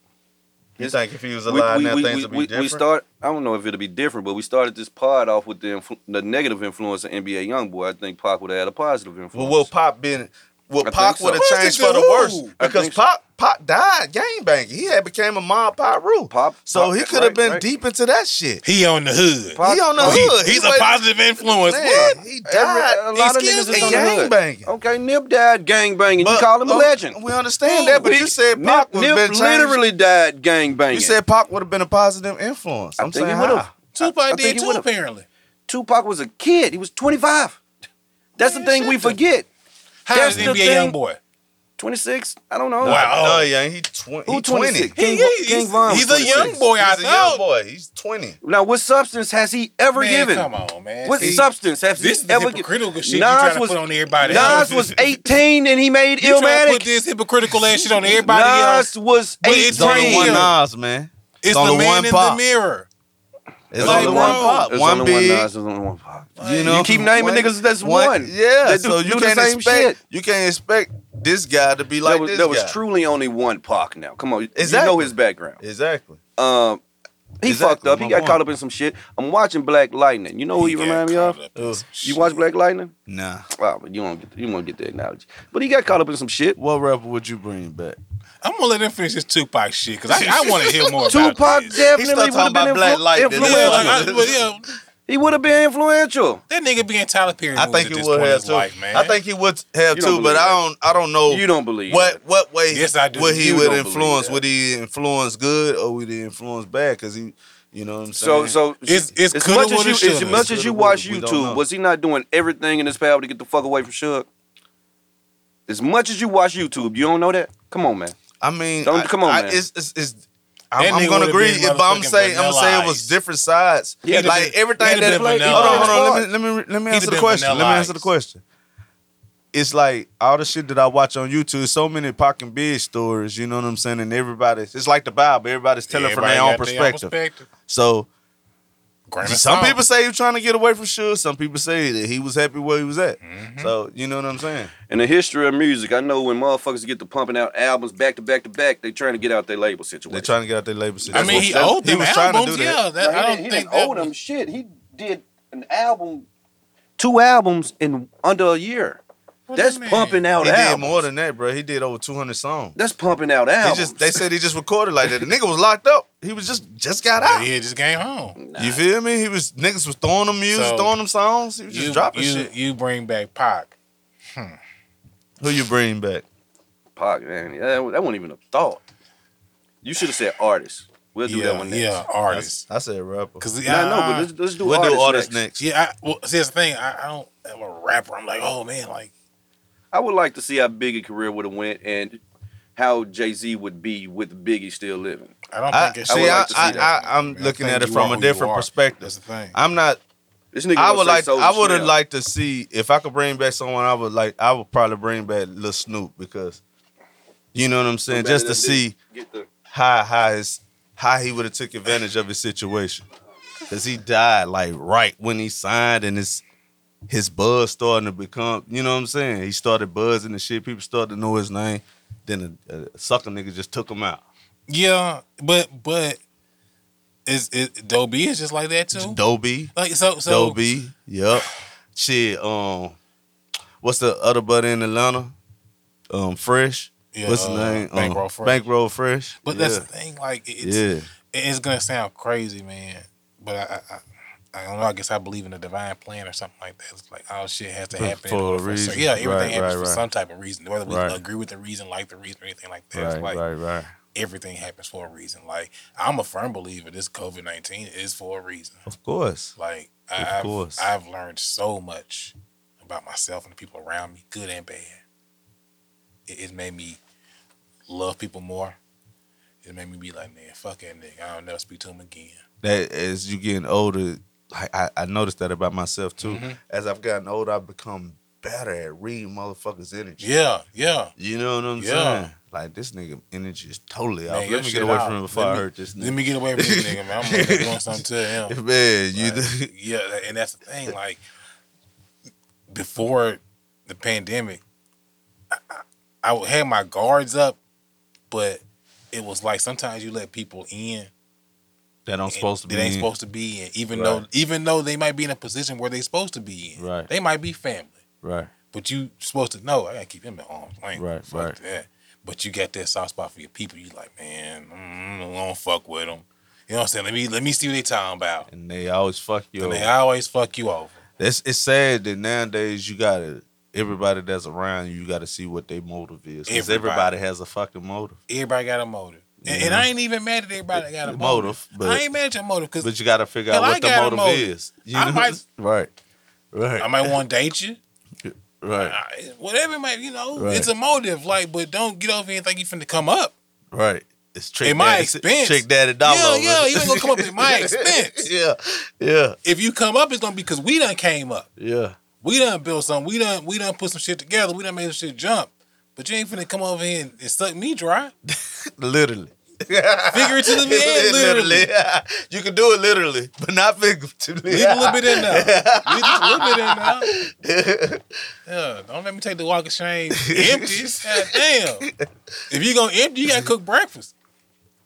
[SPEAKER 2] You
[SPEAKER 4] It's-
[SPEAKER 2] think if he was alive now, things would be
[SPEAKER 4] we,
[SPEAKER 2] different?
[SPEAKER 4] we start. I don't know if it'll be different, but we started this pod off with the influ- the negative influence of NBA YoungBoy. I think Pac would have had a positive influence.
[SPEAKER 2] well, will Pop been? Will
[SPEAKER 4] I
[SPEAKER 2] Pop
[SPEAKER 4] think so.
[SPEAKER 2] would have
[SPEAKER 4] Well,
[SPEAKER 2] changed
[SPEAKER 3] it's
[SPEAKER 2] for
[SPEAKER 3] a
[SPEAKER 2] the
[SPEAKER 3] good
[SPEAKER 2] worse
[SPEAKER 3] move.
[SPEAKER 4] I
[SPEAKER 2] because
[SPEAKER 4] think so.
[SPEAKER 2] Pop Pop died game banking. He had became a mob Pop rule.
[SPEAKER 4] Pop-
[SPEAKER 2] so
[SPEAKER 4] Pop-
[SPEAKER 2] he could have
[SPEAKER 4] right,
[SPEAKER 2] been
[SPEAKER 4] right.
[SPEAKER 2] deep into that shit.
[SPEAKER 3] He on the hood.
[SPEAKER 4] Pop-
[SPEAKER 2] he on the
[SPEAKER 4] Oh, he-
[SPEAKER 2] hood.
[SPEAKER 3] He- he's
[SPEAKER 2] He
[SPEAKER 3] a
[SPEAKER 2] wasn't-
[SPEAKER 3] positive influence.
[SPEAKER 2] Man,
[SPEAKER 3] What?
[SPEAKER 2] He
[SPEAKER 4] Every- uh,
[SPEAKER 2] died.
[SPEAKER 4] a lot of
[SPEAKER 3] Excuse
[SPEAKER 4] niggas is
[SPEAKER 3] me,
[SPEAKER 4] on the
[SPEAKER 2] gang
[SPEAKER 4] hood.
[SPEAKER 2] banging.
[SPEAKER 4] Okay, Nip died gang banging. You call him a
[SPEAKER 2] oh,
[SPEAKER 4] legend.
[SPEAKER 2] We understand that, but you said Pac would
[SPEAKER 4] Nip,
[SPEAKER 2] have
[SPEAKER 4] Nip
[SPEAKER 2] been changed.
[SPEAKER 4] literally died gang banging.
[SPEAKER 2] You said Pac would have been a positive influence.
[SPEAKER 4] I
[SPEAKER 2] I'm
[SPEAKER 4] think he
[SPEAKER 2] saying
[SPEAKER 4] would've.
[SPEAKER 2] how?
[SPEAKER 3] Tupac
[SPEAKER 4] I- I think
[SPEAKER 3] did
[SPEAKER 4] he
[SPEAKER 3] too,
[SPEAKER 4] would've-
[SPEAKER 3] apparently.
[SPEAKER 4] Tupac was a kid. He was 25. That's the
[SPEAKER 3] Man,
[SPEAKER 4] thing
[SPEAKER 3] shut
[SPEAKER 4] we
[SPEAKER 3] the-
[SPEAKER 4] forget.
[SPEAKER 3] How
[SPEAKER 4] That's
[SPEAKER 3] is
[SPEAKER 4] the
[SPEAKER 3] NBA young
[SPEAKER 4] thing.
[SPEAKER 3] boy?
[SPEAKER 4] 26? I don't know.
[SPEAKER 3] Wow.
[SPEAKER 2] No, yeah, he, twen-
[SPEAKER 4] Who
[SPEAKER 2] he 20.
[SPEAKER 3] He,
[SPEAKER 4] 26? King,
[SPEAKER 3] he,
[SPEAKER 4] King
[SPEAKER 3] he's,
[SPEAKER 4] Von was
[SPEAKER 3] he's a young
[SPEAKER 4] 26.
[SPEAKER 3] boy. I
[SPEAKER 2] He's a young
[SPEAKER 3] thought.
[SPEAKER 2] boy. He's 20.
[SPEAKER 4] Now, what substance has he ever
[SPEAKER 3] Man,
[SPEAKER 4] given?
[SPEAKER 3] come on, man.
[SPEAKER 4] What
[SPEAKER 3] See,
[SPEAKER 4] substance has
[SPEAKER 3] This
[SPEAKER 4] he
[SPEAKER 3] is the
[SPEAKER 4] ever given?
[SPEAKER 3] hypocritical shit you
[SPEAKER 4] Nas
[SPEAKER 3] trying to
[SPEAKER 4] was-
[SPEAKER 3] put on everybody else.
[SPEAKER 4] Nas was 18 and he made
[SPEAKER 3] You trying to
[SPEAKER 4] Illmatic.
[SPEAKER 3] put this hypocritical ass shit on everybody
[SPEAKER 4] Nas
[SPEAKER 3] else?
[SPEAKER 4] was
[SPEAKER 3] But it's
[SPEAKER 2] It's only
[SPEAKER 4] 18.
[SPEAKER 2] one
[SPEAKER 3] Damn.
[SPEAKER 2] Nas, man.
[SPEAKER 3] It's
[SPEAKER 2] only
[SPEAKER 3] the man
[SPEAKER 2] one
[SPEAKER 3] in the
[SPEAKER 2] Pop.
[SPEAKER 3] mirror.
[SPEAKER 2] It's
[SPEAKER 3] Like,
[SPEAKER 2] only one
[SPEAKER 3] bro,
[SPEAKER 2] pop.
[SPEAKER 4] There's
[SPEAKER 2] One
[SPEAKER 4] only
[SPEAKER 2] big.
[SPEAKER 4] Nas, there's only one Pop.
[SPEAKER 2] You know,
[SPEAKER 4] You keep naming
[SPEAKER 2] one-
[SPEAKER 4] niggas that's one.
[SPEAKER 2] Yeah,
[SPEAKER 4] That do-
[SPEAKER 2] so you
[SPEAKER 4] do the
[SPEAKER 2] can't
[SPEAKER 4] same
[SPEAKER 2] expect
[SPEAKER 4] shit.
[SPEAKER 2] you can't expect this guy to be like
[SPEAKER 4] there was,
[SPEAKER 2] this
[SPEAKER 4] there was
[SPEAKER 2] guy.
[SPEAKER 4] truly only one Pac now. Come on. You know
[SPEAKER 2] Exactly.
[SPEAKER 4] his background.
[SPEAKER 2] Exactly.
[SPEAKER 4] Um, he
[SPEAKER 2] Exactly,
[SPEAKER 4] fucked up. He
[SPEAKER 2] my
[SPEAKER 4] got
[SPEAKER 2] point.
[SPEAKER 4] caught up in some shit. I'm watching Black Lightning. You know who you
[SPEAKER 3] got
[SPEAKER 4] remind me
[SPEAKER 3] caught
[SPEAKER 4] of?
[SPEAKER 3] up in
[SPEAKER 2] Ugh.
[SPEAKER 3] some
[SPEAKER 4] You
[SPEAKER 3] shit.
[SPEAKER 4] watch Black Lightning?
[SPEAKER 2] Nah.
[SPEAKER 4] Wow, but you won't get you won't get the analogy. But he got caught up in some shit.
[SPEAKER 2] What rapper would you bring back?
[SPEAKER 3] I'm gonna let him finish this Tupac shit because I, I want to hear more about
[SPEAKER 4] Tupac
[SPEAKER 3] this.
[SPEAKER 4] definitely
[SPEAKER 2] talking
[SPEAKER 4] would have been
[SPEAKER 2] about Black
[SPEAKER 4] influ-
[SPEAKER 2] Lightning.
[SPEAKER 3] Yeah, like,
[SPEAKER 4] influential.
[SPEAKER 3] I, well, yeah,
[SPEAKER 4] He would have been influential.
[SPEAKER 3] that nigga being Tyler Perry.
[SPEAKER 2] I think
[SPEAKER 3] at
[SPEAKER 2] he
[SPEAKER 3] this
[SPEAKER 2] would
[SPEAKER 3] point in
[SPEAKER 2] have
[SPEAKER 3] his
[SPEAKER 2] too.
[SPEAKER 3] life, man.
[SPEAKER 2] I think he would have
[SPEAKER 4] You don't
[SPEAKER 2] too, but
[SPEAKER 4] believe
[SPEAKER 2] I
[SPEAKER 4] that.
[SPEAKER 2] don't. I don't know.
[SPEAKER 4] You don't believe
[SPEAKER 2] what what way?
[SPEAKER 3] Yes, I do.
[SPEAKER 2] Would he
[SPEAKER 4] You
[SPEAKER 2] would
[SPEAKER 4] don't believe
[SPEAKER 2] influence?
[SPEAKER 4] that.
[SPEAKER 2] Would he influence good or would he influence bad? Because he, you know what I'm
[SPEAKER 4] that. So
[SPEAKER 2] saying.
[SPEAKER 4] so
[SPEAKER 3] It's- it's
[SPEAKER 4] as
[SPEAKER 3] coulda,
[SPEAKER 4] much
[SPEAKER 3] woulda,
[SPEAKER 4] as you as
[SPEAKER 3] shoulda.
[SPEAKER 4] much as
[SPEAKER 2] It's
[SPEAKER 4] you
[SPEAKER 2] coulda,
[SPEAKER 4] watch
[SPEAKER 2] woulda, we don't know.
[SPEAKER 4] YouTube, was he not doing everything in his power to get the fuck away from Suge? As much as you watch YouTube, you don't know that. Come on, man.
[SPEAKER 2] I mean,
[SPEAKER 4] Don't-
[SPEAKER 2] I-
[SPEAKER 4] come on,
[SPEAKER 2] I-
[SPEAKER 4] man.
[SPEAKER 2] It's, it's, it's,
[SPEAKER 3] That
[SPEAKER 2] I'm, I'm
[SPEAKER 3] nigga
[SPEAKER 2] gonna
[SPEAKER 3] would've
[SPEAKER 2] agree,
[SPEAKER 3] been
[SPEAKER 2] if I'm
[SPEAKER 3] motherfucking
[SPEAKER 2] saying I'm gonna
[SPEAKER 3] Vanilla
[SPEAKER 2] say it
[SPEAKER 3] Ice.
[SPEAKER 2] was different sides.
[SPEAKER 4] He'd have
[SPEAKER 2] like
[SPEAKER 3] been- he'd
[SPEAKER 2] everything
[SPEAKER 3] have
[SPEAKER 2] that
[SPEAKER 3] been
[SPEAKER 2] played.
[SPEAKER 3] Vanilla
[SPEAKER 2] Hold on,
[SPEAKER 4] Ice.
[SPEAKER 2] hold on. Let me let me, let me answer
[SPEAKER 3] been
[SPEAKER 2] the question. Let me
[SPEAKER 3] Vanilla
[SPEAKER 2] answer the
[SPEAKER 3] Ice.
[SPEAKER 2] question. It's like all the shit that I watch on YouTube. So many Pac and Big stories. You know what I'm saying? And everybody, it's like the Bible. Everybody's telling
[SPEAKER 3] Everybody
[SPEAKER 2] from their own
[SPEAKER 3] got
[SPEAKER 2] perspective. So
[SPEAKER 3] Grain of
[SPEAKER 2] some
[SPEAKER 3] salt.
[SPEAKER 2] people say you're trying to get away from Suge. Some people say that he was happy where he was at.
[SPEAKER 3] Mm-hmm.
[SPEAKER 2] So you know what I'm saying?
[SPEAKER 4] In the history of music, I know when motherfuckers get to pumping out albums back to back to back, they trying to get out their label situation.
[SPEAKER 2] They're trying to get out their labor
[SPEAKER 3] I
[SPEAKER 2] situation.
[SPEAKER 3] mean, he
[SPEAKER 2] That's-
[SPEAKER 3] owed them
[SPEAKER 2] was trying to
[SPEAKER 3] albums.
[SPEAKER 2] do that.
[SPEAKER 3] Yeah, that,
[SPEAKER 4] Like,
[SPEAKER 3] I don't
[SPEAKER 4] he didn't- he
[SPEAKER 3] think
[SPEAKER 4] didn't
[SPEAKER 3] that
[SPEAKER 4] owe them
[SPEAKER 3] was,
[SPEAKER 4] shit. He did an album, two albums in under a year.
[SPEAKER 3] What
[SPEAKER 4] That's
[SPEAKER 3] do you mean?
[SPEAKER 4] pumping out
[SPEAKER 2] He did
[SPEAKER 4] albums.
[SPEAKER 2] more than that, bro. He did over 200 songs.
[SPEAKER 4] That's pumping out
[SPEAKER 2] He
[SPEAKER 4] albums.
[SPEAKER 2] just they said he just recorded like that. The nigga was locked up. He was just just got out.
[SPEAKER 3] yeah, just came home.
[SPEAKER 2] You feel me? He was niggas was throwing them music,
[SPEAKER 3] So,
[SPEAKER 2] throwing them songs. He was just
[SPEAKER 3] You,
[SPEAKER 2] dropping
[SPEAKER 3] you,
[SPEAKER 2] shit.
[SPEAKER 3] you bring back Pac.
[SPEAKER 2] Who you bring back?
[SPEAKER 4] Pac, man, that, that wasn't even a thought. You should have said artist. We'll do that
[SPEAKER 3] Yeah,
[SPEAKER 4] one next.
[SPEAKER 3] yeah, artist.
[SPEAKER 2] I said rapper.
[SPEAKER 3] Because
[SPEAKER 4] Nah, no, but let's, let's do
[SPEAKER 2] We'll
[SPEAKER 4] artist,
[SPEAKER 2] do artists next.
[SPEAKER 4] next.
[SPEAKER 3] yeah, I, well, see, that's the thing. I, I don't. I'm a rapper. I'm like, oh man, like
[SPEAKER 4] I would like to see how Biggie career would have went and how Jay Z would be with Biggie still living.
[SPEAKER 3] I don't
[SPEAKER 2] I,
[SPEAKER 3] think it's.
[SPEAKER 2] see,
[SPEAKER 4] would
[SPEAKER 2] I,
[SPEAKER 4] like to see
[SPEAKER 2] I,
[SPEAKER 4] that.
[SPEAKER 2] I, am
[SPEAKER 3] Man, I
[SPEAKER 2] looking
[SPEAKER 3] think
[SPEAKER 2] at it
[SPEAKER 3] you are
[SPEAKER 2] from
[SPEAKER 3] who
[SPEAKER 2] a
[SPEAKER 3] you
[SPEAKER 2] different
[SPEAKER 3] are.
[SPEAKER 2] perspective.
[SPEAKER 3] That's the thing.
[SPEAKER 2] I'm not
[SPEAKER 4] This nigga
[SPEAKER 2] I
[SPEAKER 4] gonna
[SPEAKER 2] would
[SPEAKER 4] say
[SPEAKER 2] like.
[SPEAKER 4] Soulja
[SPEAKER 2] I would have
[SPEAKER 4] Smell.
[SPEAKER 2] liked to see if I could bring back someone. I would like. I would probably bring back Lil Snoop because, you know what I'm saying. Just to see
[SPEAKER 4] Get the-
[SPEAKER 2] how how his how he would have took advantage of his situation, because he died like right when he signed, and his his buzz starting to become. You know what I'm saying. He started buzzing and shit. People started to know his name. Then a, a sucker nigga just took him out.
[SPEAKER 3] Yeah, but but Is it Dobie is just like that too?
[SPEAKER 2] Dobie.
[SPEAKER 3] Like so so
[SPEAKER 2] Dobie. Yep. Shit. Um, what's the other butt in Atlanta? Um, Fresh.
[SPEAKER 3] Yeah,
[SPEAKER 2] what's the
[SPEAKER 3] uh,
[SPEAKER 2] name? Um,
[SPEAKER 3] Bankroll Fresh.
[SPEAKER 2] Bankroll Fresh.
[SPEAKER 3] But
[SPEAKER 2] yeah.
[SPEAKER 3] that's the thing, like it's
[SPEAKER 2] yeah.
[SPEAKER 3] it's gonna sound crazy, man. But I, I, I, I don't know. I guess I believe in a divine plan or something like that. It's like all shit has to happen in
[SPEAKER 2] For a
[SPEAKER 3] order certain-
[SPEAKER 2] reason.
[SPEAKER 3] Yeah, everything
[SPEAKER 2] Right,
[SPEAKER 3] happens
[SPEAKER 2] right,
[SPEAKER 3] for
[SPEAKER 2] right.
[SPEAKER 3] some type of reason, whether we
[SPEAKER 2] Right.
[SPEAKER 3] agree with the reason, like the reason, or anything like that.
[SPEAKER 2] Right,
[SPEAKER 3] it's like
[SPEAKER 2] right, right.
[SPEAKER 3] everything happens for a reason. Like I'm a firm believer this COVID nineteen is for a reason.
[SPEAKER 2] Of course.
[SPEAKER 3] Like
[SPEAKER 2] Of
[SPEAKER 3] I, I've,
[SPEAKER 2] course.
[SPEAKER 3] I've learned so much about myself and the people around me, good and bad. It, it made me love people more. It made me be like, man, fuck that nigga. I don't never speak to him again.
[SPEAKER 2] That as you getting older, I, I, I noticed that about myself too.
[SPEAKER 3] Mhm.
[SPEAKER 2] As I've gotten older, I've become better at reading motherfuckers' energy.
[SPEAKER 3] Yeah, yeah.
[SPEAKER 2] You know what I'm
[SPEAKER 3] Yeah.
[SPEAKER 2] saying? Like this nigga energy is totally
[SPEAKER 3] Man,
[SPEAKER 2] off.
[SPEAKER 3] your
[SPEAKER 2] Let me
[SPEAKER 3] shit
[SPEAKER 2] get away
[SPEAKER 3] off.
[SPEAKER 2] from him before
[SPEAKER 3] Let
[SPEAKER 2] I
[SPEAKER 3] me-
[SPEAKER 2] hurt this
[SPEAKER 3] Let
[SPEAKER 2] nigga.
[SPEAKER 3] me get away from this nigga, man. I'm gonna be doing something to him.
[SPEAKER 2] Man, you
[SPEAKER 3] Like, yeah, that- and that's the thing. Like before the pandemic, I, I, I had my guards up, but it was like sometimes you let people in
[SPEAKER 2] that don't
[SPEAKER 3] and
[SPEAKER 2] supposed to be.
[SPEAKER 3] They ain't
[SPEAKER 2] in.
[SPEAKER 3] supposed to be in. Even though
[SPEAKER 2] Right.
[SPEAKER 3] even though they might be in a position where they supposed to be in.
[SPEAKER 2] Right.
[SPEAKER 3] They might be family.
[SPEAKER 2] right.
[SPEAKER 3] But you supposed to know, I gotta keep them at arm's length.
[SPEAKER 2] Right,
[SPEAKER 3] Fuck
[SPEAKER 2] right.
[SPEAKER 3] that. But you got that soft spot for your people. You like, man, mm, I don't fuck with them. You know what I'm saying? Let me let me see what they talking about.
[SPEAKER 2] And they always fuck you.
[SPEAKER 3] And
[SPEAKER 2] over.
[SPEAKER 3] they always fuck you over.
[SPEAKER 2] It's it's sad that nowadays you gotta everybody that's around you, you gotta see what their motive is because
[SPEAKER 3] Everybody.
[SPEAKER 2] everybody has a fucking motive.
[SPEAKER 3] Everybody got a motive. And, and I ain't even mad at everybody that got a motive.
[SPEAKER 2] Mm-hmm. Motive, but-
[SPEAKER 3] I ain't mad at your motive because
[SPEAKER 2] But you gotta figure
[SPEAKER 3] Hell,
[SPEAKER 2] out
[SPEAKER 3] I
[SPEAKER 2] what the
[SPEAKER 3] got a
[SPEAKER 2] motive,
[SPEAKER 3] motive.
[SPEAKER 2] is. You
[SPEAKER 3] I might-
[SPEAKER 2] right, right,
[SPEAKER 3] I might want to date you.
[SPEAKER 2] right,
[SPEAKER 3] I, whatever it might, you know,
[SPEAKER 2] Right.
[SPEAKER 3] it's a motive. Like, but don't get over here and think you finna come up.
[SPEAKER 2] right. It's trick
[SPEAKER 3] At my
[SPEAKER 2] daddy,
[SPEAKER 3] expense.
[SPEAKER 2] Trick daddy dollar.
[SPEAKER 3] Yeah,
[SPEAKER 2] over
[SPEAKER 3] yeah,
[SPEAKER 2] there.
[SPEAKER 3] you ain't gonna come up at my expense.
[SPEAKER 2] yeah, yeah,
[SPEAKER 3] if you come up, it's gonna be because we done came up.
[SPEAKER 2] yeah.
[SPEAKER 3] We done built something. We done we done put some shit together. We done made some shit jump. But you ain't finna come over here and, and suck me dry.
[SPEAKER 2] Literally.
[SPEAKER 3] Figuratively and literally.
[SPEAKER 2] you can do it literally, but not figuratively.
[SPEAKER 3] Leave a little bit in there. Leave just a little bit in there. Yeah, don't let me take the walk of shame empty. God damn. If you gonna empty, you gotta cook breakfast.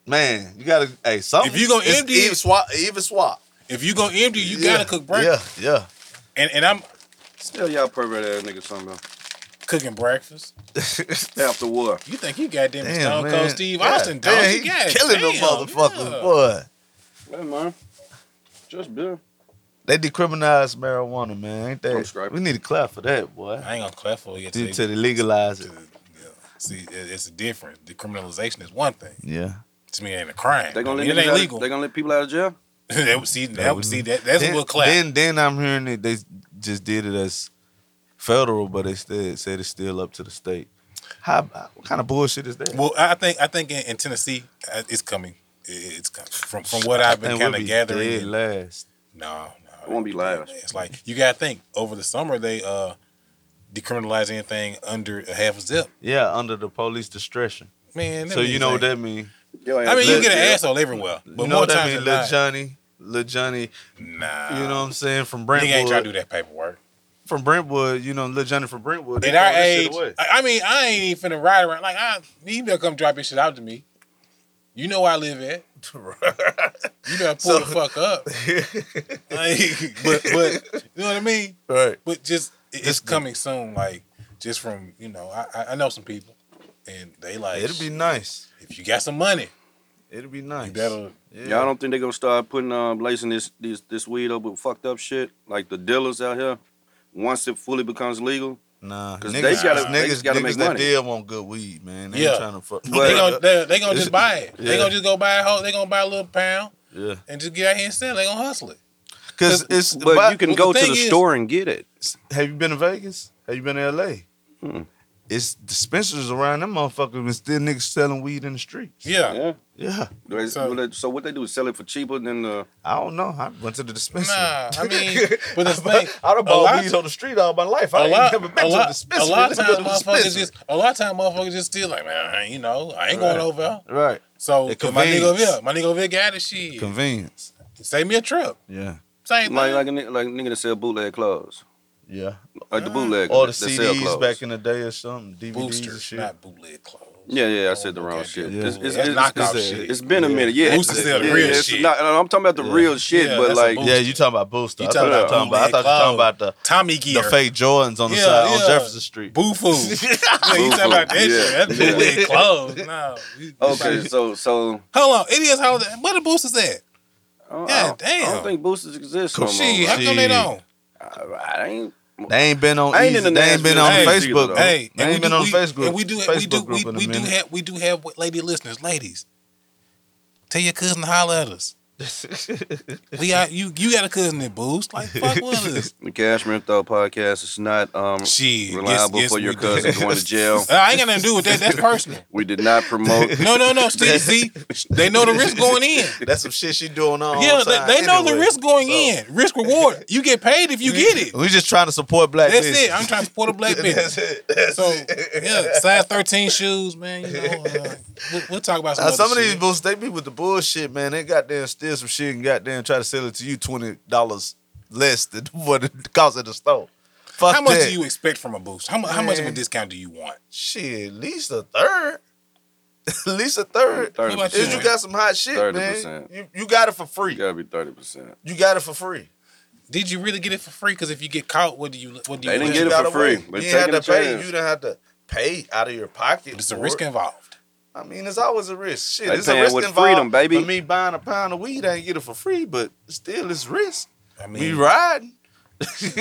[SPEAKER 2] Man, you gotta. Hey, something.
[SPEAKER 3] If you gonna
[SPEAKER 2] it's
[SPEAKER 3] empty
[SPEAKER 2] even
[SPEAKER 3] it-
[SPEAKER 2] swap, even swap.
[SPEAKER 3] If you gonna empty, you
[SPEAKER 2] Yeah,
[SPEAKER 3] gotta cook breakfast.
[SPEAKER 2] Yeah, yeah.
[SPEAKER 3] And and I'm
[SPEAKER 4] Still, y'all pervert ass niggas something about
[SPEAKER 3] cooking breakfast.
[SPEAKER 4] after war.
[SPEAKER 3] You think you goddamn
[SPEAKER 2] Damn,
[SPEAKER 3] Stone
[SPEAKER 2] man.
[SPEAKER 3] Cold Steve
[SPEAKER 2] God
[SPEAKER 3] Austin,
[SPEAKER 2] damn,
[SPEAKER 3] don't
[SPEAKER 2] he
[SPEAKER 3] you? God
[SPEAKER 2] killing them
[SPEAKER 3] damn,
[SPEAKER 2] motherfuckers,
[SPEAKER 3] yeah.
[SPEAKER 2] boy.
[SPEAKER 4] Hey man, just beer.
[SPEAKER 2] They decriminalized marijuana, man. Ain't
[SPEAKER 4] From
[SPEAKER 2] that?
[SPEAKER 4] scrap.
[SPEAKER 2] We need to clap for that, boy.
[SPEAKER 3] I ain't gonna clap for you.
[SPEAKER 2] Till till they legalize it.
[SPEAKER 3] to- yeah. See, it- it's a difference. Decriminalization is one thing.
[SPEAKER 2] Yeah.
[SPEAKER 3] To me, it ain't a crime.
[SPEAKER 4] They gonna
[SPEAKER 3] I
[SPEAKER 4] let
[SPEAKER 3] mean, it
[SPEAKER 4] niggas
[SPEAKER 3] ain't
[SPEAKER 4] out-
[SPEAKER 3] legal.
[SPEAKER 4] They gonna let people out of jail.
[SPEAKER 3] that would see that would see that that's
[SPEAKER 2] then,
[SPEAKER 3] a little clap.
[SPEAKER 2] Then, then I'm hearing that they just did it as federal, but they still said it's still up to the state. How? What kind of bullshit is that?
[SPEAKER 3] well, I I think I think in, in Tennessee, uh, it's coming. It- It's coming from from what I've
[SPEAKER 2] I
[SPEAKER 3] been
[SPEAKER 2] think
[SPEAKER 3] kind
[SPEAKER 2] we'll
[SPEAKER 3] of
[SPEAKER 2] be
[SPEAKER 3] gathering.
[SPEAKER 2] dead
[SPEAKER 3] and-
[SPEAKER 2] last.
[SPEAKER 3] No, no,
[SPEAKER 4] It won't be last.
[SPEAKER 3] It's like you gotta think. Over the summer, they uh decriminalized anything under a half a zip.
[SPEAKER 2] Yeah, under the police discretion.
[SPEAKER 3] Man,
[SPEAKER 2] So you know what
[SPEAKER 3] that.
[SPEAKER 2] that means.
[SPEAKER 3] means ain't- I mean, you
[SPEAKER 2] Lil-
[SPEAKER 3] get an asshole everywhere, but
[SPEAKER 2] you know
[SPEAKER 3] more
[SPEAKER 2] what that
[SPEAKER 3] times than
[SPEAKER 2] means, little
[SPEAKER 3] not,
[SPEAKER 2] Johnny, little Johnny.
[SPEAKER 3] nah.
[SPEAKER 2] You know what I'm saying? From
[SPEAKER 3] nigga ain't trying to do
[SPEAKER 2] Brentwood,
[SPEAKER 3] that paperwork.
[SPEAKER 2] from Brentwood. You know, little Johnny from Brentwood. they
[SPEAKER 3] At our
[SPEAKER 2] throw that shit
[SPEAKER 3] age,
[SPEAKER 2] away.
[SPEAKER 3] I, I mean, I ain't even finna ride around. Like, I, you better come drop your shit out to me. You know where I live at. You better pull
[SPEAKER 2] So-
[SPEAKER 3] the fuck up. Like, but, but, you know what I mean?
[SPEAKER 2] right.
[SPEAKER 3] But just, it- it's
[SPEAKER 2] Just-
[SPEAKER 3] coming soon. Like, just from, you know, I, I- I know some people, and they like,
[SPEAKER 2] It'll be nice.
[SPEAKER 3] if you got some money,
[SPEAKER 2] It'll be nice.
[SPEAKER 3] you better.
[SPEAKER 2] Yeah.
[SPEAKER 4] Y'all don't think they gonna start putting um lacing this this this weed up with fucked up shit like the dealers out here? Once it fully becomes legal,
[SPEAKER 2] Nah,
[SPEAKER 4] 'Cause
[SPEAKER 2] niggas,
[SPEAKER 4] they
[SPEAKER 3] gotta-
[SPEAKER 2] niggas,
[SPEAKER 4] they
[SPEAKER 2] niggas,
[SPEAKER 4] gotta
[SPEAKER 2] niggas
[SPEAKER 4] make
[SPEAKER 2] that
[SPEAKER 4] money.
[SPEAKER 2] deal want good weed, man. They
[SPEAKER 3] Yeah.
[SPEAKER 2] ain't trying to fuck.
[SPEAKER 4] But-
[SPEAKER 3] they gonna, they, they gonna just buy it. They
[SPEAKER 2] Yeah.
[SPEAKER 3] gonna just go buy a whole, they gonna buy a little pound
[SPEAKER 2] yeah,
[SPEAKER 3] and just get out here and sell. it. They gonna hustle it.
[SPEAKER 2] because it's.
[SPEAKER 4] but
[SPEAKER 2] But
[SPEAKER 4] you can
[SPEAKER 3] well,
[SPEAKER 4] go
[SPEAKER 3] the
[SPEAKER 4] to the
[SPEAKER 3] thing is-
[SPEAKER 4] store and get it.
[SPEAKER 2] Have you been to Vegas? Have you been to L.A.?
[SPEAKER 4] Hmm.
[SPEAKER 2] It's dispensaries around them motherfuckers, and still niggas selling weed in the streets.
[SPEAKER 3] Yeah.
[SPEAKER 2] Yeah,
[SPEAKER 4] They-
[SPEAKER 3] So-
[SPEAKER 4] well, they- so what they do is sell it for cheaper than the.
[SPEAKER 2] I don't know. I went to the dispensary.
[SPEAKER 3] Nah, I mean, but the thing,
[SPEAKER 2] I done
[SPEAKER 3] a lot
[SPEAKER 2] bought weed on the street all my life. I
[SPEAKER 3] a
[SPEAKER 2] ain't
[SPEAKER 3] lot,
[SPEAKER 2] never been
[SPEAKER 3] a
[SPEAKER 2] to a
[SPEAKER 3] lot, a
[SPEAKER 2] dispensary.
[SPEAKER 3] lot of
[SPEAKER 2] Let's go
[SPEAKER 3] times
[SPEAKER 2] to the
[SPEAKER 3] motherfuckers
[SPEAKER 2] dispensary.
[SPEAKER 3] just, a lot of times motherfuckers just still like, man, I ain't- you know, I ain't going
[SPEAKER 2] Right.
[SPEAKER 3] over there.
[SPEAKER 2] right
[SPEAKER 3] So
[SPEAKER 2] The
[SPEAKER 3] if my nigga over
[SPEAKER 2] convenience.
[SPEAKER 3] here, my nigga over here got his shit.
[SPEAKER 2] convenience.
[SPEAKER 3] Save me a trip.
[SPEAKER 2] Yeah,
[SPEAKER 3] Same
[SPEAKER 4] Like
[SPEAKER 3] thing.
[SPEAKER 4] like a, ni- like a nigga that sell bootleg clothes,
[SPEAKER 2] yeah.
[SPEAKER 4] like the bootleg
[SPEAKER 2] Or the
[SPEAKER 4] that sell
[SPEAKER 2] CDs
[SPEAKER 4] clothes.
[SPEAKER 2] back in the day or something. DVDs and
[SPEAKER 3] Boosters,
[SPEAKER 2] shit.
[SPEAKER 3] not bootleg clothes.
[SPEAKER 4] Yeah, yeah, I said the
[SPEAKER 3] Oh,
[SPEAKER 4] wrong
[SPEAKER 3] Okay,
[SPEAKER 4] shit.
[SPEAKER 3] yeah.
[SPEAKER 4] It's, it's,
[SPEAKER 3] That's
[SPEAKER 4] it's-
[SPEAKER 3] knockout
[SPEAKER 4] it's-
[SPEAKER 3] shit.
[SPEAKER 4] It's been a minute. Yeah,
[SPEAKER 3] Boosie said the
[SPEAKER 4] yeah,
[SPEAKER 3] real
[SPEAKER 4] it's
[SPEAKER 3] shit.
[SPEAKER 4] Not, I'm talking about the
[SPEAKER 2] Yeah.
[SPEAKER 4] real shit,
[SPEAKER 3] Yeah,
[SPEAKER 4] but
[SPEAKER 3] that's a
[SPEAKER 4] like,
[SPEAKER 3] bull-
[SPEAKER 2] Yeah, you talking about booster.
[SPEAKER 3] You
[SPEAKER 2] I thought
[SPEAKER 3] talking
[SPEAKER 2] you were
[SPEAKER 3] about
[SPEAKER 2] talking about. I
[SPEAKER 3] bootleg
[SPEAKER 2] thought you were talking about
[SPEAKER 3] Tommy
[SPEAKER 2] the,
[SPEAKER 3] gear.
[SPEAKER 2] the fake Jordans on the
[SPEAKER 3] Yeah,
[SPEAKER 2] side
[SPEAKER 3] yeah.
[SPEAKER 2] on Jefferson Street.
[SPEAKER 3] Boo food. yeah, you talking about that
[SPEAKER 4] Boo-foo, yeah.
[SPEAKER 3] shit. That's bootleg clothes. No. we- we-
[SPEAKER 4] okay, so so
[SPEAKER 3] Hold on. It is how where the boosters at?
[SPEAKER 4] I don't-
[SPEAKER 3] Yeah,
[SPEAKER 4] I don't, I
[SPEAKER 3] damn.
[SPEAKER 4] don't think boosters exist. No more.
[SPEAKER 3] Shit, how
[SPEAKER 4] I,
[SPEAKER 3] come they
[SPEAKER 2] Shit.
[SPEAKER 3] don't?
[SPEAKER 4] I ain't.
[SPEAKER 2] They ain't been on.
[SPEAKER 4] I ain't
[SPEAKER 2] Easy-
[SPEAKER 4] in the
[SPEAKER 2] They ain't been on
[SPEAKER 3] Hey,
[SPEAKER 4] Nashville
[SPEAKER 2] Facebook.
[SPEAKER 4] either,
[SPEAKER 3] Hey,
[SPEAKER 2] they ain't been on Facebook.
[SPEAKER 3] And we do, we
[SPEAKER 2] Facebook
[SPEAKER 3] do, we,
[SPEAKER 2] group in a
[SPEAKER 3] we do
[SPEAKER 2] minute.
[SPEAKER 3] have, we do have lady listeners, ladies. Tell your cousin to holler at us. we out, you, you got a cousin that boost, like fuck with us.
[SPEAKER 4] The Cashmere Thought podcast is not um
[SPEAKER 3] Shit, yes,
[SPEAKER 4] reliable
[SPEAKER 3] yes,
[SPEAKER 4] for your
[SPEAKER 3] we do.
[SPEAKER 4] cousin going to jail.
[SPEAKER 3] Uh, I ain't got nothing to do with that. That's personal.
[SPEAKER 4] We did not promote.
[SPEAKER 3] No, no, no. See, see, they know the risk going in.
[SPEAKER 2] That's some shit she doing on.
[SPEAKER 3] Yeah, they, they know the risk going in. Risk reward. You get paid if you get it.
[SPEAKER 2] We just trying to support black.
[SPEAKER 3] That's
[SPEAKER 2] business.
[SPEAKER 3] it. I'm trying to support a black
[SPEAKER 2] That's
[SPEAKER 3] business.
[SPEAKER 2] it. That's
[SPEAKER 3] So
[SPEAKER 2] it.
[SPEAKER 3] yeah, size 13 shoes, man. You know, uh, we, we'll talk about some, other
[SPEAKER 2] Now, Uh, some of these
[SPEAKER 3] shit.
[SPEAKER 2] books, they be with the bullshit, man. They goddamn steal some shit and goddamn try to sell it to you twenty dollars less than what it costs at the store. Fuck
[SPEAKER 3] How much
[SPEAKER 2] that.
[SPEAKER 3] do you expect from a boost? How, mu- how much of a
[SPEAKER 2] Man.
[SPEAKER 3] discount do you want?
[SPEAKER 2] Shit, at least a third. at least a third.
[SPEAKER 4] Thirty
[SPEAKER 3] about
[SPEAKER 2] If you
[SPEAKER 4] percent.
[SPEAKER 2] got some hot shit,
[SPEAKER 4] 30%.
[SPEAKER 2] man, you, you got it for free.
[SPEAKER 4] Gotta be thirty percent.
[SPEAKER 2] You got it for free.
[SPEAKER 3] Did you really get it for free? Because if you get caught, what do you what do you
[SPEAKER 4] They didn't
[SPEAKER 3] lose?
[SPEAKER 4] get it
[SPEAKER 2] You gotta
[SPEAKER 4] for free.
[SPEAKER 2] wait.
[SPEAKER 4] They
[SPEAKER 2] You didn't
[SPEAKER 4] taking
[SPEAKER 2] have to
[SPEAKER 4] a
[SPEAKER 2] pay.
[SPEAKER 4] chance.
[SPEAKER 2] You didn't have to pay out of your pocket.
[SPEAKER 3] There's a
[SPEAKER 2] for
[SPEAKER 3] risk
[SPEAKER 2] it.
[SPEAKER 3] involved.
[SPEAKER 2] I mean, it's always a risk. Shit,
[SPEAKER 4] They
[SPEAKER 2] it's a
[SPEAKER 4] paying
[SPEAKER 2] risk
[SPEAKER 4] with
[SPEAKER 2] involved.
[SPEAKER 4] freedom, baby.
[SPEAKER 2] But me buying a pound of weed, I ain't get it for free, but still, it's risk.
[SPEAKER 3] I
[SPEAKER 2] We
[SPEAKER 3] mean,
[SPEAKER 2] riding.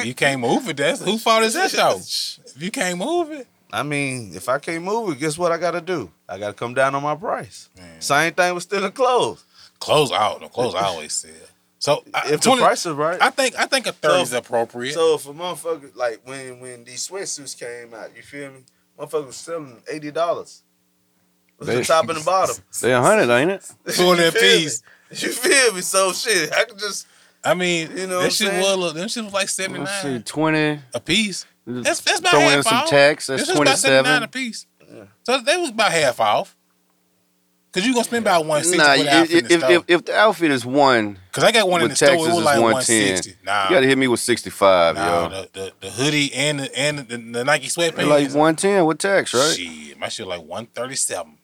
[SPEAKER 3] you can't move it. That's who fault is that though? If you can't move it,
[SPEAKER 2] I mean, if I can't move it, guess what I gotta do? I gotta come down on my price. Same thing with stealing clothes.
[SPEAKER 3] close out. No, close. I always sell. So I,
[SPEAKER 2] If
[SPEAKER 3] 20
[SPEAKER 2] the price is right.
[SPEAKER 3] I think I think a third
[SPEAKER 2] So-
[SPEAKER 3] is appropriate.
[SPEAKER 2] so if a motherfucker like when when these sweatsuits came out, you feel me? Motherfucker was selling eighty dollars. The
[SPEAKER 4] They-
[SPEAKER 2] top and the bottom.
[SPEAKER 4] They a hundred, ain't it?
[SPEAKER 3] Two of
[SPEAKER 2] You
[SPEAKER 3] that
[SPEAKER 2] feel me?
[SPEAKER 3] piece.
[SPEAKER 2] You feel me? So shit, I could just
[SPEAKER 3] I mean,
[SPEAKER 2] You know what I'm
[SPEAKER 3] that shit
[SPEAKER 2] saying? Oh,
[SPEAKER 3] was a little- them shit was like seventy
[SPEAKER 4] Let's see,
[SPEAKER 3] nine
[SPEAKER 4] twenty.
[SPEAKER 3] a piece. That's that's about
[SPEAKER 4] Throw
[SPEAKER 3] half
[SPEAKER 4] in some
[SPEAKER 3] off.
[SPEAKER 4] tax. That's
[SPEAKER 3] This was about seventy nine a
[SPEAKER 4] twenty-seven.
[SPEAKER 3] piece. So they was about half off. Cause you gonna spend about one sixty
[SPEAKER 4] Nah,
[SPEAKER 3] for the outfit in
[SPEAKER 4] if,
[SPEAKER 3] the
[SPEAKER 4] if,
[SPEAKER 3] store.
[SPEAKER 4] if, if the outfit is one,
[SPEAKER 3] Cause I got one in
[SPEAKER 4] with
[SPEAKER 3] the store. It
[SPEAKER 4] taxes
[SPEAKER 3] was
[SPEAKER 4] is
[SPEAKER 3] like one
[SPEAKER 4] 110.
[SPEAKER 3] sixty. Nah,
[SPEAKER 4] You gotta hit me with 65,
[SPEAKER 3] nah.
[SPEAKER 4] yo.
[SPEAKER 3] The, the the hoodie and the and the, the Nike
[SPEAKER 4] They
[SPEAKER 3] sweatpants.
[SPEAKER 4] like 110 with tax, right?
[SPEAKER 3] Shit, my shit like one thirty seven.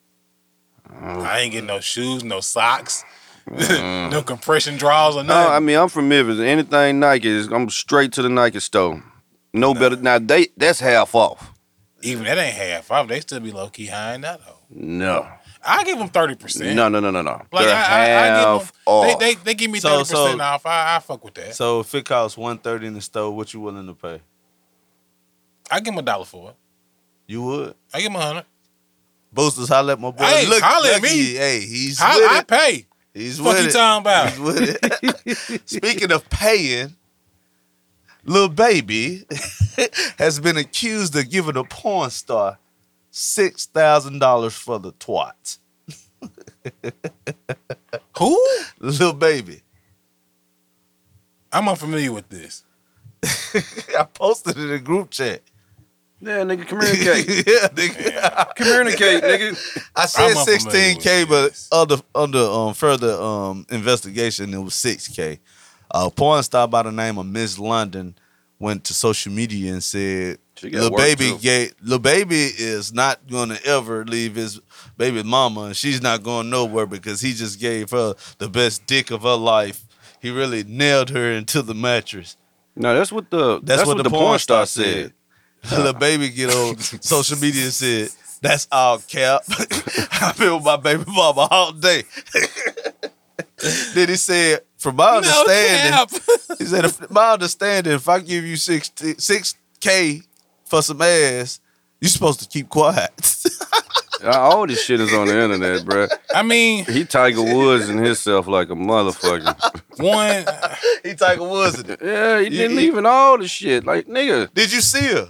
[SPEAKER 4] Oh,
[SPEAKER 3] I ain't getting no shoes, no socks, no compression draws or
[SPEAKER 4] No,
[SPEAKER 3] nothing.
[SPEAKER 4] I mean I'm familiar with anything Nike. Is, I'm straight to the Nike store. No better. Now they that's half off.
[SPEAKER 3] even that ain't half off. They still be low key high in that though.
[SPEAKER 4] No,
[SPEAKER 3] I give them thirty percent.
[SPEAKER 4] no, no, no, no, no.
[SPEAKER 3] Like
[SPEAKER 4] They're
[SPEAKER 3] I, I, I give
[SPEAKER 4] half
[SPEAKER 3] them,
[SPEAKER 4] off.
[SPEAKER 3] They, they they give me
[SPEAKER 2] So-
[SPEAKER 3] thirty
[SPEAKER 2] so-
[SPEAKER 3] percent off. I, I fuck with that.
[SPEAKER 2] So if it costs one thirty in the store, what you willing to pay?
[SPEAKER 3] I give them a dollar for it.
[SPEAKER 2] You would.
[SPEAKER 3] I give them a hundred.
[SPEAKER 2] Boosters, holla at my boy.
[SPEAKER 3] Hey,
[SPEAKER 2] Look,
[SPEAKER 3] holla at
[SPEAKER 2] Lucky.
[SPEAKER 3] me.
[SPEAKER 2] Hey, he's with
[SPEAKER 3] I, I
[SPEAKER 2] it.
[SPEAKER 3] pay.
[SPEAKER 2] He's
[SPEAKER 3] Fuck
[SPEAKER 2] with
[SPEAKER 3] you
[SPEAKER 2] it.
[SPEAKER 3] talking about?
[SPEAKER 2] He's with it. Speaking of paying, little baby has been accused of giving a porn star six thousand dollars for the twat.
[SPEAKER 3] Who?
[SPEAKER 2] Little baby,
[SPEAKER 3] I'm unfamiliar with this.
[SPEAKER 2] I posted it in the group chat.
[SPEAKER 4] yeah, nigga,
[SPEAKER 2] yeah, nigga.
[SPEAKER 4] communicate, communicate, nigga.
[SPEAKER 2] I said
[SPEAKER 3] unfamiliar with
[SPEAKER 2] sixteen k, but
[SPEAKER 3] this.
[SPEAKER 2] under under um, further um, investigation, it was six k. A porn star by the name of Miss London went to social media and said,
[SPEAKER 4] She got
[SPEAKER 2] "Little
[SPEAKER 4] work,
[SPEAKER 2] baby,
[SPEAKER 4] too."
[SPEAKER 2] gay, little baby is not going to ever leave his baby mama, and she's not going nowhere because he just gave her the best dick of her life. He really nailed her into the mattress."
[SPEAKER 4] No, that's what the that's, what, the porn star said.
[SPEAKER 2] Little baby get on social media and said, "That's all cap." I've been with my baby mama all day. then he said, "From my understanding, he said, if, my understanding, if I give you six six k for some ass, you're supposed to keep quiet."
[SPEAKER 4] All this shit is on the internet, bruh.
[SPEAKER 3] I mean,
[SPEAKER 4] He Tiger Woods and himself like a motherfucker.
[SPEAKER 3] one.
[SPEAKER 2] he Tiger Woods. in it.
[SPEAKER 4] Yeah, he didn't
[SPEAKER 2] he-
[SPEAKER 4] even all the shit. Like nigga,
[SPEAKER 2] Did you see her?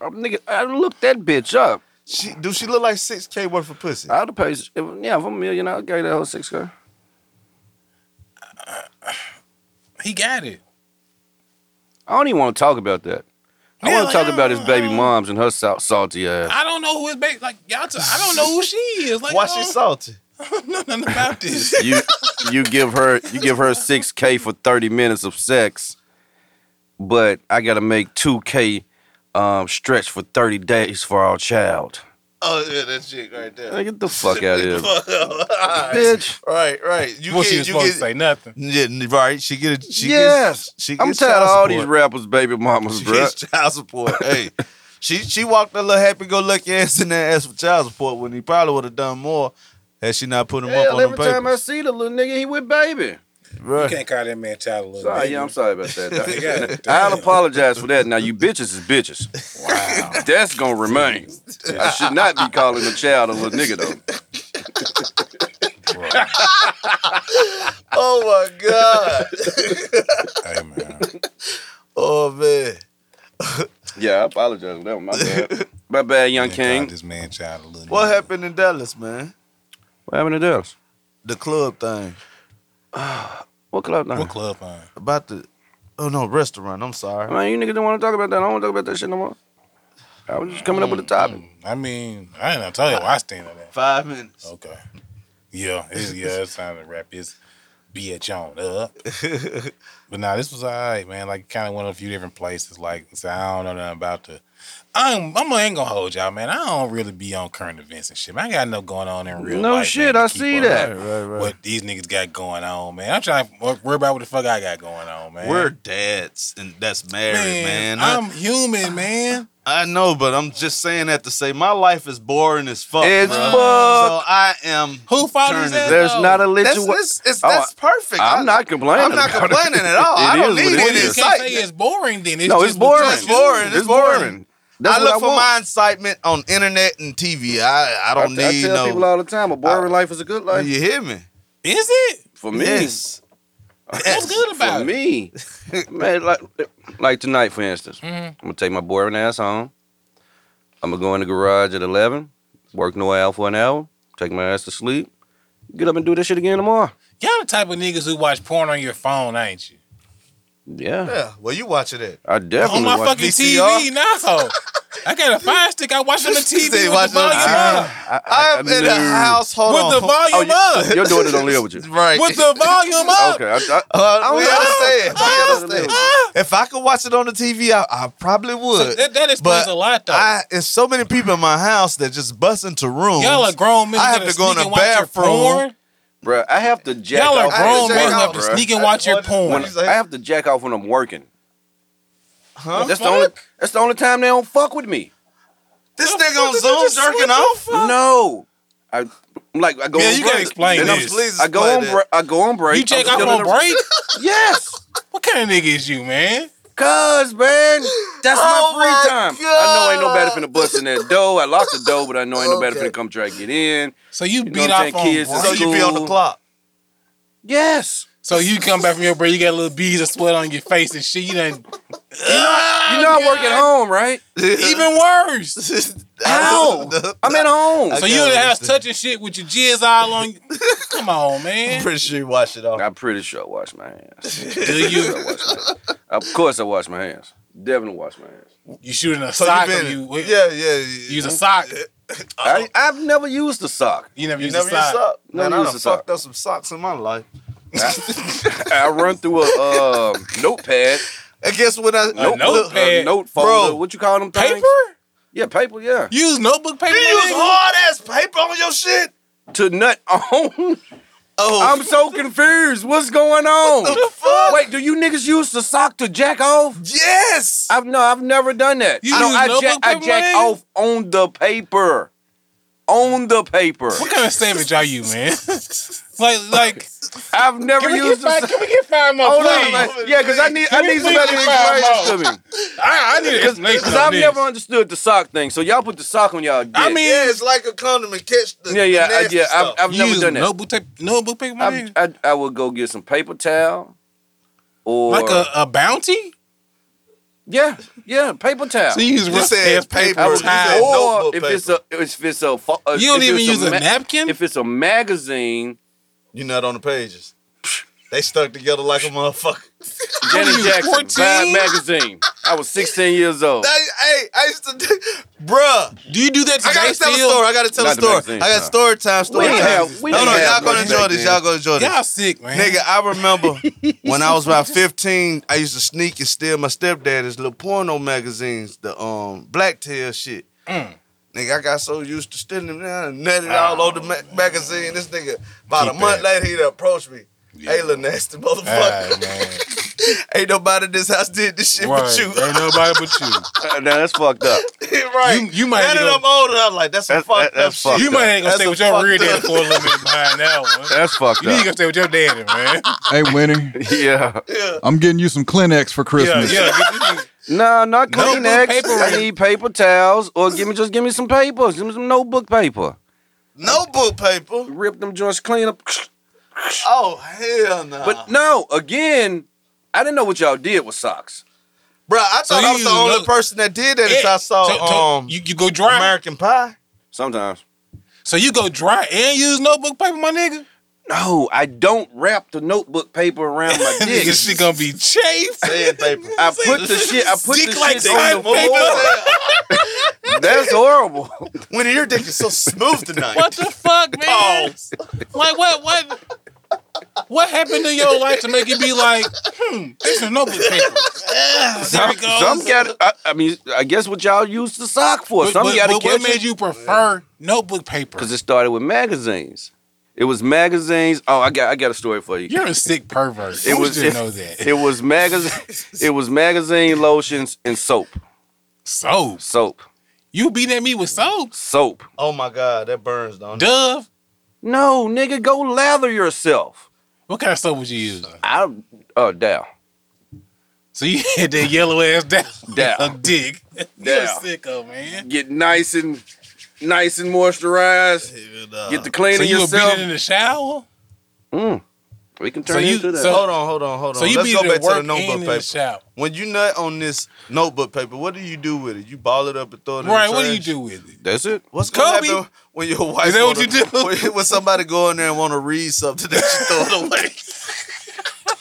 [SPEAKER 4] I, nigga, I looked that bitch up.
[SPEAKER 2] She do she look like six k worth of pussy?
[SPEAKER 4] I'd have paid. If, yeah, if I'm a million, I'd give that whole six k.
[SPEAKER 3] He got it.
[SPEAKER 4] I don't even want to talk about that. I
[SPEAKER 3] Yeah,
[SPEAKER 4] want
[SPEAKER 3] like,
[SPEAKER 4] to talk
[SPEAKER 3] I
[SPEAKER 4] about his
[SPEAKER 3] don't-
[SPEAKER 4] baby
[SPEAKER 3] I don't-
[SPEAKER 4] moms and her sal- salty ass.
[SPEAKER 3] I don't know who his baby. Like y'all, t- I don't know who she is. Like
[SPEAKER 2] Why
[SPEAKER 3] I
[SPEAKER 2] she
[SPEAKER 3] don't
[SPEAKER 2] salty?
[SPEAKER 3] know nothing about this.
[SPEAKER 4] You you give her you give her six k for thirty minutes of sex, but I gotta make two k um, stretch for thirty days for our child.
[SPEAKER 5] Oh yeah, that chick right there.
[SPEAKER 4] Man, get the fuck out of here.
[SPEAKER 5] Fuck up. All right.
[SPEAKER 4] Bitch.
[SPEAKER 5] Right, right. You
[SPEAKER 3] Well,
[SPEAKER 5] get,
[SPEAKER 3] she was
[SPEAKER 5] you
[SPEAKER 3] supposed
[SPEAKER 5] get,
[SPEAKER 3] to say nothing.
[SPEAKER 2] Yeah, right. She get a she
[SPEAKER 4] Yes.
[SPEAKER 2] gets, she
[SPEAKER 4] I'm
[SPEAKER 2] gets
[SPEAKER 4] tired of
[SPEAKER 2] child
[SPEAKER 4] all
[SPEAKER 2] support.
[SPEAKER 4] these rappers, baby mamas,
[SPEAKER 2] She
[SPEAKER 4] bro.
[SPEAKER 2] gets child support. hey, she she walked a little happy go lucky ass in there and asked for child support when he probably would have done more had she not put him up
[SPEAKER 4] Hell,
[SPEAKER 2] on the
[SPEAKER 4] every
[SPEAKER 2] paper.
[SPEAKER 4] time I see the little nigga, he with baby.
[SPEAKER 3] You can't call that man child a little
[SPEAKER 4] Sorry,
[SPEAKER 3] baby.
[SPEAKER 4] yeah, I'm sorry about that.
[SPEAKER 3] God
[SPEAKER 4] I'll apologize for that. Now you bitches is bitches.
[SPEAKER 3] Wow.
[SPEAKER 4] That's gonna remain. I should not be calling a child a little nigga though.
[SPEAKER 5] Oh my god.
[SPEAKER 3] hey, man.
[SPEAKER 2] Oh man,
[SPEAKER 4] Yeah, I apologize for that one. My bad. My bad, young
[SPEAKER 3] You can't call
[SPEAKER 4] king.
[SPEAKER 3] this man child a little
[SPEAKER 2] what
[SPEAKER 3] nigga.
[SPEAKER 2] happened in Dallas, man?
[SPEAKER 4] What happened to us?
[SPEAKER 2] The club thing
[SPEAKER 4] What club now?
[SPEAKER 3] What club on?
[SPEAKER 2] about the oh no restaurant. I'm sorry.
[SPEAKER 4] Man, you niggas don't want to talk about that. I don't want to talk about that shit no more. I was just coming up with a
[SPEAKER 2] Mm.
[SPEAKER 4] topic.
[SPEAKER 3] Hmm, I mean, I ain't gonna tell you where I stand on that.
[SPEAKER 2] Five minutes.
[SPEAKER 3] Okay. Yeah, it's, yeah, it's time to wrap this bitch on up. But now this was all right, man. Like, kind of went a few different places. Like, so I don't know nothing about the. I'm, I'm I ain't gonna hold y'all, man. I don't really be on current events and shit. Man, I got no going on in real
[SPEAKER 4] No
[SPEAKER 3] life. man,
[SPEAKER 4] shit,
[SPEAKER 3] to
[SPEAKER 4] I
[SPEAKER 3] keep
[SPEAKER 4] see
[SPEAKER 3] up
[SPEAKER 4] that.
[SPEAKER 3] with
[SPEAKER 2] right, right.
[SPEAKER 3] What these niggas got going on, man. I'm trying to wor- worry about what the fuck I got going on, man.
[SPEAKER 2] We're dads, and that's married,
[SPEAKER 3] man,
[SPEAKER 2] man. I-
[SPEAKER 3] I'm human, man.
[SPEAKER 2] I know, but I'm just saying that to say my life is boring as fuck.
[SPEAKER 4] It's
[SPEAKER 2] bruh.
[SPEAKER 4] fuck.
[SPEAKER 2] So I am.
[SPEAKER 3] Who fathers
[SPEAKER 2] Turn
[SPEAKER 3] that?
[SPEAKER 2] it-
[SPEAKER 4] There's
[SPEAKER 3] though?
[SPEAKER 4] not a
[SPEAKER 2] That's,
[SPEAKER 4] little.
[SPEAKER 2] it's, it's,
[SPEAKER 4] Oh,
[SPEAKER 2] that's perfect.
[SPEAKER 4] I'm
[SPEAKER 2] I-
[SPEAKER 4] not complaining.
[SPEAKER 2] I'm not
[SPEAKER 4] about it.
[SPEAKER 2] complaining at all.
[SPEAKER 4] It
[SPEAKER 2] I don't
[SPEAKER 4] is what
[SPEAKER 2] need
[SPEAKER 4] it
[SPEAKER 2] any
[SPEAKER 4] is.
[SPEAKER 3] You can't say
[SPEAKER 2] excitement.
[SPEAKER 3] it's boring. Then it's
[SPEAKER 4] No,
[SPEAKER 3] just
[SPEAKER 4] it's boring.
[SPEAKER 3] because
[SPEAKER 2] It's
[SPEAKER 3] you-
[SPEAKER 2] boring. It's boring.
[SPEAKER 4] That's
[SPEAKER 2] I
[SPEAKER 4] what
[SPEAKER 2] look for
[SPEAKER 4] want.
[SPEAKER 2] my incitement on internet and TV. I, I don't
[SPEAKER 4] I,
[SPEAKER 2] need
[SPEAKER 4] I tell people
[SPEAKER 2] no.
[SPEAKER 4] all the time, a boring
[SPEAKER 2] I-
[SPEAKER 4] life is a good life.
[SPEAKER 2] you hear me?
[SPEAKER 3] Is it?
[SPEAKER 4] For me,
[SPEAKER 2] Yes.
[SPEAKER 3] What's good about
[SPEAKER 4] for
[SPEAKER 3] it?
[SPEAKER 4] me, man, like, like tonight, for instance, I'm gonna take my boring ass home. I'm gonna go in the garage at 11, work no out for an hour, take my ass to sleep, get up and do this shit again tomorrow.
[SPEAKER 3] Y'all the type of niggas who watch porn on your phone, ain't you?
[SPEAKER 4] Yeah,
[SPEAKER 2] Yeah. Well, you watching it.
[SPEAKER 4] I definitely.
[SPEAKER 3] on my
[SPEAKER 4] watch-
[SPEAKER 3] fucking
[SPEAKER 2] VCR?
[SPEAKER 3] TV now. I got a fire stick. I watch on the TV
[SPEAKER 2] They
[SPEAKER 3] with
[SPEAKER 2] watch
[SPEAKER 3] the
[SPEAKER 2] on
[SPEAKER 3] volume
[SPEAKER 2] the
[SPEAKER 3] up.
[SPEAKER 4] Ah, I, I-
[SPEAKER 2] I'm in a
[SPEAKER 4] no.
[SPEAKER 2] household.
[SPEAKER 3] With the
[SPEAKER 4] Oh,
[SPEAKER 3] volume
[SPEAKER 4] you,
[SPEAKER 3] up.
[SPEAKER 4] your daughter don't live with you.
[SPEAKER 2] Right.
[SPEAKER 3] With the volume up.
[SPEAKER 4] Okay, I, I,
[SPEAKER 2] Uh,
[SPEAKER 4] don't
[SPEAKER 2] we
[SPEAKER 4] know.
[SPEAKER 2] understand.
[SPEAKER 4] Ah,
[SPEAKER 2] We understand.
[SPEAKER 3] ah.
[SPEAKER 2] If I could watch it on the TV, I, I probably would.
[SPEAKER 3] That, that explains
[SPEAKER 2] But
[SPEAKER 3] a lot, though.
[SPEAKER 2] I it's so many people in my house that just bust into rooms.
[SPEAKER 3] Y'all are grown men.
[SPEAKER 2] I have
[SPEAKER 3] that
[SPEAKER 2] to go in
[SPEAKER 3] sneak
[SPEAKER 2] the
[SPEAKER 3] and watch your
[SPEAKER 2] bathroom.
[SPEAKER 3] porn.
[SPEAKER 4] Bruh, I have to jack
[SPEAKER 3] Y'all are
[SPEAKER 4] off. I
[SPEAKER 3] grown
[SPEAKER 4] have to
[SPEAKER 3] men
[SPEAKER 4] jack
[SPEAKER 3] who
[SPEAKER 4] off,
[SPEAKER 3] have to
[SPEAKER 4] bruh.
[SPEAKER 3] sneak and watch your
[SPEAKER 2] What- what
[SPEAKER 3] porn.
[SPEAKER 2] you say?
[SPEAKER 4] I have to jack off when I'm working.
[SPEAKER 2] Huh?
[SPEAKER 4] That's the only. That's the only time they don't fuck with me.
[SPEAKER 2] this
[SPEAKER 3] The
[SPEAKER 2] nigga
[SPEAKER 3] fuck did
[SPEAKER 2] on
[SPEAKER 3] you
[SPEAKER 2] Zoom
[SPEAKER 3] just-
[SPEAKER 2] jerking
[SPEAKER 3] what the
[SPEAKER 2] off.
[SPEAKER 3] fuck?
[SPEAKER 4] No, I, I'm like I go.
[SPEAKER 3] Yeah,
[SPEAKER 4] on
[SPEAKER 3] you gotta
[SPEAKER 4] break.
[SPEAKER 3] explain
[SPEAKER 4] Then I'm-
[SPEAKER 3] this.
[SPEAKER 2] Please
[SPEAKER 4] I go
[SPEAKER 2] explain
[SPEAKER 4] on.
[SPEAKER 2] that.
[SPEAKER 4] Bre- I go on break.
[SPEAKER 3] You check
[SPEAKER 4] I'm
[SPEAKER 3] off
[SPEAKER 4] still
[SPEAKER 3] on
[SPEAKER 4] in the-
[SPEAKER 3] break?
[SPEAKER 4] Yes,
[SPEAKER 3] What kind of nigga is you, man?
[SPEAKER 4] cause man, that's
[SPEAKER 2] Oh
[SPEAKER 4] my free
[SPEAKER 2] my
[SPEAKER 4] time. I know ain't no better
[SPEAKER 2] God.
[SPEAKER 4] finna bust in that dough. I lost the dough, but I know ain't no better
[SPEAKER 2] Okay.
[SPEAKER 4] finna come try to get in.
[SPEAKER 3] So you,
[SPEAKER 4] know
[SPEAKER 3] beat
[SPEAKER 4] what I'm
[SPEAKER 3] off
[SPEAKER 4] saying,
[SPEAKER 3] on
[SPEAKER 4] kids is
[SPEAKER 2] So
[SPEAKER 3] break.
[SPEAKER 2] you be on the clock.
[SPEAKER 4] Yes,
[SPEAKER 3] So you come back from your break, you got little beads of sweat on your face and shit. You done
[SPEAKER 4] you know I work at home, right?
[SPEAKER 3] even worse.
[SPEAKER 4] How? I'm at home.
[SPEAKER 2] I
[SPEAKER 3] So you
[SPEAKER 2] can't
[SPEAKER 3] in the house
[SPEAKER 2] understand.
[SPEAKER 3] touching shit with your jizz all on you. Come on,
[SPEAKER 2] I'm
[SPEAKER 3] man.
[SPEAKER 2] pretty sure you wash it off.
[SPEAKER 4] I'm pretty sure I wash my hands.
[SPEAKER 3] Do
[SPEAKER 4] I
[SPEAKER 3] you
[SPEAKER 4] wash my hands. Of course, I wash my hands. Definitely wash my hands.
[SPEAKER 3] you shooting a
[SPEAKER 2] So
[SPEAKER 3] sock
[SPEAKER 2] you
[SPEAKER 3] or
[SPEAKER 2] been,
[SPEAKER 3] you wait,
[SPEAKER 2] yeah, yeah,
[SPEAKER 3] you use a sock.
[SPEAKER 4] I, I've never used the sock.
[SPEAKER 3] You never
[SPEAKER 2] You
[SPEAKER 3] use
[SPEAKER 2] never
[SPEAKER 3] a
[SPEAKER 2] used
[SPEAKER 3] sock.
[SPEAKER 2] sock.
[SPEAKER 4] Never
[SPEAKER 2] Man, I
[SPEAKER 4] used
[SPEAKER 2] done
[SPEAKER 4] a sock.
[SPEAKER 2] fucked up some socks in my life.
[SPEAKER 4] I run through a um, notepad,
[SPEAKER 2] And guess what? I
[SPEAKER 3] Nope.
[SPEAKER 4] notebook,
[SPEAKER 3] nope. Notepad.
[SPEAKER 4] a note
[SPEAKER 2] Bro.
[SPEAKER 4] folder. What you call them? Things?
[SPEAKER 3] Paper?
[SPEAKER 4] Yeah, paper. Yeah,
[SPEAKER 3] You use notebook paper?
[SPEAKER 2] You use
[SPEAKER 3] nigga?
[SPEAKER 2] hard ass paper on your shit.
[SPEAKER 4] to nut on.
[SPEAKER 2] Oh,
[SPEAKER 4] I'm so confused. What's going on?
[SPEAKER 2] the fuck?
[SPEAKER 4] Wait, do you niggas use the sock to jack off?
[SPEAKER 2] yes.
[SPEAKER 4] I've no, I've never done that.
[SPEAKER 3] You
[SPEAKER 4] no,
[SPEAKER 3] use
[SPEAKER 4] I,
[SPEAKER 3] notebook
[SPEAKER 4] jack, I
[SPEAKER 3] paper, my
[SPEAKER 4] jack
[SPEAKER 3] nigga?
[SPEAKER 4] off on the paper, on the paper.
[SPEAKER 3] What kind of savage are you, man? like like
[SPEAKER 4] I've never
[SPEAKER 3] can we, get
[SPEAKER 4] used the
[SPEAKER 3] five,
[SPEAKER 4] sock.
[SPEAKER 3] can we get five more
[SPEAKER 4] Hold
[SPEAKER 3] please?
[SPEAKER 4] on, like, yeah, because I need I
[SPEAKER 3] Can we
[SPEAKER 4] need somebody to
[SPEAKER 3] please find
[SPEAKER 4] explain this
[SPEAKER 3] more?
[SPEAKER 4] to me.
[SPEAKER 3] I, I need an explanation
[SPEAKER 4] Because
[SPEAKER 3] on
[SPEAKER 4] I've
[SPEAKER 3] this.
[SPEAKER 4] never understood the sock thing. So y'all put the sock on y'all dick.
[SPEAKER 3] I mean
[SPEAKER 2] yeah, it's like a condom and catch the
[SPEAKER 4] yeah, yeah,
[SPEAKER 2] the
[SPEAKER 4] I,
[SPEAKER 2] nasty
[SPEAKER 4] yeah. I've,
[SPEAKER 2] stuff.
[SPEAKER 4] I've
[SPEAKER 3] you
[SPEAKER 4] never
[SPEAKER 3] use
[SPEAKER 4] done that.
[SPEAKER 3] notebook tape notebook paper, my
[SPEAKER 4] I,
[SPEAKER 3] nigga?
[SPEAKER 4] I, I would go get some paper towel or
[SPEAKER 3] Like a, a bounty?
[SPEAKER 4] yeah, yeah, paper towel.
[SPEAKER 3] So you use
[SPEAKER 2] You
[SPEAKER 3] rough
[SPEAKER 2] said
[SPEAKER 3] ass paper.
[SPEAKER 4] I would,
[SPEAKER 2] towel.
[SPEAKER 3] towel.
[SPEAKER 4] or
[SPEAKER 2] Notebook
[SPEAKER 4] if it's a if it's a fo- uh,
[SPEAKER 3] You don't
[SPEAKER 4] if
[SPEAKER 3] even
[SPEAKER 4] it's
[SPEAKER 3] use a
[SPEAKER 4] ma-
[SPEAKER 3] napkin?
[SPEAKER 4] If it's a magazine,
[SPEAKER 2] You're not on the pages. They stuck together like a motherfucker.
[SPEAKER 4] Janet
[SPEAKER 3] you,
[SPEAKER 4] Jackson
[SPEAKER 3] 14?
[SPEAKER 4] Vibe magazine. I was 16 years old.
[SPEAKER 2] Hey, hey, I used to, do, bruh.
[SPEAKER 3] Do you do that today
[SPEAKER 2] I gotta tell
[SPEAKER 3] still?
[SPEAKER 2] a story. I gotta tell
[SPEAKER 4] Not
[SPEAKER 2] a
[SPEAKER 4] the
[SPEAKER 2] story.
[SPEAKER 4] magazine,
[SPEAKER 2] I got
[SPEAKER 4] no.
[SPEAKER 2] story time. Story
[SPEAKER 4] didn't
[SPEAKER 2] time.
[SPEAKER 4] have- we
[SPEAKER 2] no,
[SPEAKER 4] didn't
[SPEAKER 2] no,
[SPEAKER 4] have
[SPEAKER 2] y'all go to
[SPEAKER 4] nothing back
[SPEAKER 2] Jordan's.
[SPEAKER 4] then.
[SPEAKER 2] Y'all go to Jordan's.
[SPEAKER 3] Y'all sick, man.
[SPEAKER 2] Nigga, I remember when I was about 15, I used to sneak
[SPEAKER 3] Mm.
[SPEAKER 2] and steal my stepdaddy's little porno magazines, the um blacktail shit. Nigga, I got so used to stealing them down, nutted all over the ma- magazine. This nigga, about
[SPEAKER 3] Keep
[SPEAKER 2] a
[SPEAKER 3] that.
[SPEAKER 2] month later, he'd approach me. Hey, little nasty motherfucker.
[SPEAKER 3] Ah, man.
[SPEAKER 2] Ain't nobody in this house did this shit
[SPEAKER 3] Right.
[SPEAKER 2] but you.
[SPEAKER 3] Ain't nobody but you.
[SPEAKER 4] now that's fucked up.
[SPEAKER 2] right.
[SPEAKER 3] You, you might
[SPEAKER 2] now
[SPEAKER 3] ain't
[SPEAKER 2] that
[SPEAKER 3] gonna-
[SPEAKER 2] I'm older, I'm like, that's some
[SPEAKER 4] That-
[SPEAKER 2] fucked
[SPEAKER 4] that-
[SPEAKER 2] up
[SPEAKER 4] that's fucked
[SPEAKER 2] shit.
[SPEAKER 3] you might ain't gonna
[SPEAKER 2] That's
[SPEAKER 3] stay
[SPEAKER 2] a
[SPEAKER 3] with your
[SPEAKER 2] fucked
[SPEAKER 3] real
[SPEAKER 2] up-
[SPEAKER 3] daddy for a little bit behind that one.
[SPEAKER 4] That's fucked
[SPEAKER 3] You need to
[SPEAKER 4] up.
[SPEAKER 3] go stay with your daddy, man.
[SPEAKER 6] Hey, Winnie,
[SPEAKER 4] Yeah.
[SPEAKER 6] I'm getting you some Kleenex for
[SPEAKER 3] yeah,
[SPEAKER 6] Christmas.
[SPEAKER 3] yeah. get this nigga-
[SPEAKER 4] No, not
[SPEAKER 3] Notebook
[SPEAKER 4] Kleenex.
[SPEAKER 3] paper
[SPEAKER 4] I
[SPEAKER 3] and-
[SPEAKER 4] need paper towels, or give me just give me some paper. Give me some notebook paper.
[SPEAKER 2] Notebook paper.
[SPEAKER 4] Rip them joints clean up.
[SPEAKER 2] Oh hell no.
[SPEAKER 4] But no, again, I didn't know what y'all did with socks.
[SPEAKER 2] Bro, I thought
[SPEAKER 3] you
[SPEAKER 2] I was the
[SPEAKER 3] use
[SPEAKER 2] only
[SPEAKER 3] note-
[SPEAKER 2] person that did that. As
[SPEAKER 3] Yeah.
[SPEAKER 2] I saw
[SPEAKER 3] So- so
[SPEAKER 2] um,
[SPEAKER 3] you, you go dry.
[SPEAKER 2] American Pie.
[SPEAKER 4] Sometimes.
[SPEAKER 3] So you go dry and use notebook paper, my nigga.
[SPEAKER 4] No, I don't wrap the notebook paper around my dick.
[SPEAKER 3] Nigga, she gonna be chafed.
[SPEAKER 2] Sandpaper.
[SPEAKER 4] I put the shit. I put the
[SPEAKER 3] Dick like
[SPEAKER 4] shit on the
[SPEAKER 3] sandpaper.
[SPEAKER 4] floor. That's horrible.
[SPEAKER 2] Winnie, your dick is so smooth tonight.
[SPEAKER 3] What the fuck, man? Like what? What? What happened to your life to make you be like, hmm, this is notebook paper? There
[SPEAKER 4] Some,
[SPEAKER 3] it goes.
[SPEAKER 4] some got. I, I mean, I guess what y'all used the sock for.
[SPEAKER 3] But,
[SPEAKER 4] some
[SPEAKER 3] but-
[SPEAKER 4] got to
[SPEAKER 3] but what
[SPEAKER 4] catch
[SPEAKER 3] made you prefer notebook paper?
[SPEAKER 4] because it started with magazines. It was magazines. Oh, I got. I got a story for you.
[SPEAKER 3] You're a sick pervert.
[SPEAKER 4] It
[SPEAKER 3] It
[SPEAKER 4] was-
[SPEAKER 3] was
[SPEAKER 4] it-
[SPEAKER 3] just know that.
[SPEAKER 4] It was magazine. it was magazine lotions and soap.
[SPEAKER 3] Soap.
[SPEAKER 4] Soap.
[SPEAKER 3] You beat at me with soap.
[SPEAKER 4] Soap.
[SPEAKER 2] Oh my god, that burns, don't it?
[SPEAKER 3] Dove.
[SPEAKER 4] No, nigga, go lather yourself.
[SPEAKER 3] What kind of soap would you use?
[SPEAKER 4] I. Oh, Dow.
[SPEAKER 3] So you had that yellow ass down.
[SPEAKER 4] Down.
[SPEAKER 3] A dick. You're a
[SPEAKER 4] Down.
[SPEAKER 3] sicko, man.
[SPEAKER 4] Get nice and nice and moisturized. Get the
[SPEAKER 3] So
[SPEAKER 4] cleaning
[SPEAKER 3] you would beat
[SPEAKER 4] yourself.
[SPEAKER 3] it in the shower?
[SPEAKER 4] Mm. We can turn
[SPEAKER 3] So you-
[SPEAKER 4] into that.
[SPEAKER 3] so-
[SPEAKER 2] Hold on, hold on, hold on.
[SPEAKER 3] So you
[SPEAKER 2] Let's
[SPEAKER 3] beat
[SPEAKER 2] go
[SPEAKER 3] it
[SPEAKER 2] back
[SPEAKER 3] at work
[SPEAKER 2] to the notebook
[SPEAKER 3] and in
[SPEAKER 2] paper.
[SPEAKER 3] the shower.
[SPEAKER 2] When you nut on this notebook paper, what do you do with it? You ball it up and throw it in
[SPEAKER 3] Right,
[SPEAKER 2] the
[SPEAKER 3] what do you
[SPEAKER 2] trash?
[SPEAKER 3] do with it?
[SPEAKER 4] That's it.
[SPEAKER 2] What's going
[SPEAKER 3] Kobe?
[SPEAKER 2] to happen when your wife
[SPEAKER 3] Is that what
[SPEAKER 2] wanna-
[SPEAKER 3] you do?
[SPEAKER 2] When, when somebody go in there and want to read something that you throw it away?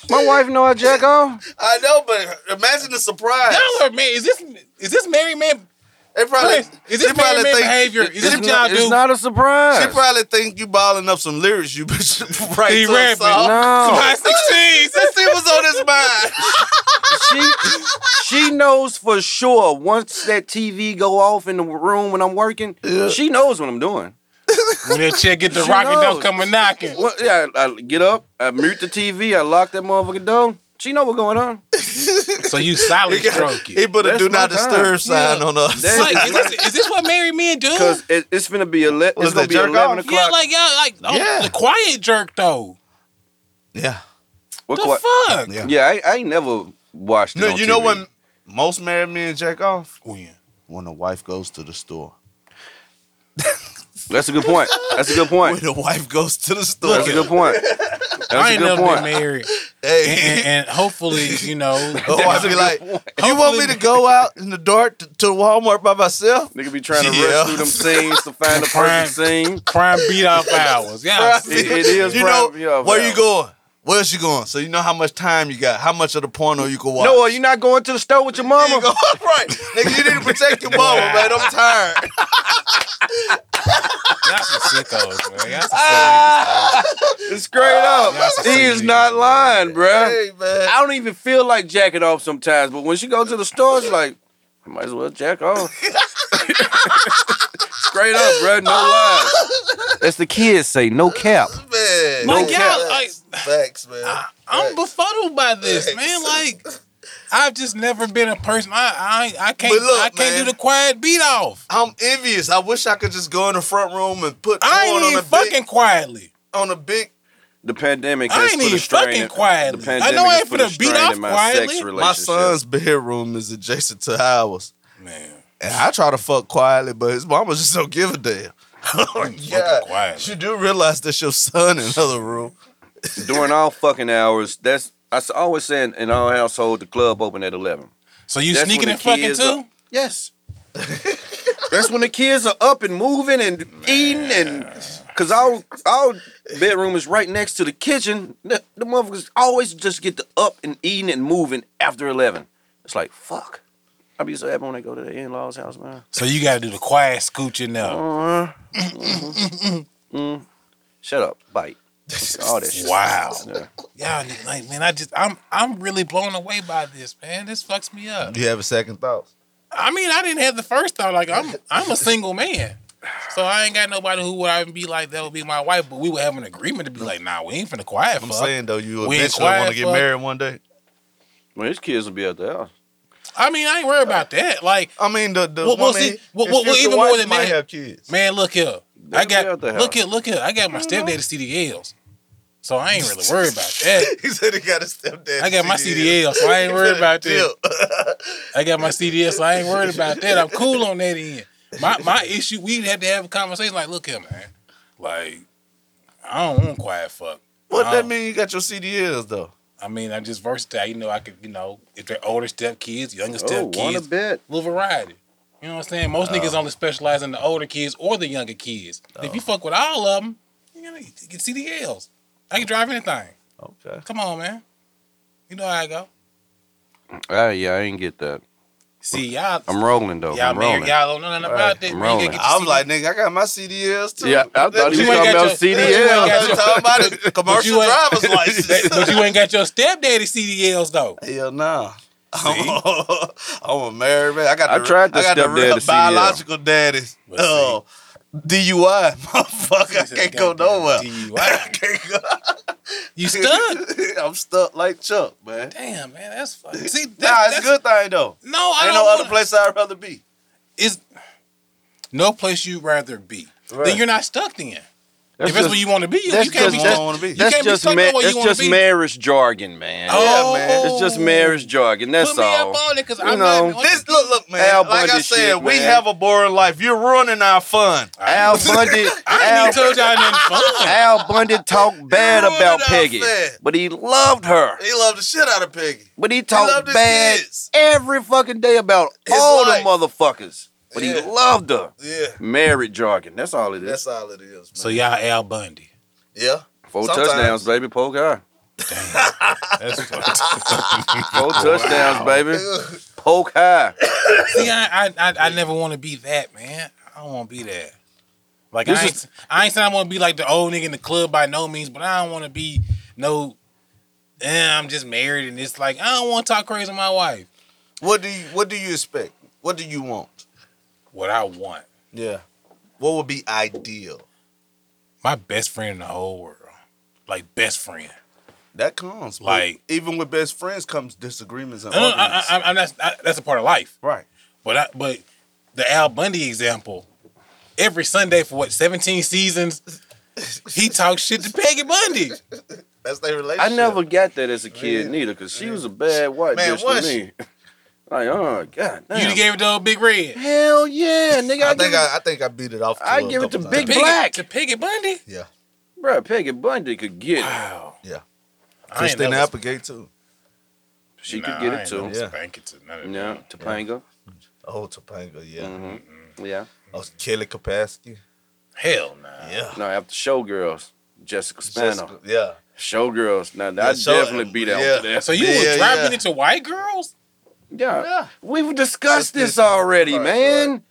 [SPEAKER 4] My wife know I jack off.
[SPEAKER 2] I know, but imagine the surprise.
[SPEAKER 3] Y'all are man. Is this is this married man?
[SPEAKER 2] They probably,
[SPEAKER 3] Is this
[SPEAKER 2] they probably
[SPEAKER 3] married man
[SPEAKER 2] think,
[SPEAKER 3] behavior? Is this
[SPEAKER 4] it's
[SPEAKER 3] what
[SPEAKER 4] not,
[SPEAKER 3] y'all
[SPEAKER 4] it's
[SPEAKER 3] do?
[SPEAKER 4] not a
[SPEAKER 2] She
[SPEAKER 4] surprise.
[SPEAKER 2] probably think you balling up some lyrics you bitch right
[SPEAKER 3] He
[SPEAKER 2] to a
[SPEAKER 3] rapping.
[SPEAKER 2] song.
[SPEAKER 4] no,
[SPEAKER 3] Five, six, six.
[SPEAKER 2] Let's see what's on his mind.
[SPEAKER 4] she she knows for sure. Once that TV go off in the room when I'm working, she knows what I'm doing.
[SPEAKER 3] When that chick get the
[SPEAKER 4] She
[SPEAKER 3] rocket,
[SPEAKER 4] knows.
[SPEAKER 3] don't come a knocking.
[SPEAKER 4] Well, yeah, I, I get up, I mute the TV, I lock that motherfucking door. She know what's going on.
[SPEAKER 3] So you solid stroke
[SPEAKER 2] He
[SPEAKER 3] it.
[SPEAKER 2] put a
[SPEAKER 4] That's
[SPEAKER 2] do not
[SPEAKER 4] my time.
[SPEAKER 2] disturb sign on us.
[SPEAKER 4] That's-
[SPEAKER 3] Like, is this, is this what married men do?
[SPEAKER 4] Cause it, it's finna be ele-
[SPEAKER 2] Was
[SPEAKER 4] It's gonna
[SPEAKER 2] that
[SPEAKER 4] be
[SPEAKER 2] jerk
[SPEAKER 4] eleven
[SPEAKER 2] off?
[SPEAKER 4] o'clock.
[SPEAKER 3] Yeah, like y'all, like oh,
[SPEAKER 2] Yeah.
[SPEAKER 3] the quiet jerk though.
[SPEAKER 2] yeah.
[SPEAKER 4] What
[SPEAKER 3] The
[SPEAKER 4] qua-
[SPEAKER 3] fuck?
[SPEAKER 2] Yeah.
[SPEAKER 4] yeah, I, I ain't never watched. it
[SPEAKER 2] No,
[SPEAKER 4] on
[SPEAKER 2] you know
[SPEAKER 4] TV.
[SPEAKER 2] when most married men jack off?
[SPEAKER 3] When?
[SPEAKER 2] When the wife goes to the store.
[SPEAKER 4] That's a good point. That's a good
[SPEAKER 2] When
[SPEAKER 4] point.
[SPEAKER 2] the wife goes to the store.
[SPEAKER 4] That's a good point.
[SPEAKER 3] I
[SPEAKER 4] That's a
[SPEAKER 3] ain't
[SPEAKER 4] good
[SPEAKER 3] never
[SPEAKER 4] point.
[SPEAKER 3] been married, and,
[SPEAKER 2] hey.
[SPEAKER 3] and, and hopefully, you know,
[SPEAKER 2] The wife be like, you want me to go out in the dark to, to Walmart by myself?
[SPEAKER 4] Nigga be trying to
[SPEAKER 2] Yeah.
[SPEAKER 4] rush through them scenes to find the
[SPEAKER 3] Prime.
[SPEAKER 4] perfect scene.
[SPEAKER 3] prime beat off hours. Yeah,
[SPEAKER 4] It- it is
[SPEAKER 2] You know,
[SPEAKER 4] prime, yeah,
[SPEAKER 2] where
[SPEAKER 4] bro.
[SPEAKER 2] you going? Where's you going? So you know how much time you got, how much of the porno you can watch.
[SPEAKER 4] No, you not going to the store with your mama.
[SPEAKER 2] You go, right. Nigga, you need to protect your mama, man. I'm tired.
[SPEAKER 3] y'all some sickos, man. Y'all some sickos.
[SPEAKER 4] It's straight
[SPEAKER 3] That's
[SPEAKER 4] up.
[SPEAKER 3] a
[SPEAKER 4] He is
[SPEAKER 3] CD.
[SPEAKER 4] not lying, bruh.
[SPEAKER 2] Hey, man.
[SPEAKER 4] I don't even feel like jacking off sometimes, but when she goes to the store, it's like, I might as well jack off. straight up, bruh. No lies. That's the kids say, no cap.
[SPEAKER 2] Man.
[SPEAKER 3] Like
[SPEAKER 4] No
[SPEAKER 3] y'all, like
[SPEAKER 2] Facts, man.
[SPEAKER 4] Ah.
[SPEAKER 3] I'm befuddled by this,
[SPEAKER 2] Facts.
[SPEAKER 3] man. Like I've just never been a person. I I, I can't
[SPEAKER 2] But look,
[SPEAKER 3] I can't
[SPEAKER 2] man.
[SPEAKER 3] do the quiet beat off.
[SPEAKER 2] I'm envious. I wish I could just go in the front room and put
[SPEAKER 3] I
[SPEAKER 2] porn
[SPEAKER 3] ain't
[SPEAKER 2] on
[SPEAKER 3] even
[SPEAKER 2] a
[SPEAKER 3] fucking
[SPEAKER 2] big
[SPEAKER 3] quietly.
[SPEAKER 2] on a big
[SPEAKER 4] The pandemic
[SPEAKER 3] I
[SPEAKER 4] has
[SPEAKER 3] ain't
[SPEAKER 4] put
[SPEAKER 3] even
[SPEAKER 4] a strain.
[SPEAKER 3] fucking
[SPEAKER 4] in-
[SPEAKER 3] quietly.
[SPEAKER 4] The
[SPEAKER 3] I know
[SPEAKER 4] pandemic
[SPEAKER 3] I
[SPEAKER 4] has
[SPEAKER 3] ain't
[SPEAKER 4] put a
[SPEAKER 3] finna beat
[SPEAKER 4] strain
[SPEAKER 3] off
[SPEAKER 4] in my
[SPEAKER 3] quietly.
[SPEAKER 4] Sex
[SPEAKER 3] My
[SPEAKER 2] my
[SPEAKER 4] relationship.
[SPEAKER 2] son's bedroom is adjacent to ours.
[SPEAKER 3] Man,
[SPEAKER 2] And I try to fuck quietly, but his mama just don't give a damn. yeah,
[SPEAKER 3] fucking quietly.
[SPEAKER 2] you do realize that's your son in another room.
[SPEAKER 4] during all fucking hours. That's I s- always saying in our household the club open at eleven.
[SPEAKER 3] So you
[SPEAKER 4] That's
[SPEAKER 3] sneaking
[SPEAKER 4] when
[SPEAKER 3] and
[SPEAKER 4] the
[SPEAKER 3] fucking
[SPEAKER 4] kids
[SPEAKER 3] too?
[SPEAKER 4] are- Yes. That's when the kids are up and moving and eating and cause our our bedroom is right next to the kitchen. The, the motherfuckers always just get the up and eating and moving after eleven. It's like fuck. I be so happy when I go to the in laws house, man.
[SPEAKER 3] So you gotta do the quiet scooching up.
[SPEAKER 4] Uh, mm, shut up, bite. All that shit.
[SPEAKER 3] Wow.
[SPEAKER 4] Yeah.
[SPEAKER 3] Y'all niggas, like man, I just I'm I'm really blown away by this, man. This fucks me up.
[SPEAKER 2] You have a second thought.
[SPEAKER 3] I mean, I didn't have the first thought. Like I'm, I'm a single man, so I ain't got nobody who would I would be like that would be my wife. But we would have an agreement to be like, nah, we ain't finna quiet.
[SPEAKER 2] I'm
[SPEAKER 3] fuck.
[SPEAKER 2] saying though, you
[SPEAKER 3] We ain't
[SPEAKER 2] eventually want
[SPEAKER 3] quiet,
[SPEAKER 2] to get
[SPEAKER 3] fuck.
[SPEAKER 2] married one day.
[SPEAKER 4] Man, these kids will be out the house.
[SPEAKER 3] I mean, I ain't worried about that. Like,
[SPEAKER 2] I mean, the the
[SPEAKER 3] Well, well,
[SPEAKER 2] woman,
[SPEAKER 3] see, well,
[SPEAKER 2] his
[SPEAKER 3] well, well,
[SPEAKER 2] future
[SPEAKER 3] even more
[SPEAKER 2] wife
[SPEAKER 3] than
[SPEAKER 2] might
[SPEAKER 3] that-
[SPEAKER 2] have kids.
[SPEAKER 3] man, look here. I
[SPEAKER 4] They'll be out
[SPEAKER 3] got
[SPEAKER 4] the
[SPEAKER 3] look
[SPEAKER 4] house.
[SPEAKER 3] here, look here. I got my stepdaddy CDLs, so I ain't really worried about that.
[SPEAKER 2] He said he got a stepdad.
[SPEAKER 3] I got my CDL, so I ain't worried about that. I got my CDL, so I ain't worried about that. I'm cool on that end. My my issue, we had to have a conversation. Like, look here, man. Like, I don't want quiet fuck.
[SPEAKER 2] What that
[SPEAKER 3] Oh.
[SPEAKER 2] mean? You got your CDLs though.
[SPEAKER 3] I mean, I'm just versatile. You know, I could, you know, if they're older step kids, younger
[SPEAKER 4] Oh,
[SPEAKER 3] step
[SPEAKER 4] want a
[SPEAKER 3] kids,
[SPEAKER 4] bet?
[SPEAKER 3] little variety. You know what I'm saying? Most
[SPEAKER 2] Oh.
[SPEAKER 3] niggas only specialize in the older kids or the younger kids. If
[SPEAKER 2] Oh.
[SPEAKER 3] you fuck with all of them, you know, you get CDLs. I can drive anything.
[SPEAKER 2] Okay.
[SPEAKER 3] Come on, man. You know how I go.
[SPEAKER 4] Ah, yeah, I ain't get that.
[SPEAKER 3] See, y'all,
[SPEAKER 4] I'm rolling though.
[SPEAKER 3] y'all
[SPEAKER 4] I'm rolling.
[SPEAKER 3] married, y'all don't know nothing about that. man.
[SPEAKER 4] I'm
[SPEAKER 3] You
[SPEAKER 4] rolling.
[SPEAKER 3] gotta get your
[SPEAKER 2] I'm
[SPEAKER 3] CDL.
[SPEAKER 2] like, nigga, I got my CDLs too.
[SPEAKER 4] Yeah, I thought he
[SPEAKER 3] you
[SPEAKER 4] was
[SPEAKER 3] ain't
[SPEAKER 4] talking
[SPEAKER 3] got
[SPEAKER 4] about
[SPEAKER 3] your- you ain't got
[SPEAKER 4] CDL.
[SPEAKER 3] your-
[SPEAKER 2] talking about a commercial
[SPEAKER 3] you ain't-
[SPEAKER 2] driver's license.
[SPEAKER 3] but you ain't got your stepdaddy CDLs though.
[SPEAKER 2] Hell nah. I'm a, I'm a married man. I got
[SPEAKER 4] I
[SPEAKER 2] the,
[SPEAKER 4] tried to
[SPEAKER 2] I got the
[SPEAKER 4] step
[SPEAKER 2] real
[SPEAKER 4] dad to CDL.
[SPEAKER 2] biological daddies.
[SPEAKER 3] But see-
[SPEAKER 2] Oh, DUI, motherfucker. I
[SPEAKER 3] This is
[SPEAKER 2] can't go
[SPEAKER 3] goddamn
[SPEAKER 2] nowhere. I
[SPEAKER 3] DUI.
[SPEAKER 2] can't go.
[SPEAKER 3] You stuck.
[SPEAKER 2] I'm stuck like Chuck, man.
[SPEAKER 3] Damn, man, that's fucking. See, that,
[SPEAKER 2] Nah, it's a
[SPEAKER 3] that's
[SPEAKER 2] good thing though.
[SPEAKER 3] No, I don't
[SPEAKER 2] Ain't no other
[SPEAKER 3] wanna-
[SPEAKER 2] place I'd rather be.
[SPEAKER 3] Is no place you'd rather be.
[SPEAKER 2] Right.
[SPEAKER 3] Then you're not stuck then.
[SPEAKER 4] That's
[SPEAKER 3] if that's
[SPEAKER 4] just-
[SPEAKER 3] where you want to be, you,
[SPEAKER 4] that's
[SPEAKER 3] you can't be
[SPEAKER 4] just-
[SPEAKER 2] Where I
[SPEAKER 3] stuck.
[SPEAKER 2] want to be.
[SPEAKER 3] you
[SPEAKER 4] That's
[SPEAKER 3] can't be
[SPEAKER 4] just
[SPEAKER 3] stuck
[SPEAKER 4] ma-
[SPEAKER 3] nowhere you
[SPEAKER 4] that's
[SPEAKER 3] wanna
[SPEAKER 4] just
[SPEAKER 3] be. Oh.
[SPEAKER 4] marriage jargon, man.
[SPEAKER 2] Yeah, man.
[SPEAKER 4] It's just marriage jargon. That's
[SPEAKER 3] Put me
[SPEAKER 4] all.
[SPEAKER 3] up on it because
[SPEAKER 4] You
[SPEAKER 3] I'm
[SPEAKER 4] know,
[SPEAKER 3] not.
[SPEAKER 2] This look, look, man.
[SPEAKER 4] Al
[SPEAKER 2] like I
[SPEAKER 4] Bundy
[SPEAKER 2] said,
[SPEAKER 4] shit,
[SPEAKER 2] we
[SPEAKER 4] man.
[SPEAKER 2] have a boring life. You're ruining our fun.
[SPEAKER 4] Al Bundy.
[SPEAKER 3] I
[SPEAKER 4] Al,
[SPEAKER 3] ain't even told y'all nothing fun.
[SPEAKER 4] Al Bundy talked bad
[SPEAKER 2] ruined
[SPEAKER 4] about
[SPEAKER 2] our
[SPEAKER 4] Peggy,
[SPEAKER 2] fed.
[SPEAKER 4] but he loved her.
[SPEAKER 2] He loved the shit out of Peggy.
[SPEAKER 4] But he
[SPEAKER 2] loved
[SPEAKER 4] talked
[SPEAKER 2] his
[SPEAKER 4] bad
[SPEAKER 2] kids.
[SPEAKER 4] every fucking day about all
[SPEAKER 2] life.
[SPEAKER 4] the motherfuckers. But
[SPEAKER 2] Yeah.
[SPEAKER 4] he loved her.
[SPEAKER 2] Yeah,
[SPEAKER 4] Married jargon. That's all it is.
[SPEAKER 2] that's all it is, man.
[SPEAKER 3] So y'all Al Bundy.
[SPEAKER 2] yeah.
[SPEAKER 4] Four
[SPEAKER 2] Sometimes.
[SPEAKER 4] touchdowns, baby. Poor guy.
[SPEAKER 3] That's fucked.
[SPEAKER 4] Four touchdowns, baby. Poke high.
[SPEAKER 3] See, I, I, I, I never want to be that man. I don't want to be that. Like
[SPEAKER 4] This
[SPEAKER 3] I ain't,
[SPEAKER 4] is-
[SPEAKER 3] I ain't saying I want to be like the old nigga in the club by no means, but I don't want to be no. Eh, I'm just married, and it's like I don't want to talk crazy to my wife.
[SPEAKER 2] What do you What do you expect? What do you want?
[SPEAKER 3] What I want,
[SPEAKER 2] Yeah. What would be ideal?
[SPEAKER 3] my best friend in the whole world, like best friend.
[SPEAKER 2] That comes but
[SPEAKER 3] Like-
[SPEAKER 2] even with best friends comes disagreements and
[SPEAKER 3] No, no, I,
[SPEAKER 2] arguments.
[SPEAKER 3] I, I'm not. I, that's a part of life.
[SPEAKER 2] right.
[SPEAKER 3] But I, but the Al Bundy example, every Sunday for what 17 seasons, he talks shit to Peggy Bundy.
[SPEAKER 2] That's their
[SPEAKER 4] I
[SPEAKER 2] relationship.
[SPEAKER 4] never got that as a kid neither, because she was a bad white
[SPEAKER 2] Man,
[SPEAKER 4] bitch to
[SPEAKER 2] was
[SPEAKER 4] me. Like, oh god
[SPEAKER 3] You
[SPEAKER 4] damn.
[SPEAKER 3] gave it to old Big Red.
[SPEAKER 4] Hell yeah, nigga. I,
[SPEAKER 2] I
[SPEAKER 4] give
[SPEAKER 2] think
[SPEAKER 4] it,
[SPEAKER 2] I, I think I beat it off.
[SPEAKER 4] I
[SPEAKER 2] a
[SPEAKER 4] give it to
[SPEAKER 2] couple
[SPEAKER 4] Big
[SPEAKER 2] times.
[SPEAKER 3] Piggy,
[SPEAKER 4] Black.
[SPEAKER 3] to Piggy Bundy.
[SPEAKER 2] Yeah.
[SPEAKER 4] bro, Peggy Bundy could get it.
[SPEAKER 3] Wow.
[SPEAKER 2] Yeah.
[SPEAKER 3] I ain't
[SPEAKER 2] Christina
[SPEAKER 3] never-
[SPEAKER 2] Applegate too.
[SPEAKER 4] She
[SPEAKER 3] Nah,
[SPEAKER 4] could get
[SPEAKER 3] I
[SPEAKER 4] it
[SPEAKER 3] ain't
[SPEAKER 4] too.
[SPEAKER 3] never
[SPEAKER 2] Yeah.
[SPEAKER 3] Spank it to none of
[SPEAKER 4] Yeah,
[SPEAKER 3] them.
[SPEAKER 4] Topanga.
[SPEAKER 2] Oh, Topanga. Yeah.
[SPEAKER 4] Mm-hmm. Yeah.
[SPEAKER 2] Oh, Kelly Kapowski.
[SPEAKER 3] Hell nah.
[SPEAKER 2] Yeah.
[SPEAKER 4] No, after Showgirls, Jessica Spano.
[SPEAKER 2] Jessica- Yeah.
[SPEAKER 4] Showgirls. Now, I
[SPEAKER 2] show-
[SPEAKER 4] definitely beat out
[SPEAKER 2] yeah.
[SPEAKER 4] for that.
[SPEAKER 3] So you
[SPEAKER 2] Yeah,
[SPEAKER 3] were dropping
[SPEAKER 2] yeah.
[SPEAKER 3] it to white girls?
[SPEAKER 4] Yeah.
[SPEAKER 2] Yeah.
[SPEAKER 4] We've discussed
[SPEAKER 2] That's
[SPEAKER 4] this
[SPEAKER 2] it.
[SPEAKER 4] already,
[SPEAKER 2] Right,
[SPEAKER 4] man.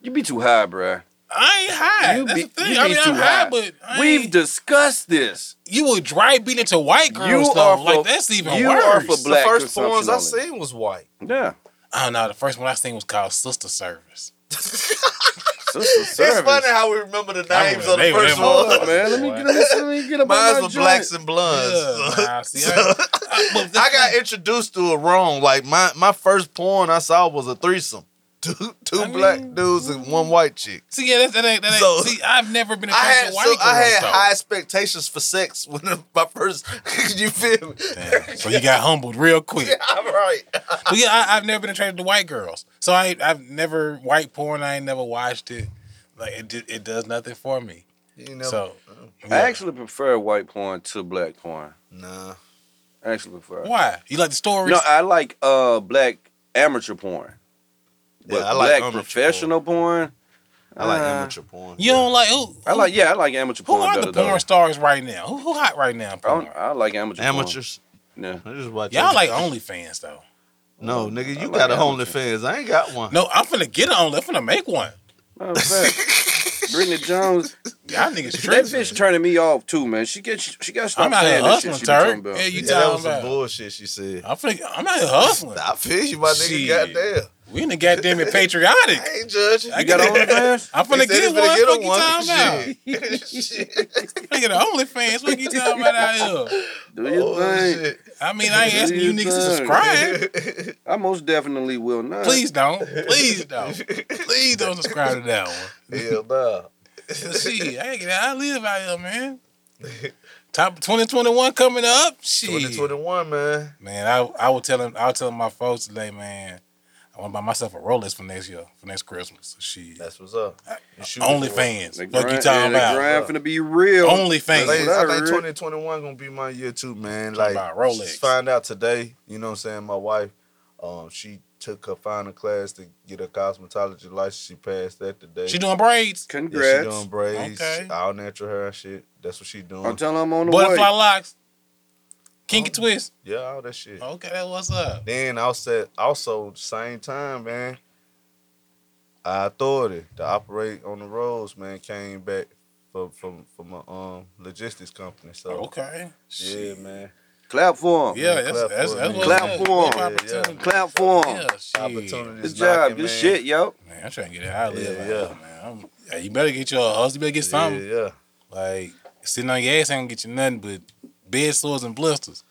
[SPEAKER 4] You be too high, bruh.
[SPEAKER 3] I ain't high.
[SPEAKER 4] You
[SPEAKER 3] That's
[SPEAKER 4] be,
[SPEAKER 3] the thing.
[SPEAKER 4] you
[SPEAKER 3] I
[SPEAKER 4] be
[SPEAKER 3] mean,
[SPEAKER 4] too
[SPEAKER 3] I'm high, but I
[SPEAKER 4] We've
[SPEAKER 3] ain't-
[SPEAKER 4] discussed this.
[SPEAKER 3] you were dry beating it to white girls.
[SPEAKER 4] you
[SPEAKER 3] though.
[SPEAKER 4] are for,
[SPEAKER 3] like that's even
[SPEAKER 4] you
[SPEAKER 3] worse.
[SPEAKER 4] are for black
[SPEAKER 2] the first
[SPEAKER 4] consumption
[SPEAKER 2] porns I
[SPEAKER 4] only.
[SPEAKER 2] seen was white.
[SPEAKER 4] Yeah.
[SPEAKER 3] Oh no, the first one I seen was called Sister Service.
[SPEAKER 4] Sister service.
[SPEAKER 2] It's funny how we remember the
[SPEAKER 3] I
[SPEAKER 2] names
[SPEAKER 3] remember
[SPEAKER 2] of the
[SPEAKER 3] they were
[SPEAKER 2] first
[SPEAKER 3] them
[SPEAKER 2] ones.
[SPEAKER 3] motherfuckers,
[SPEAKER 4] man. Let me,
[SPEAKER 3] Oh, boy.
[SPEAKER 4] get- let me get up on
[SPEAKER 2] Mine
[SPEAKER 4] my
[SPEAKER 2] was
[SPEAKER 4] joint.
[SPEAKER 2] blacks and blondes.
[SPEAKER 3] Yeah, nah, see, I, I, but the
[SPEAKER 2] I got
[SPEAKER 3] thing-
[SPEAKER 2] introduced to it wrong. Like my my first porn I saw was a threesome. Two two
[SPEAKER 3] I
[SPEAKER 2] black
[SPEAKER 3] mean-
[SPEAKER 2] dudes and one white chick.
[SPEAKER 3] See, yeah, that, that ain't. That ain't
[SPEAKER 2] So-
[SPEAKER 3] see, I've never been
[SPEAKER 2] I
[SPEAKER 3] attracted
[SPEAKER 2] had
[SPEAKER 3] to
[SPEAKER 2] so
[SPEAKER 3] white girls.
[SPEAKER 2] I had
[SPEAKER 3] though.
[SPEAKER 2] high expectations for sex when my first you feel me?
[SPEAKER 3] Damn. So you got humbled real quick.
[SPEAKER 2] I'm right.
[SPEAKER 3] But yeah, I, I've never been attracted to white girls, so I I've never white porn. I ain't never watched it. Like it, ju- it does nothing for me.
[SPEAKER 2] You know
[SPEAKER 3] So
[SPEAKER 4] I
[SPEAKER 3] yeah.
[SPEAKER 4] actually prefer white porn to black porn.
[SPEAKER 2] Nah.
[SPEAKER 4] I actually prefer. it.
[SPEAKER 3] why you like the stories?
[SPEAKER 4] No, I like uh black amateur porn. But
[SPEAKER 2] I like
[SPEAKER 4] black
[SPEAKER 2] amateur
[SPEAKER 4] professional porn.
[SPEAKER 2] I like
[SPEAKER 4] uh,
[SPEAKER 2] amateur porn.
[SPEAKER 3] you don't like who?
[SPEAKER 4] I like yeah, I like amateur
[SPEAKER 3] Who
[SPEAKER 4] porn
[SPEAKER 3] are
[SPEAKER 4] better
[SPEAKER 3] the porn
[SPEAKER 4] though.
[SPEAKER 3] stars right now? Who who hot right now? in
[SPEAKER 4] I,
[SPEAKER 3] Porn?
[SPEAKER 4] don't- I like amateur. porn.
[SPEAKER 2] amateurs.
[SPEAKER 4] Yeah.
[SPEAKER 2] I just watch
[SPEAKER 3] Y'all
[SPEAKER 2] amateur.
[SPEAKER 3] like OnlyFans though.
[SPEAKER 2] No, nigga, you
[SPEAKER 4] like
[SPEAKER 2] got a
[SPEAKER 4] amateur.
[SPEAKER 2] OnlyFans. I ain't got one.
[SPEAKER 3] No, I'm finna get an Only. I'm finna make one.
[SPEAKER 4] Matter of fact, Brittany Jones,
[SPEAKER 3] Y'all niggas
[SPEAKER 4] that
[SPEAKER 3] tripping.
[SPEAKER 4] bitch turning me off too, man. She get she, got to stop
[SPEAKER 3] I'm out here
[SPEAKER 4] saying that shit.
[SPEAKER 3] hustling,
[SPEAKER 4] She be talking
[SPEAKER 3] Turk.
[SPEAKER 4] about.
[SPEAKER 3] Yeah, you
[SPEAKER 2] yeah, that
[SPEAKER 3] talking
[SPEAKER 2] was some
[SPEAKER 3] about?
[SPEAKER 2] bullshit she said.
[SPEAKER 3] I'm finna. I'm out here hustling.
[SPEAKER 2] I feel you, my nigga.
[SPEAKER 3] Shit.
[SPEAKER 2] Goddamn.
[SPEAKER 3] We in the goddamn it patriotic.
[SPEAKER 5] I ain't judging.
[SPEAKER 3] I
[SPEAKER 5] You
[SPEAKER 3] got
[SPEAKER 4] OnlyFans?
[SPEAKER 3] I'm finna get one. What you talking about?
[SPEAKER 5] Shit.
[SPEAKER 3] Nigga, the OnlyFans. What you talking about out here?
[SPEAKER 4] Do you
[SPEAKER 5] oh,
[SPEAKER 4] think?
[SPEAKER 5] shit.
[SPEAKER 3] I mean, I ain't asking you niggas to subscribe.
[SPEAKER 4] I most definitely will not.
[SPEAKER 3] Please don't. Please don't. Please don't subscribe to that one.
[SPEAKER 5] Hell nah.
[SPEAKER 3] Shit, I, ain't gonna- I live out here, man. Top 2021 coming up. Shit.
[SPEAKER 5] 2021, man.
[SPEAKER 3] Man, I I would tell him I was telling my folks today, man, I want to buy myself a Rolex for next year, for next Christmas. Shit.
[SPEAKER 5] That's what's up.
[SPEAKER 3] Only fans. Fuck you talking about.
[SPEAKER 4] The grind finna be real.
[SPEAKER 3] Only fans.
[SPEAKER 2] Ladies, I
[SPEAKER 4] Whatever,
[SPEAKER 2] think
[SPEAKER 4] Rick.
[SPEAKER 2] 2021 gonna be my year too, man.
[SPEAKER 3] Talking
[SPEAKER 2] Like
[SPEAKER 3] about Rolex.
[SPEAKER 2] just find out today. You know what I'm saying? My wife, um, she took her final class to get her cosmetology license. She passed that today.
[SPEAKER 3] She doing braids,
[SPEAKER 2] yeah, she
[SPEAKER 4] Congrats.
[SPEAKER 2] doing braids,
[SPEAKER 3] Okay.
[SPEAKER 2] all natural hair and shit. That's what she doing.
[SPEAKER 4] I'll tell him on the
[SPEAKER 3] butterfly
[SPEAKER 4] way.
[SPEAKER 3] locks, kinky twist.
[SPEAKER 2] yeah, all that shit.
[SPEAKER 3] Okay, that's what's up.
[SPEAKER 2] Then also, also same time, man. Our authority to operate on the roads, man, came back from from from a um logistics company. So
[SPEAKER 3] Okay.
[SPEAKER 2] yeah, man.
[SPEAKER 4] Clap for him.
[SPEAKER 3] Yeah, that's
[SPEAKER 2] Clap
[SPEAKER 3] that's,
[SPEAKER 2] for
[SPEAKER 3] that's
[SPEAKER 2] me.
[SPEAKER 3] what's
[SPEAKER 4] Clap
[SPEAKER 3] up.
[SPEAKER 4] for 'em.
[SPEAKER 3] Good opportunity.
[SPEAKER 2] Yeah,
[SPEAKER 4] Clap for him.
[SPEAKER 3] Yeah, shit.
[SPEAKER 2] Opportunity.
[SPEAKER 4] Good job. Good shit, yo.
[SPEAKER 3] Man, I'm trying to get it how I live
[SPEAKER 2] Yeah,
[SPEAKER 3] out
[SPEAKER 2] yeah.
[SPEAKER 3] here, man. I'm, hey, you better get your hustle. You better get something.
[SPEAKER 2] Yeah, yeah.
[SPEAKER 3] Like sitting on your ass ain't gonna get you nothing but bed sores and blisters.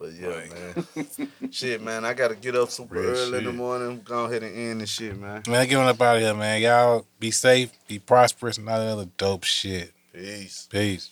[SPEAKER 2] But yeah,
[SPEAKER 3] Right.
[SPEAKER 2] man. shit, man. I gotta get up super
[SPEAKER 3] Real
[SPEAKER 2] early in the
[SPEAKER 3] shit.
[SPEAKER 2] morning. Go ahead and end this shit, man.
[SPEAKER 3] Man, get on up out of here, man. Y'all be safe, be prosperous, and all that other dope shit.
[SPEAKER 2] Peace.
[SPEAKER 3] Peace.